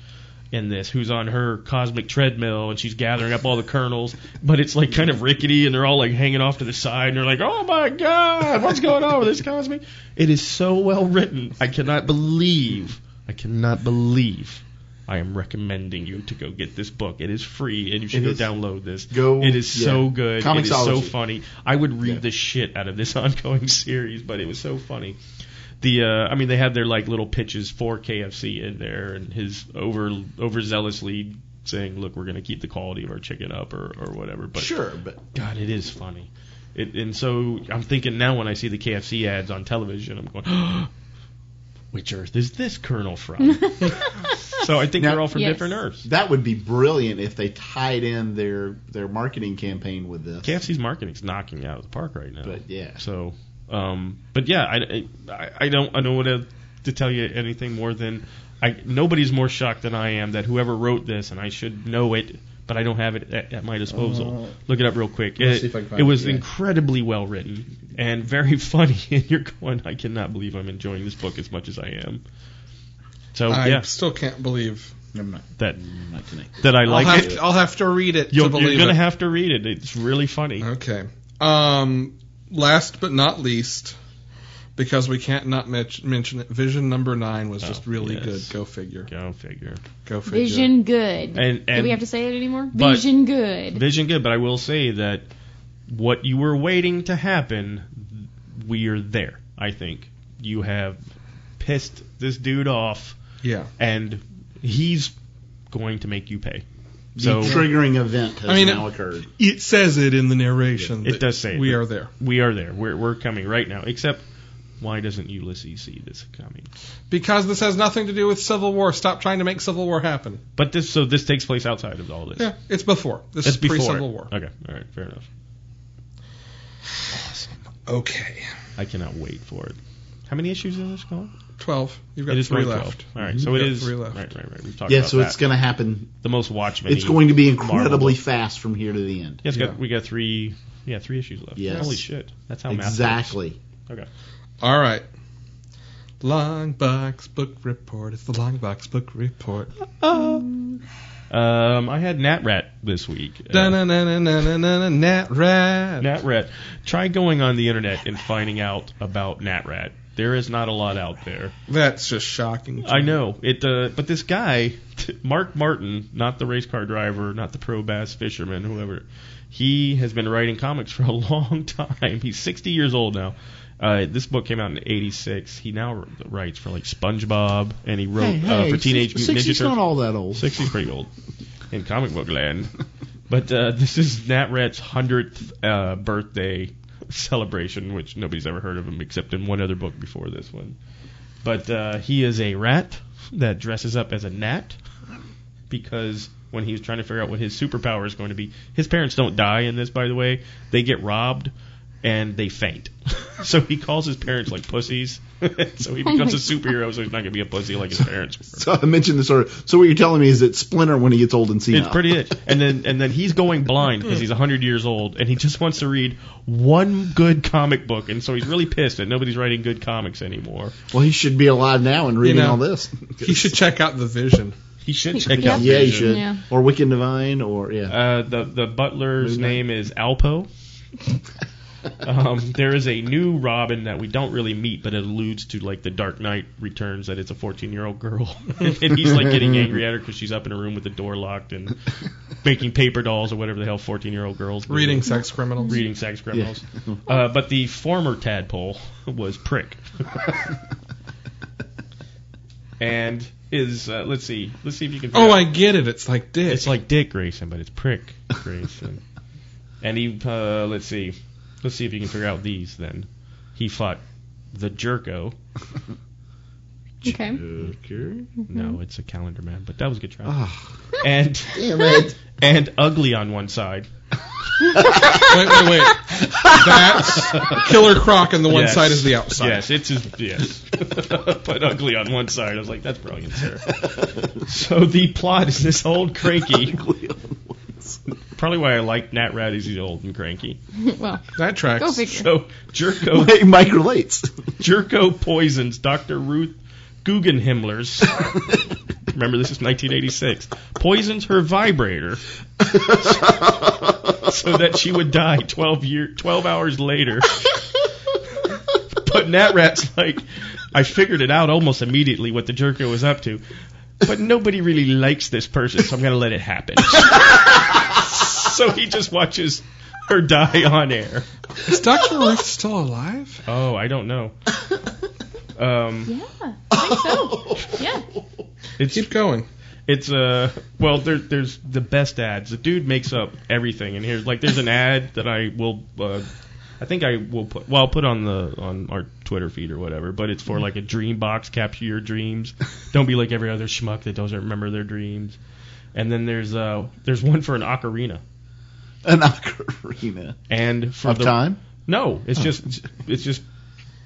S4: in this who's on her cosmic treadmill, and she's gathering up all the kernels. But it's like kind of rickety, and they're all like hanging off to the side, and they're like, "Oh my god, what's going on with this cosmic?" It is so well written. I cannot believe. I cannot believe. I am recommending you to go get this book. It is free, and you should
S3: It
S4: go
S3: is-
S4: download this.
S3: go-
S4: It is
S3: yeah.
S4: so good. It is so
S3: Comixology.
S4: funny. I would read
S3: Yeah.
S4: the shit out of this [LAUGHS] ongoing series, but it was so funny the uh, I mean they have their like little pitches for KFC in there and his over overzealously saying look we're going to keep the quality of our chicken up or, or whatever but
S3: sure, but
S4: god it is funny it, and so I'm thinking now when I see the KFC ads on television I'm going [GASPS] which earth is this colonel from so I think
S3: Now-
S4: they're all from
S7: Yes.
S4: different earths
S3: that would be brilliant if they tied in their their marketing campaign with this.
S4: KFC's marketing's knocking it out of the park right now
S3: But yeah.
S4: So, um, but yeah, I, I, I don't I don't want to, to tell you anything more than I. Nobody's more shocked than I am that whoever wrote this, and I should know it, but I don't have it at, at my disposal. Look it up real quick.
S3: Uh, me
S4: It,
S3: see if I can find
S4: it
S3: it,
S4: was
S3: yeah.
S4: incredibly well written and very [LAUGHS] funny. And you're going, I cannot believe I'm enjoying this book as much as I am. So
S1: I
S4: Oh, yeah,
S1: still can't believe.
S3: I'm not,
S4: that
S3: I'm not connected.
S4: that I
S1: I'll,
S4: like
S1: have
S4: it.
S1: to, I'll have to read it
S4: You'll,
S1: to
S4: you're
S1: believe
S4: gonna
S1: it.
S4: have to read it. It's really funny.
S3: Uh-huh.
S1: okay. Um, last but not least, because we can't not mench- mention it, Vision Number Nine was just really
S4: Oh, yes.
S1: good. Go figure.
S4: Go figure.
S1: Go figure.
S2: Vision good.
S4: And and
S2: Do we have to say it anymore?
S4: but-
S2: Vision good.
S4: Vision good, but I will say that what you were waiting to happen, we are there. I think you have pissed this dude off,
S1: Yeah.
S4: and he's going to make you pay. So
S3: the triggering event has
S1: I mean,
S3: now occurred.
S1: It says it in the narration.
S4: It
S1: that
S4: does say it,
S1: we
S4: but-
S1: are there
S4: we are there. We're we're coming right now. Except, why doesn't Ulysses see this coming?
S1: because this has nothing to do with Civil War. Stop trying to make Civil War happen.
S4: But this so this takes place outside of all this.
S1: Yeah, it's before. This
S4: It's
S1: is
S4: before.
S1: pre-Civil War.
S4: Okay, all right, fair enough.
S1: Okay.
S4: I cannot wait for it. How many issues is this called?
S1: Twelve. You've got
S4: it is
S1: three
S4: only 12.
S1: left.
S4: All right, so
S1: You've
S4: it
S1: got
S4: is
S1: three left.
S4: Right, right, right. We've talked
S3: Yeah,
S4: about
S3: so
S4: that.
S3: it's going to happen
S4: the most Watchmen.
S3: It's going to be incredibly fast from here to the end.
S4: Yeah, it's
S1: Yeah.
S4: Got, we got three. Yeah, three issues left.
S3: Yes.
S4: Holy shit. That's how math works.
S3: Exactly.
S4: Okay.
S1: All right. Long box book report. It's the long box book report.
S4: Um, I had Nat Rat this week. Uh,
S1: Da na na na na na na nat rat.
S4: Nat Rat. Try going on the internet and finding out about Nat Rat. There is not a lot out there.
S1: That's just shocking. to
S4: I
S1: me.
S4: know it, uh, but this guy, [LAUGHS] Mark Martin, not the race car driver, not the pro bass fisherman, whoever, he has been writing comics [LAUGHS] for a long time. He's 60 years old now. Uh, this book came out in '86. He now r- writes for like SpongeBob, and he wrote uh, for Teenage Mutant Ninja
S3: Sixty's
S4: Turtles.
S3: not all that old.
S4: 60's pretty old in comic book land. But uh, this is Nat Rat's 100th uh, birthday celebration, which nobody's ever heard of him except in one other book before this one. But uh, he is a rat that dresses up as a gnat because when he was trying to figure out what his superpower is going to be, his parents don't die in this, by the way. They get robbed and they faint. [LAUGHS] so he calls his parents like pussies. [LAUGHS] so he becomes a superhero, so he's not going to be a pussy like his parents were.
S3: So I mentioned this earlier. So what you're telling me is that Splinter, when he gets old and senile,
S4: It's pretty it. And then and then he's going blind because he's 100 years old and he just wants to read one good comic book and so he's really pissed that nobody's writing good comics anymore.
S3: Well, he should be alive now and reading
S1: know,
S3: all this. [LAUGHS]
S1: He should check out the Vision.
S4: He should check
S2: Yeah.
S4: out
S3: Yeah, he
S4: Vision.
S3: should.
S2: Yeah.
S3: Or Wicked Divine, or yeah. [LAUGHS]
S4: Uh, the the butler's
S3: Moon Knight.
S4: name is Alpo. um, there is a new Robin that we don't really meet, but it alludes to like the Dark Knight Returns that it's a 14 year old girl, [LAUGHS] and he's like getting angry at her because she's up in a room with the door locked and making paper dolls or whatever the hell 14 year old girls do.
S1: Reading sex criminals.
S4: reading sex criminals. uh, but the former tadpole
S1: [LAUGHS]
S4: was prick. and is uh, let's see, let's see if you can.
S1: Oh,
S4: figure out-
S1: I get it. It's like dick.
S4: It's like Dick Grayson, but it's prick Grayson. and he uh, let's see, let's see if you can figure out these. Then he fought the Jerko.
S2: Okay.
S3: Okay.
S4: No, it's a calendar man, but that was a good try.
S3: Ah,
S4: And
S3: damn it.
S4: and ugly on one side.
S1: wait, wait, wait. That's Killer Croc, and the one
S4: Yes.
S1: side is the outside.
S4: Yes, it's his, yes. [LAUGHS] but ugly on one side. I was like, that's brilliant, sir. so the plot is this old cranky. Probably why I like Nat Rad is he's old and cranky.
S2: Well,
S1: That tracks.
S2: go
S4: [LAUGHS]
S2: figure.
S4: So Jerko
S3: Mike relates.
S4: Jerko poisons Dr. Ruth Guggenhimmler's. Remember, this is 1986. Poisons her vibrator so that she would die 12 year, 12 hours later. but Natrat's like, I figured it out almost immediately what the Jerko was up to. But nobody really likes this person, so I'm going to let it happen. [LAUGHS] so he just watches her die on air.
S1: Is Dr. Ruth still alive?
S4: Oh, I don't know. Um,
S7: Yeah, I think so.
S4: [LAUGHS]
S7: Yeah.
S4: It's
S1: Keep going.
S4: it's uh well there there's the best ads. The dude makes up everything, and here's like there's an ad that I will. Uh, I think I will put well I'll put on the on our Twitter feed or whatever, but it's for like a dream box, capture your dreams. Don't be like every other schmuck that doesn't remember their dreams. And then there's uh there's one for an ocarina
S3: [LAUGHS] An ocarina.
S4: and for
S3: Of
S4: the
S3: time?
S4: no it's just it's just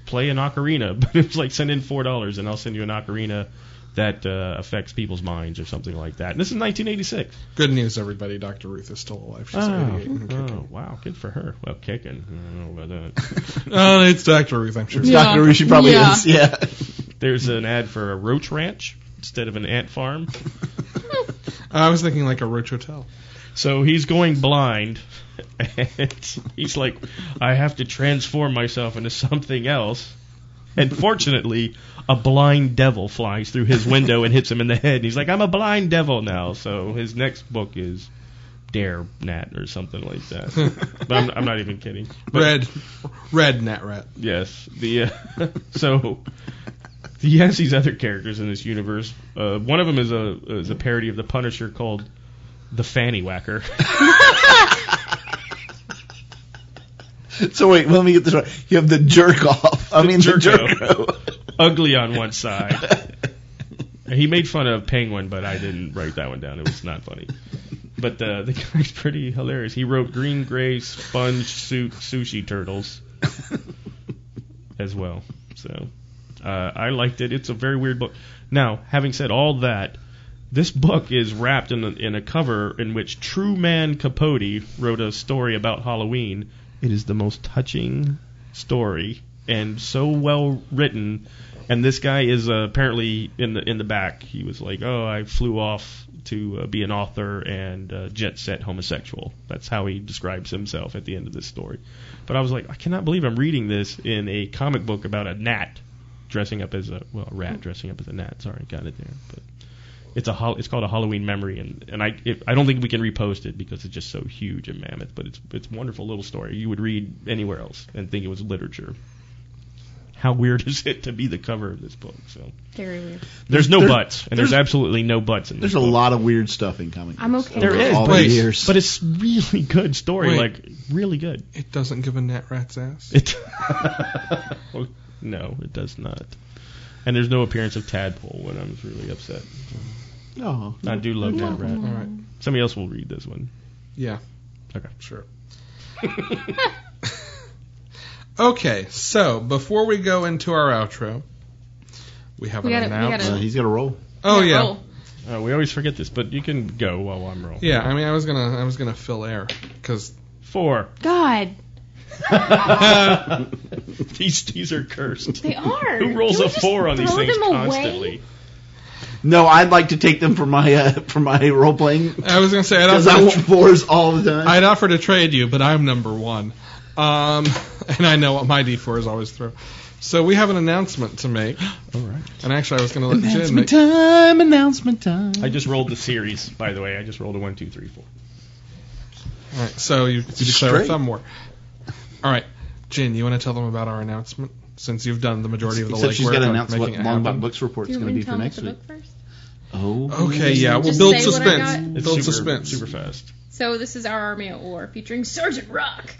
S4: play an ocarina, [LAUGHS] but it's like send in four dollars and I'll send you an ocarina that uh, affects people's minds or something like that. And this is 1986.
S1: Good news, everybody. Dr. Ruth is still alive. She's
S4: Oh,
S1: 88 and
S4: oh,
S1: kicking.
S4: wow, good for her. Well, kicking. I don't know about that.
S1: Oh, it's Dr. Ruth, I'm sure.
S2: Yeah.
S3: Dr. Rushi probably
S2: Yeah.
S3: is. Yeah.
S4: There's an ad for a roach ranch instead of an ant farm.
S1: I was thinking like a roach hotel.
S4: So he's going blind, [LAUGHS] and he's like, I have to transform myself into something else. And fortunately, a blind devil flies through his window and hits him in the head. And he's like, I'm a blind devil now. So his next book is Dare Nat or something like that. but I'm, I'm not even kidding. But-
S1: Red, red net rat.
S4: Yes. The uh, [LAUGHS] so he has these other characters in this universe. Uh, one of them is a is a parody of the Punisher called the Fanny Whacker. [LAUGHS]
S3: So wait, let me get this right. You have the jerk off. I mean
S4: jerko.
S3: the
S4: Ugly on one side. he made fun of Penguin, but I didn't write that one down. It was not funny. But uh, the [LAUGHS] guy's pretty hilarious. He wrote Green Gray Sponge Suit Sushi Turtles as well. So uh, I liked it. It's a very weird book. Now, having said all that, this book is wrapped in a, in a cover in which True Man Capote wrote a story about Halloween. It is the most touching story and so well written. And this guy is uh, apparently in the in the back. He was like, "Oh, I flew off to uh, be an author and uh, jet set homosexual." That's how he describes himself at the end of this story. But I was like, I cannot believe I'm reading this in a comic book about a gnat dressing up as a well, a rat dressing up as a gnat. Sorry, got it there, but it's a hol- it's called a Halloween memory, and and I if, I don't think we can repost it because it's just so huge and mammoth. But it's it's a wonderful little story you would read anywhere else and think it was literature. How weird is it to be the cover of this book? So
S7: Very weird.
S4: there's no
S3: There-
S4: butts, and there's,
S3: there's-
S4: absolutely no butts in
S3: [LAUGHS]
S4: this.
S3: There's a
S4: book.
S3: lot of weird stuff in comic books.
S7: I'm okay.
S4: There
S3: over
S4: is,
S3: all
S1: but-
S3: the years.
S4: but it's really good story,
S1: Wait.
S4: like really good.
S1: It doesn't give a net rat's ass.
S4: It [LAUGHS] Well, no, it does not. And there's no appearance of tadpole, when I was really upset.
S3: Oh,
S4: I do love that rat.
S1: All right.
S4: Somebody else will read this one.
S1: Yeah.
S4: Okay.
S1: Sure. okay, so before we go into our outro, we have
S2: We
S1: an
S2: gotta- we
S1: announce-
S2: gotta-
S3: Uh, he's got to roll.
S1: oh yeah,
S2: roll.
S4: Uh, we always forget this, but you can go while I'm rolling.
S1: yeah. I mean, I was gonna, I was gonna fill air because
S4: Four.
S8: God.
S4: these these are cursed.
S2: They are.
S4: [LAUGHS] Who rolls
S2: Can we
S4: a
S2: just
S4: four on these
S2: throw
S4: things
S2: them away?
S4: constantly?
S3: No, I'd like to take them for my uh, for my role playing
S1: I was gonna say I'd
S3: because
S1: offer,
S3: I
S1: to
S3: want
S1: tr-
S3: fours all the time.
S1: I'd offer to trade you, but I'm number one, um, [LAUGHS] and I know what my D4 is always throw. So we have an announcement to make,
S4: All right.
S1: and actually I was gonna let Jen
S3: announcement
S1: make.
S3: time! Announcement time!
S4: I just rolled the series, by the way. I just rolled a one, two, three, four.
S1: All right, so you, you declare a
S3: Straight.
S1: thumb war. All right, Jin, you want to tell them about our announcement since you've done the majority of the
S3: Except
S1: legwork
S3: she's got to
S1: on
S3: announce what
S1: making it
S3: Longbox
S1: happen.
S3: Books report
S2: Do
S3: is
S2: you
S3: going to
S2: want
S3: be
S2: me to
S3: for
S2: tell them
S3: next
S2: the book
S3: week.
S2: first?
S3: Oh,
S1: Okay, yeah, we'll
S2: Just
S1: build
S2: say what I got.
S1: suspense.
S4: It's
S1: Build
S4: super,
S1: suspense.
S4: super fast.
S2: So this is our army at war featuring Sergeant Rock.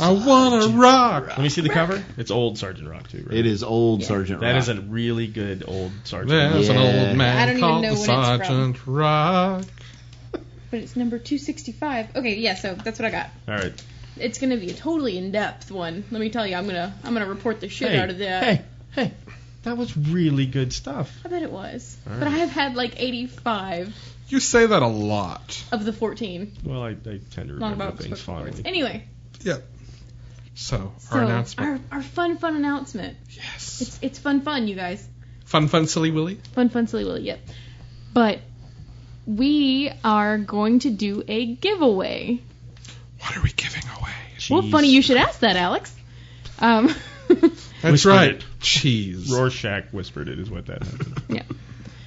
S1: I wanna rock.
S4: Let me see the cover. It's old Sergeant Rock too. Right?
S3: it is old Sergeant.
S4: That
S3: Rock.
S4: is a really good old Sergeant. Rock.
S1: There's an
S3: Yeah.
S1: old man
S2: I don't even
S1: called
S2: know
S1: the
S2: when it's from.
S1: Sergeant Rock.
S2: But it's number 265. Okay, yeah, so that's what I got.
S4: All right.
S2: It's gonna be a totally in-depth one. Let me tell you, I'm gonna I'm gonna report the shit
S4: Hey,
S2: out of that.
S4: hey, hey. That was really good stuff.
S2: I bet it was. But I have had like 85
S1: You say that a lot.
S2: of the 14
S4: Well, I, I tend to remember
S2: longbow
S4: things fondly.
S2: Anyway,
S1: Yep. So,
S2: so
S1: our announcement.
S2: our our fun fun announcement.
S1: yes.
S2: It's it's fun fun, you guys.
S1: fun, fun, silly Willy.
S2: Fun, fun, silly willy, yep. But we are going to do a giveaway.
S1: What are we giving away?
S2: Well,
S4: Cheese.
S2: funny you should ask that, Alex. Um, [LAUGHS]
S1: That's
S4: Whisper
S1: right.
S4: it.
S1: Cheese.
S4: Rorschach whispered it is what
S2: [LAUGHS]
S4: that happened.
S2: Yeah.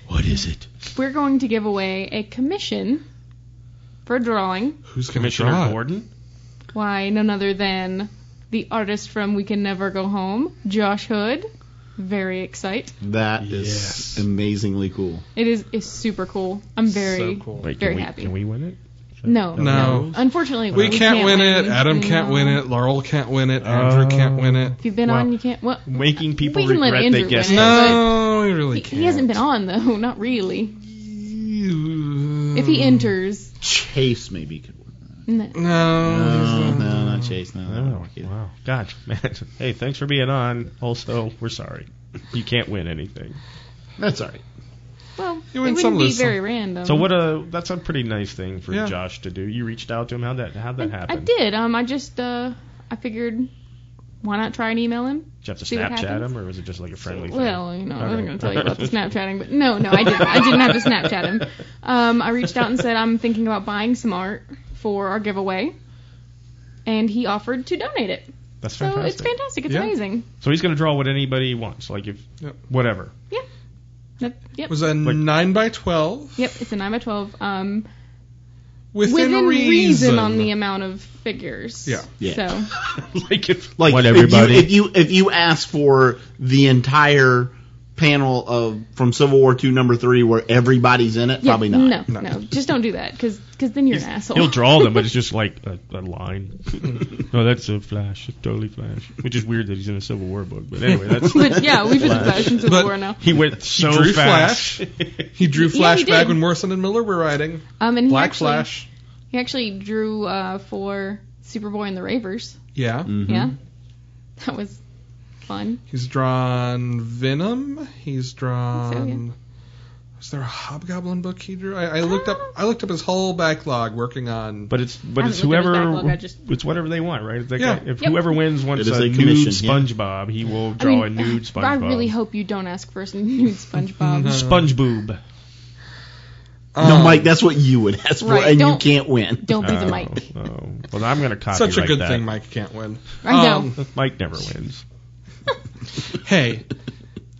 S4: What is it?
S2: we're going to give away a commission for drawing.
S1: Who's gonna
S4: Commissioner
S1: draw it?
S4: Gordon?
S2: Why, none other than the artist from We Can Never Go Home, Josh Hood. Very excite.
S3: That is
S1: Yes.
S3: amazingly cool.
S2: It is is super cool. I'm very
S1: So cool.
S4: Wait,
S2: Very
S4: can we,
S2: happy.
S4: Can we win it?
S2: no,
S1: No.
S2: Unfortunately,
S1: We, can't, win, it.
S2: anything.
S1: Adam can't win
S2: No.
S1: it. Laurel can't win it.
S3: Oh.
S1: Andrew can't win it.
S2: If you've been
S4: Wow.
S2: on, you can't. Well,
S4: Making people
S2: We can let
S4: regret they
S2: Andrew
S4: guessed
S2: win it.
S4: it.
S1: No, he really
S2: he,
S1: can't.
S2: he hasn't been on though. [LAUGHS] Not really. If
S1: Hmm.
S2: he enters,
S3: Chase maybe could work.
S2: no.
S1: No.
S3: No,
S1: he's not.
S3: no, not Chase. No, that
S4: Oh,
S3: won't work
S4: wow. God, man. Hey, thanks for being on. Also, we're sorry. You can't win anything.
S3: That's all right.
S2: well, it
S1: You win
S2: wouldn't
S1: some,
S2: be
S1: lose some.
S2: very random.
S4: So what a that's a pretty nice thing for
S1: Yeah.
S4: Josh to do. You reached out to him. How that how that
S2: I,
S4: happened?
S2: I did. Um, I just uh, I figured, why not try and email him?
S4: Did you have to
S2: See what
S4: Snapchat
S2: happens.
S4: him, or was it just like a friendly thing?
S2: Well, you know, I wasn't
S4: Okay.
S2: going to tell you about the Snapchatting, but no, no, I didn't. I didn't have to Snapchat him. Um, I reached out and said I'm thinking about buying some art for our giveaway, and he offered to donate it.
S4: That's
S2: So
S4: fantastic.
S2: it's fantastic. It's
S1: Yeah.
S2: amazing.
S4: So he's going to draw what anybody wants, like if
S1: Yep.
S4: whatever. [LAUGHS]
S2: Yep. Yep.
S1: was a nine by twelve
S2: Yep, it's a 9 by 12 um,
S1: within,
S2: within, reason.
S1: reason.
S2: on the amount of figures.
S1: Yeah.
S3: Yeah.
S2: So,
S4: like if
S3: [LAUGHS] Like
S4: what
S3: if
S4: everybody.
S3: You, if you if you ask for the entire panel of from Civil War II number three where everybody's in it,
S2: yeah,
S3: probably not.
S2: No, no, just don't do that because then you're an [LAUGHS] asshole.
S4: He'll draw them, but it's just like a,
S1: [LAUGHS]
S4: a line. no, that's a Flash. It's totally Flash. Which is weird that he's in a Civil War book. But anyway, that's
S2: [LAUGHS]
S4: [LAUGHS]
S2: But
S1: [LAUGHS]
S2: yeah, we've been flashing to the
S1: But-
S2: war now.
S4: he went so
S1: drew
S4: fast.
S1: He drew
S2: [LAUGHS] Yeah, he
S1: Flash back
S2: did.
S1: when Morrison and Miller were writing.
S2: Um, and he
S1: Black
S2: actually,
S1: Flash.
S2: He actually drew uh, for Superboy and the Ravers.
S1: Yeah.
S3: Mm. Mm-hmm.
S2: Yeah, that was fun.
S1: He's drawn Venom. He's drawn.
S2: I think so,
S1: Was there a Hobgoblin book he drew? I, I looked up.
S2: Ah.
S1: I looked up his whole backlog working on.
S4: But it's but
S2: I
S4: it's
S2: haven't looked at his
S4: whoever
S2: backlog, I just-
S4: it's whatever they want, right? If, that
S1: Yeah.
S4: guy, if
S2: Yep.
S4: whoever wins wants
S3: It is
S4: a,
S3: a
S4: nude
S3: commission, yeah.
S4: SpongeBob, he will draw a
S2: [SIGHS]
S4: nude SpongeBob.
S2: I really hope you don't ask for a [LAUGHS] nude SpongeBob.
S1: Mm-hmm.
S4: SpongeBoob.
S3: No,
S1: Um,
S3: Mike, that's what you would ask for,
S2: Right,
S3: and you
S2: don't-
S3: can't win. [LAUGHS]
S2: Don't be the
S4: Oh,
S2: Mike.
S4: oh. Well, I'm gonna copy
S1: Such a good
S4: that.
S1: thing Mike can't win.
S2: I know.
S1: Um,
S4: Mike never wins.
S1: hey,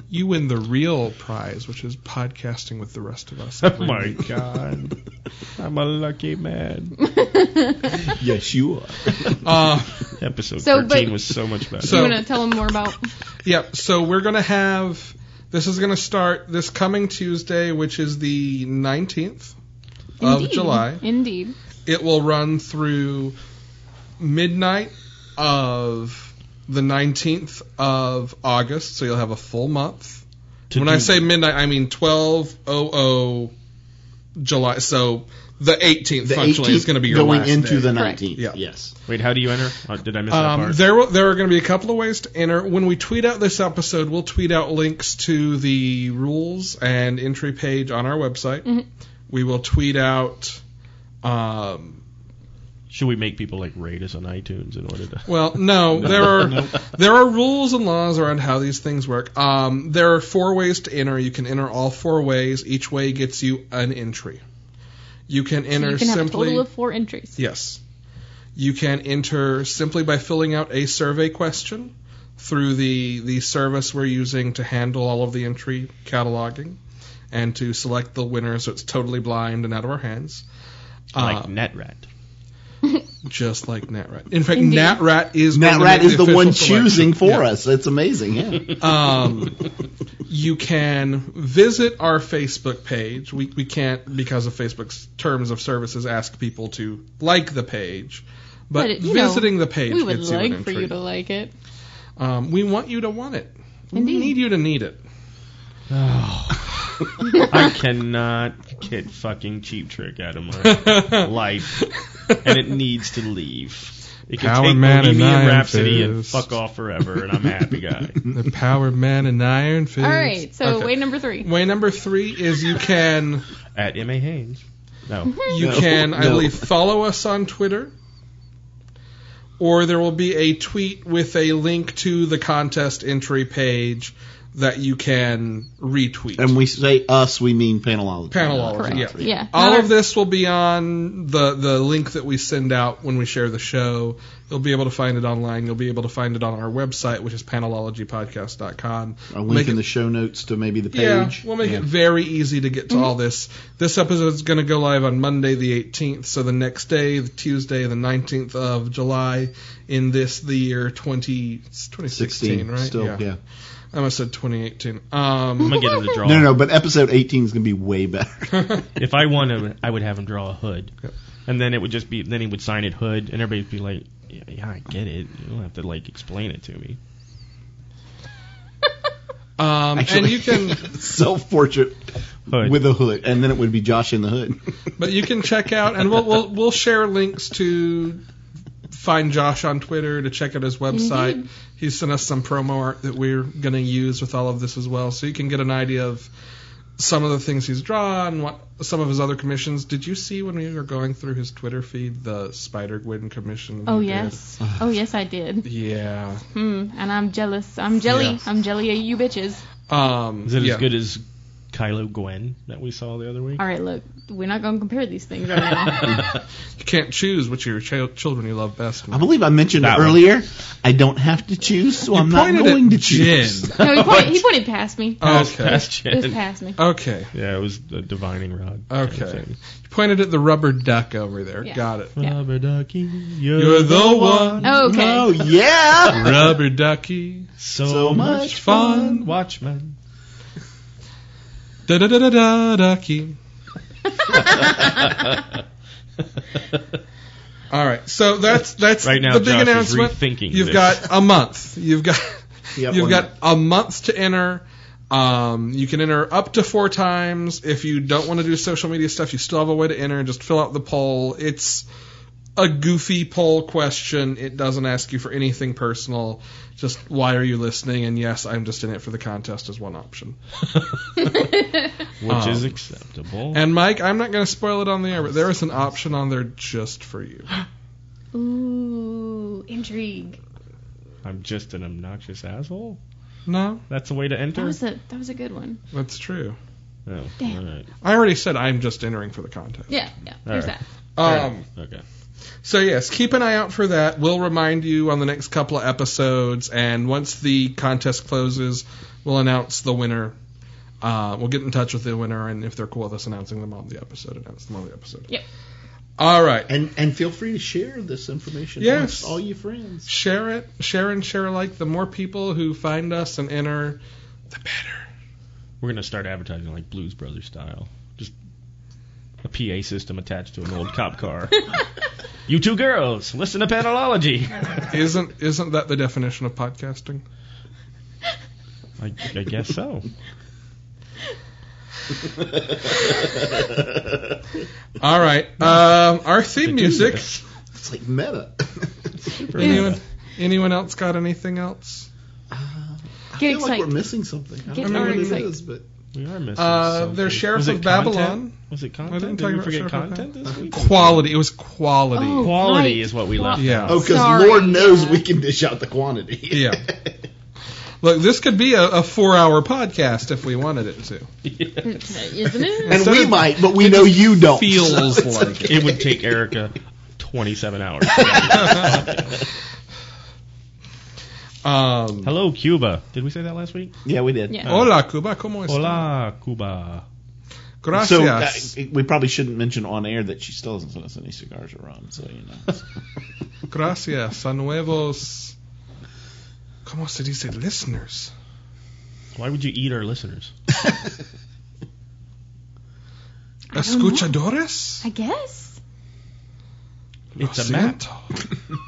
S1: you win the real prize, which is podcasting with the rest of us.
S4: Oh
S1: every
S4: my
S1: week.
S4: god, I'm a lucky man.
S3: yes, you are.
S1: Uh,
S4: Episode
S2: So,
S4: 13
S2: but-
S4: was so much better.
S1: So-
S2: you want to tell him more about?
S1: yeah. So we're gonna have. This is gonna start this coming Tuesday, which is the nineteenth of
S2: Indeed.
S1: July.
S2: Indeed.
S1: it will run through midnight of the 19th of August, so you'll have a full month.
S4: To
S1: when
S4: do-
S1: I say midnight, I mean 12:00 July. So the 18th functionally is going to be your
S3: going
S1: last
S3: into
S1: day.
S3: the
S2: Correct.
S3: 19th.
S1: Yeah.
S3: Yes.
S4: Wait, how do you enter? Oh, did I miss that
S1: Um,
S4: part?
S1: there, will, there are going to be a couple of ways to enter. When we tweet out this episode, we'll tweet out links to the rules and entry page on our website. We will tweet out. Um,
S4: Should we make people like rate us on iTunes in order to?
S1: well, [LAUGHS] no, there are there are rules and laws around how these things work. Um, there are four ways to enter. You can enter all four ways. Each way gets you an entry. You can
S2: So
S1: enter
S2: you can have a
S1: simply.
S2: total of four entries.
S1: Yes. You can enter simply by filling out a survey question through the, the service we're using to handle all of the entry cataloging and to select the winner so it's totally blind and out of our hands.
S4: like
S1: Uh,
S4: NetRat.
S1: just like NatRat. In fact,
S2: Indeed.
S1: NatRat is going
S3: Nat
S1: to
S3: Rat
S1: make
S3: is the
S1: official
S3: one
S1: selection.
S3: choosing for
S1: Yeah.
S3: us. It's amazing. Yeah.
S1: [LAUGHS] Um, you can visit our Facebook page. We, we can't, because of Facebook's terms of services, ask people to like the page. But,
S2: But it- you know,
S1: visiting the page
S2: we would
S1: gets you an
S2: like for
S1: entry.
S2: you to like it.
S1: Um, we want you to want it.
S2: Indeed.
S1: We need you to need it.
S4: I cannot get fucking Cheap Trick out of my life, and it needs to leave. It can
S1: Power
S4: take
S1: Man and
S4: Bohemian
S1: Iron
S4: Rhapsody and
S1: Fist.
S4: fuck off forever, and I'm a happy guy.
S1: The Power Man and Iron Fist.
S2: All right, so
S1: Okay.
S2: way number three.
S1: Way number three is you can
S4: At M A Haynes.
S2: [LAUGHS]
S4: No.
S1: you
S3: No,
S1: can I
S3: no.
S1: believe follow us on Twitter, or there will be a tweet with a link to the contest entry page that you can retweet.
S3: and we say us, we mean panelology.
S1: Panelology,
S3: Not
S1: yeah.
S3: Rat.
S2: Yeah.
S1: All
S2: not
S1: of this will be on the the link that we send out when we share the show. You'll be able to find it online. You'll be able to find it on our website, which is panelologypodcast.com.
S3: A
S1: Make
S3: link in
S1: it-
S3: the show notes to maybe the
S1: Yeah,
S3: page.
S1: we'll make
S3: Yeah.
S1: it very easy to get to all this. This episode is going to go live on Monday the 18th, so the next day, the Tuesday, the 19th of July, in this the year 20, 2016,
S3: 16,
S1: right?
S3: still, yeah.
S1: I must have said 2018.
S4: I'm
S1: Um,
S4: gonna get him to draw.
S3: No, no, no, but episode 18 is going to be way better.
S4: If I won, I would- I would have him draw a hood, and then it would just be. Then he would sign it hood, and everybody'd be like, "Yeah, yeah I get it. You don't have to like explain it to me."
S1: um, [LAUGHS] and
S3: Actually.
S1: you
S3: [LAUGHS]
S1: can
S3: Self portrait
S4: Hood.
S3: with a hood. And then it would be Josh in the hood.
S1: But you can check out, and we'll we'll, we'll share links to find Josh on Twitter to check out his website.
S2: Mm-hmm.
S1: He sent us some promo art that we're going to use with all of this as well, so you can get an idea of some of the things he's drawn, what some of his other commissions. Did you see when we were going through his Twitter feed the Spider Gwen commission?
S2: Oh
S1: he did?
S2: yes. Oh yes, I did.
S1: Yeah.
S2: Hmm. And I'm jealous. I'm jelly.
S1: Yeah.
S2: I'm jelly of you bitches.
S1: Um,
S4: Is it
S1: yeah.
S4: as good as Kylo Gwen that we saw the other week?
S2: All right, look, we're not gonna compare these things right now.
S4: [LAUGHS]
S1: You can't choose which of your ch- children you love best.
S3: I believe I mentioned
S4: That one.
S3: earlier, I don't have to choose, so I'm not
S1: pointed at
S3: going to
S1: Jen.
S3: choose.
S2: no, he pointed, he pointed past me.
S4: Oh,
S1: Okay.
S4: Past
S2: Just
S4: Jen.
S2: past me.
S1: Okay.
S4: Yeah, it was the divining rod.
S1: Okay. You pointed at the rubber duck over there.
S2: Yeah.
S1: Got it.
S2: Yeah.
S4: Rubber ducky, you're,
S1: You're the one.
S2: Okay.
S3: [LAUGHS] Oh,
S1: [LAUGHS]
S3: yeah.
S1: Rubber ducky,
S4: So,
S3: So
S4: much
S3: much
S4: fun,
S1: fun.
S4: Watchman.
S1: da da da da da ducky. All right, so that's that's
S4: Right now,
S1: the big
S4: Josh is
S1: announcement.
S4: rethinking
S1: You've
S4: this.
S1: got a month. You've got
S3: Yep,
S1: you've
S3: one
S1: got a month to enter. Um, you can enter up to four times. If you don't want to do social media stuff, you still have a way to enter. Just fill out the poll. It's a goofy poll question. It doesn't ask you for anything personal. Just why are you listening? And yes, I'm just in it for the contest is one option.
S4: Which is acceptable.
S1: Oh. And Mike, I'm not going to spoil it on the air, but there is an option on there just for you.
S7: Ooh, intrigue.
S4: I'm just an obnoxious asshole.
S1: No,
S4: That's the way to
S2: That
S4: enter.
S2: was a that was a good one.
S1: that's true.
S4: oh,
S7: Damn.
S4: all right.
S1: I already said I'm just entering for the contest.
S7: Yeah, yeah.
S4: There's
S7: There's
S4: right.
S7: that.
S1: Um,
S4: Okay.
S1: so yes, keep an eye out for that. We'll remind you on the next couple of episodes, and once the contest closes, we'll announce the winner. Uh, we'll get in touch with the winner, and if they're cool with us announcing them on the episode, announce them on the episode.
S7: Yep.
S1: All right.
S3: And and feel free to share this information
S1: Yes.
S3: with all your friends.
S1: share it, share and share alike. The more people who find us and enter, the better.
S4: We're gonna start advertising like Blues Brothers style. Just a PA system attached to an old cop car. you two girls, listen to panelology.
S1: Isn't isn't that the definition of podcasting?
S4: I, I guess so.
S1: All
S4: [LAUGHS]
S1: right. Um, our theme music.
S3: It's like meta. [LAUGHS]
S1: Anyone, anyone else got anything else?
S3: I
S2: Get
S3: feel like we're
S2: excited.
S3: missing something. I
S2: Get
S3: don't know what it
S2: excited.
S3: is, but
S4: We are missing.
S1: Uh,
S4: something.
S1: their Sheriff
S4: Was it
S1: of
S4: content?
S1: Babylon.
S4: Was it
S1: I
S4: content?
S1: didn't
S4: Did
S1: talk
S4: we
S1: about
S4: forget
S1: Sheriff of
S4: content
S1: [LAUGHS]
S4: this week?
S1: Quality. It was quality.
S2: Oh.
S4: Quality
S2: Right.
S4: is what we left.
S1: Yeah.
S3: oh, because
S2: Sorry,
S3: Lord knows
S2: yeah. [LAUGHS]
S3: we can dish out the
S1: [LAUGHS]
S3: quantity. [LAUGHS]
S1: Yeah. Look, this could be a, a four-hour podcast if we wanted it to.
S7: Isn't
S3: [LAUGHS]
S7: it?
S3: and we
S1: of-
S3: might, but we know you don't.
S1: [LAUGHS]
S3: [LAUGHS]
S1: Feels like it.
S4: It would take Erica 27
S1: [LAUGHS]
S4: hours.
S1: Um,
S4: Hello, Cuba. Did we say that last week?
S3: Yeah, we did.
S7: Yeah.
S1: Hola, Cuba. ¿Cómo estás?
S4: Hola, Cuba.
S1: Oh, Gracias.
S3: So uh, we probably shouldn't mention on air that she still hasn't sent us any cigars or rum. So you know, [LAUGHS]
S1: Gracias a nuevos. ¿Cómo se dice? Listeners.
S4: Why would you eat our listeners?
S1: Escuchadores?
S7: I guess.
S4: It's
S1: Lo
S4: a map.
S1: siento.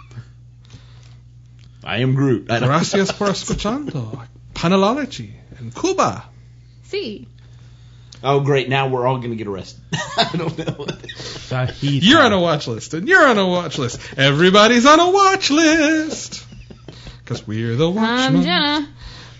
S3: I am Groot. I don't- [LAUGHS]
S1: Gracias por escuchando. Panelology in Cuba.
S7: See,
S3: Oh, great! Now we're all going to get arrested. [LAUGHS] I don't know.
S4: Fajita.
S1: You're on a watch list, and you're on a watch list. Everybody's on a watch list. Because we're the
S2: Um,
S7: I'm
S1: watchmen.
S7: Jenna.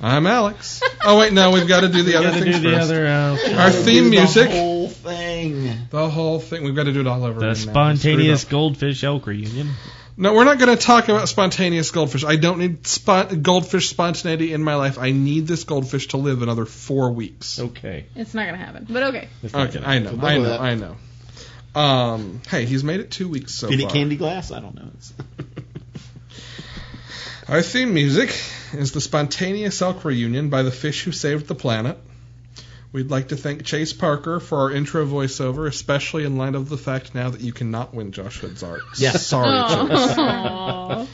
S1: I'm Alex. Oh, wait, no, we've got to do
S4: [LAUGHS]
S1: the other
S4: gotta
S1: thing
S4: do the
S1: first.
S4: other. Uh,
S1: Our theme
S3: Do
S1: music.
S3: The whole thing.
S1: The whole thing. We've got to do it all over. again now.
S4: the
S1: We screwed
S4: spontaneous
S1: up.
S4: goldfish elk reunion.
S1: No, we're not going to talk about spontaneous goldfish. I don't need spon- goldfish spontaneity in my life. I need this goldfish to live another four weeks.
S4: Okay.
S7: It's not gonna happen, but okay.
S1: Okay, I know, I know,
S3: that.
S1: I know. Um, hey, he's made it two weeks so
S3: Did he
S1: far.
S3: candy glass? I don't know. It's-
S1: Our theme music is the spontaneous elk reunion by the fish who saved the planet. We'd like to thank Chase Parker for our intro voiceover, especially in light of the fact now that you cannot win Josh Hood's arc.
S3: Yes.
S4: Oh,
S1: Sorry,
S4: [LAUGHS]
S7: Aw.
S1: Chase.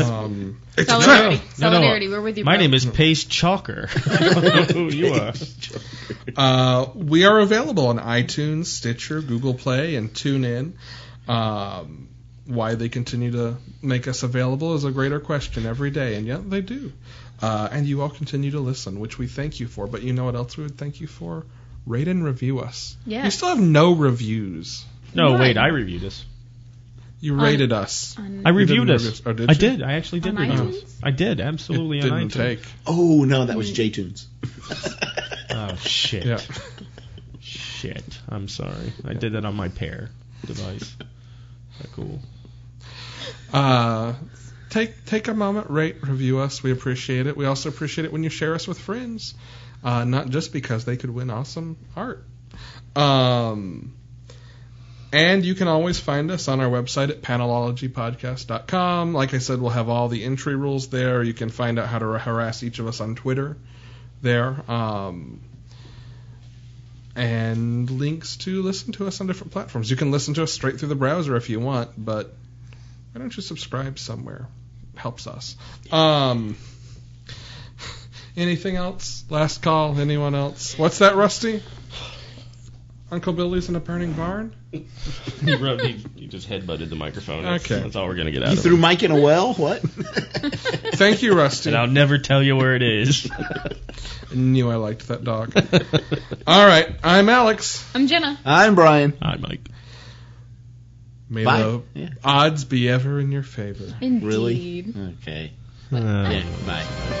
S1: Um, it's a trap.
S7: Solidarity.
S4: No, no,
S7: Solidarity. We're with you.
S4: My
S7: bro.
S4: name is
S1: [LAUGHS]
S4: Pace Chalker.
S1: Oh,
S4: Who you are?
S1: Uh, we are available on iTunes, Stitcher, Google Play, and TuneIn. Um, why they continue to make us available is a greater question every day, and yet they do. Uh, and you all continue to listen, which we thank you for. But you know what else we would thank you for? Rate and review us.
S7: Yeah.
S1: We still have no reviews.
S4: No,
S7: Right.
S4: wait. I reviewed this.
S1: You rated us.
S4: Um, I
S1: You didn't
S4: reviewed
S1: review
S4: this.
S1: us. Oh, did
S4: I
S1: you?
S4: did. I actually did
S7: On
S4: review
S7: iTunes?
S4: this. I did. Absolutely
S1: It
S4: on
S1: didn't
S4: iTunes.
S1: take.
S3: [LAUGHS] Oh no, that was J Tunes.
S4: Oh shit.
S1: Yeah.
S4: Shit. I'm sorry. I did that on my pair device. Not cool.
S1: Uh, take take a moment, rate, review us. We appreciate it. We also appreciate it when you share us with friends, uh, not just because they could win awesome art. Um, and you can always find us on our website at panelologypodcast.com. Like I said, we'll have all the entry rules there. You can find out how to harass each of us on Twitter there. Um, and links to listen to us on different platforms. You can listen to us straight through the browser if you want, but why don't you subscribe somewhere? Helps us. Um, anything else? Last call? Anyone else? What's that, Rusty? Uncle Billy's in a burning barn?
S4: he, rubbed, he, he just headbutted the microphone. That's,
S1: Okay.
S4: That's all we're gonna get out
S3: You
S4: of
S3: threw
S4: it.
S3: Mike in a well. [LAUGHS] What?
S1: Thank you, Rusty.
S4: And I'll never tell you where it is.
S1: I knew I liked that dog. All right, I'm Alex.
S7: I'm Jenna.
S3: I'm Brian.
S4: Hi, Mike.
S1: May
S3: Bye.
S1: the
S3: Yeah.
S1: odds be ever in your favor.
S7: Indeed.
S3: Really? Okay.
S4: Uh,
S3: Yeah. Bye.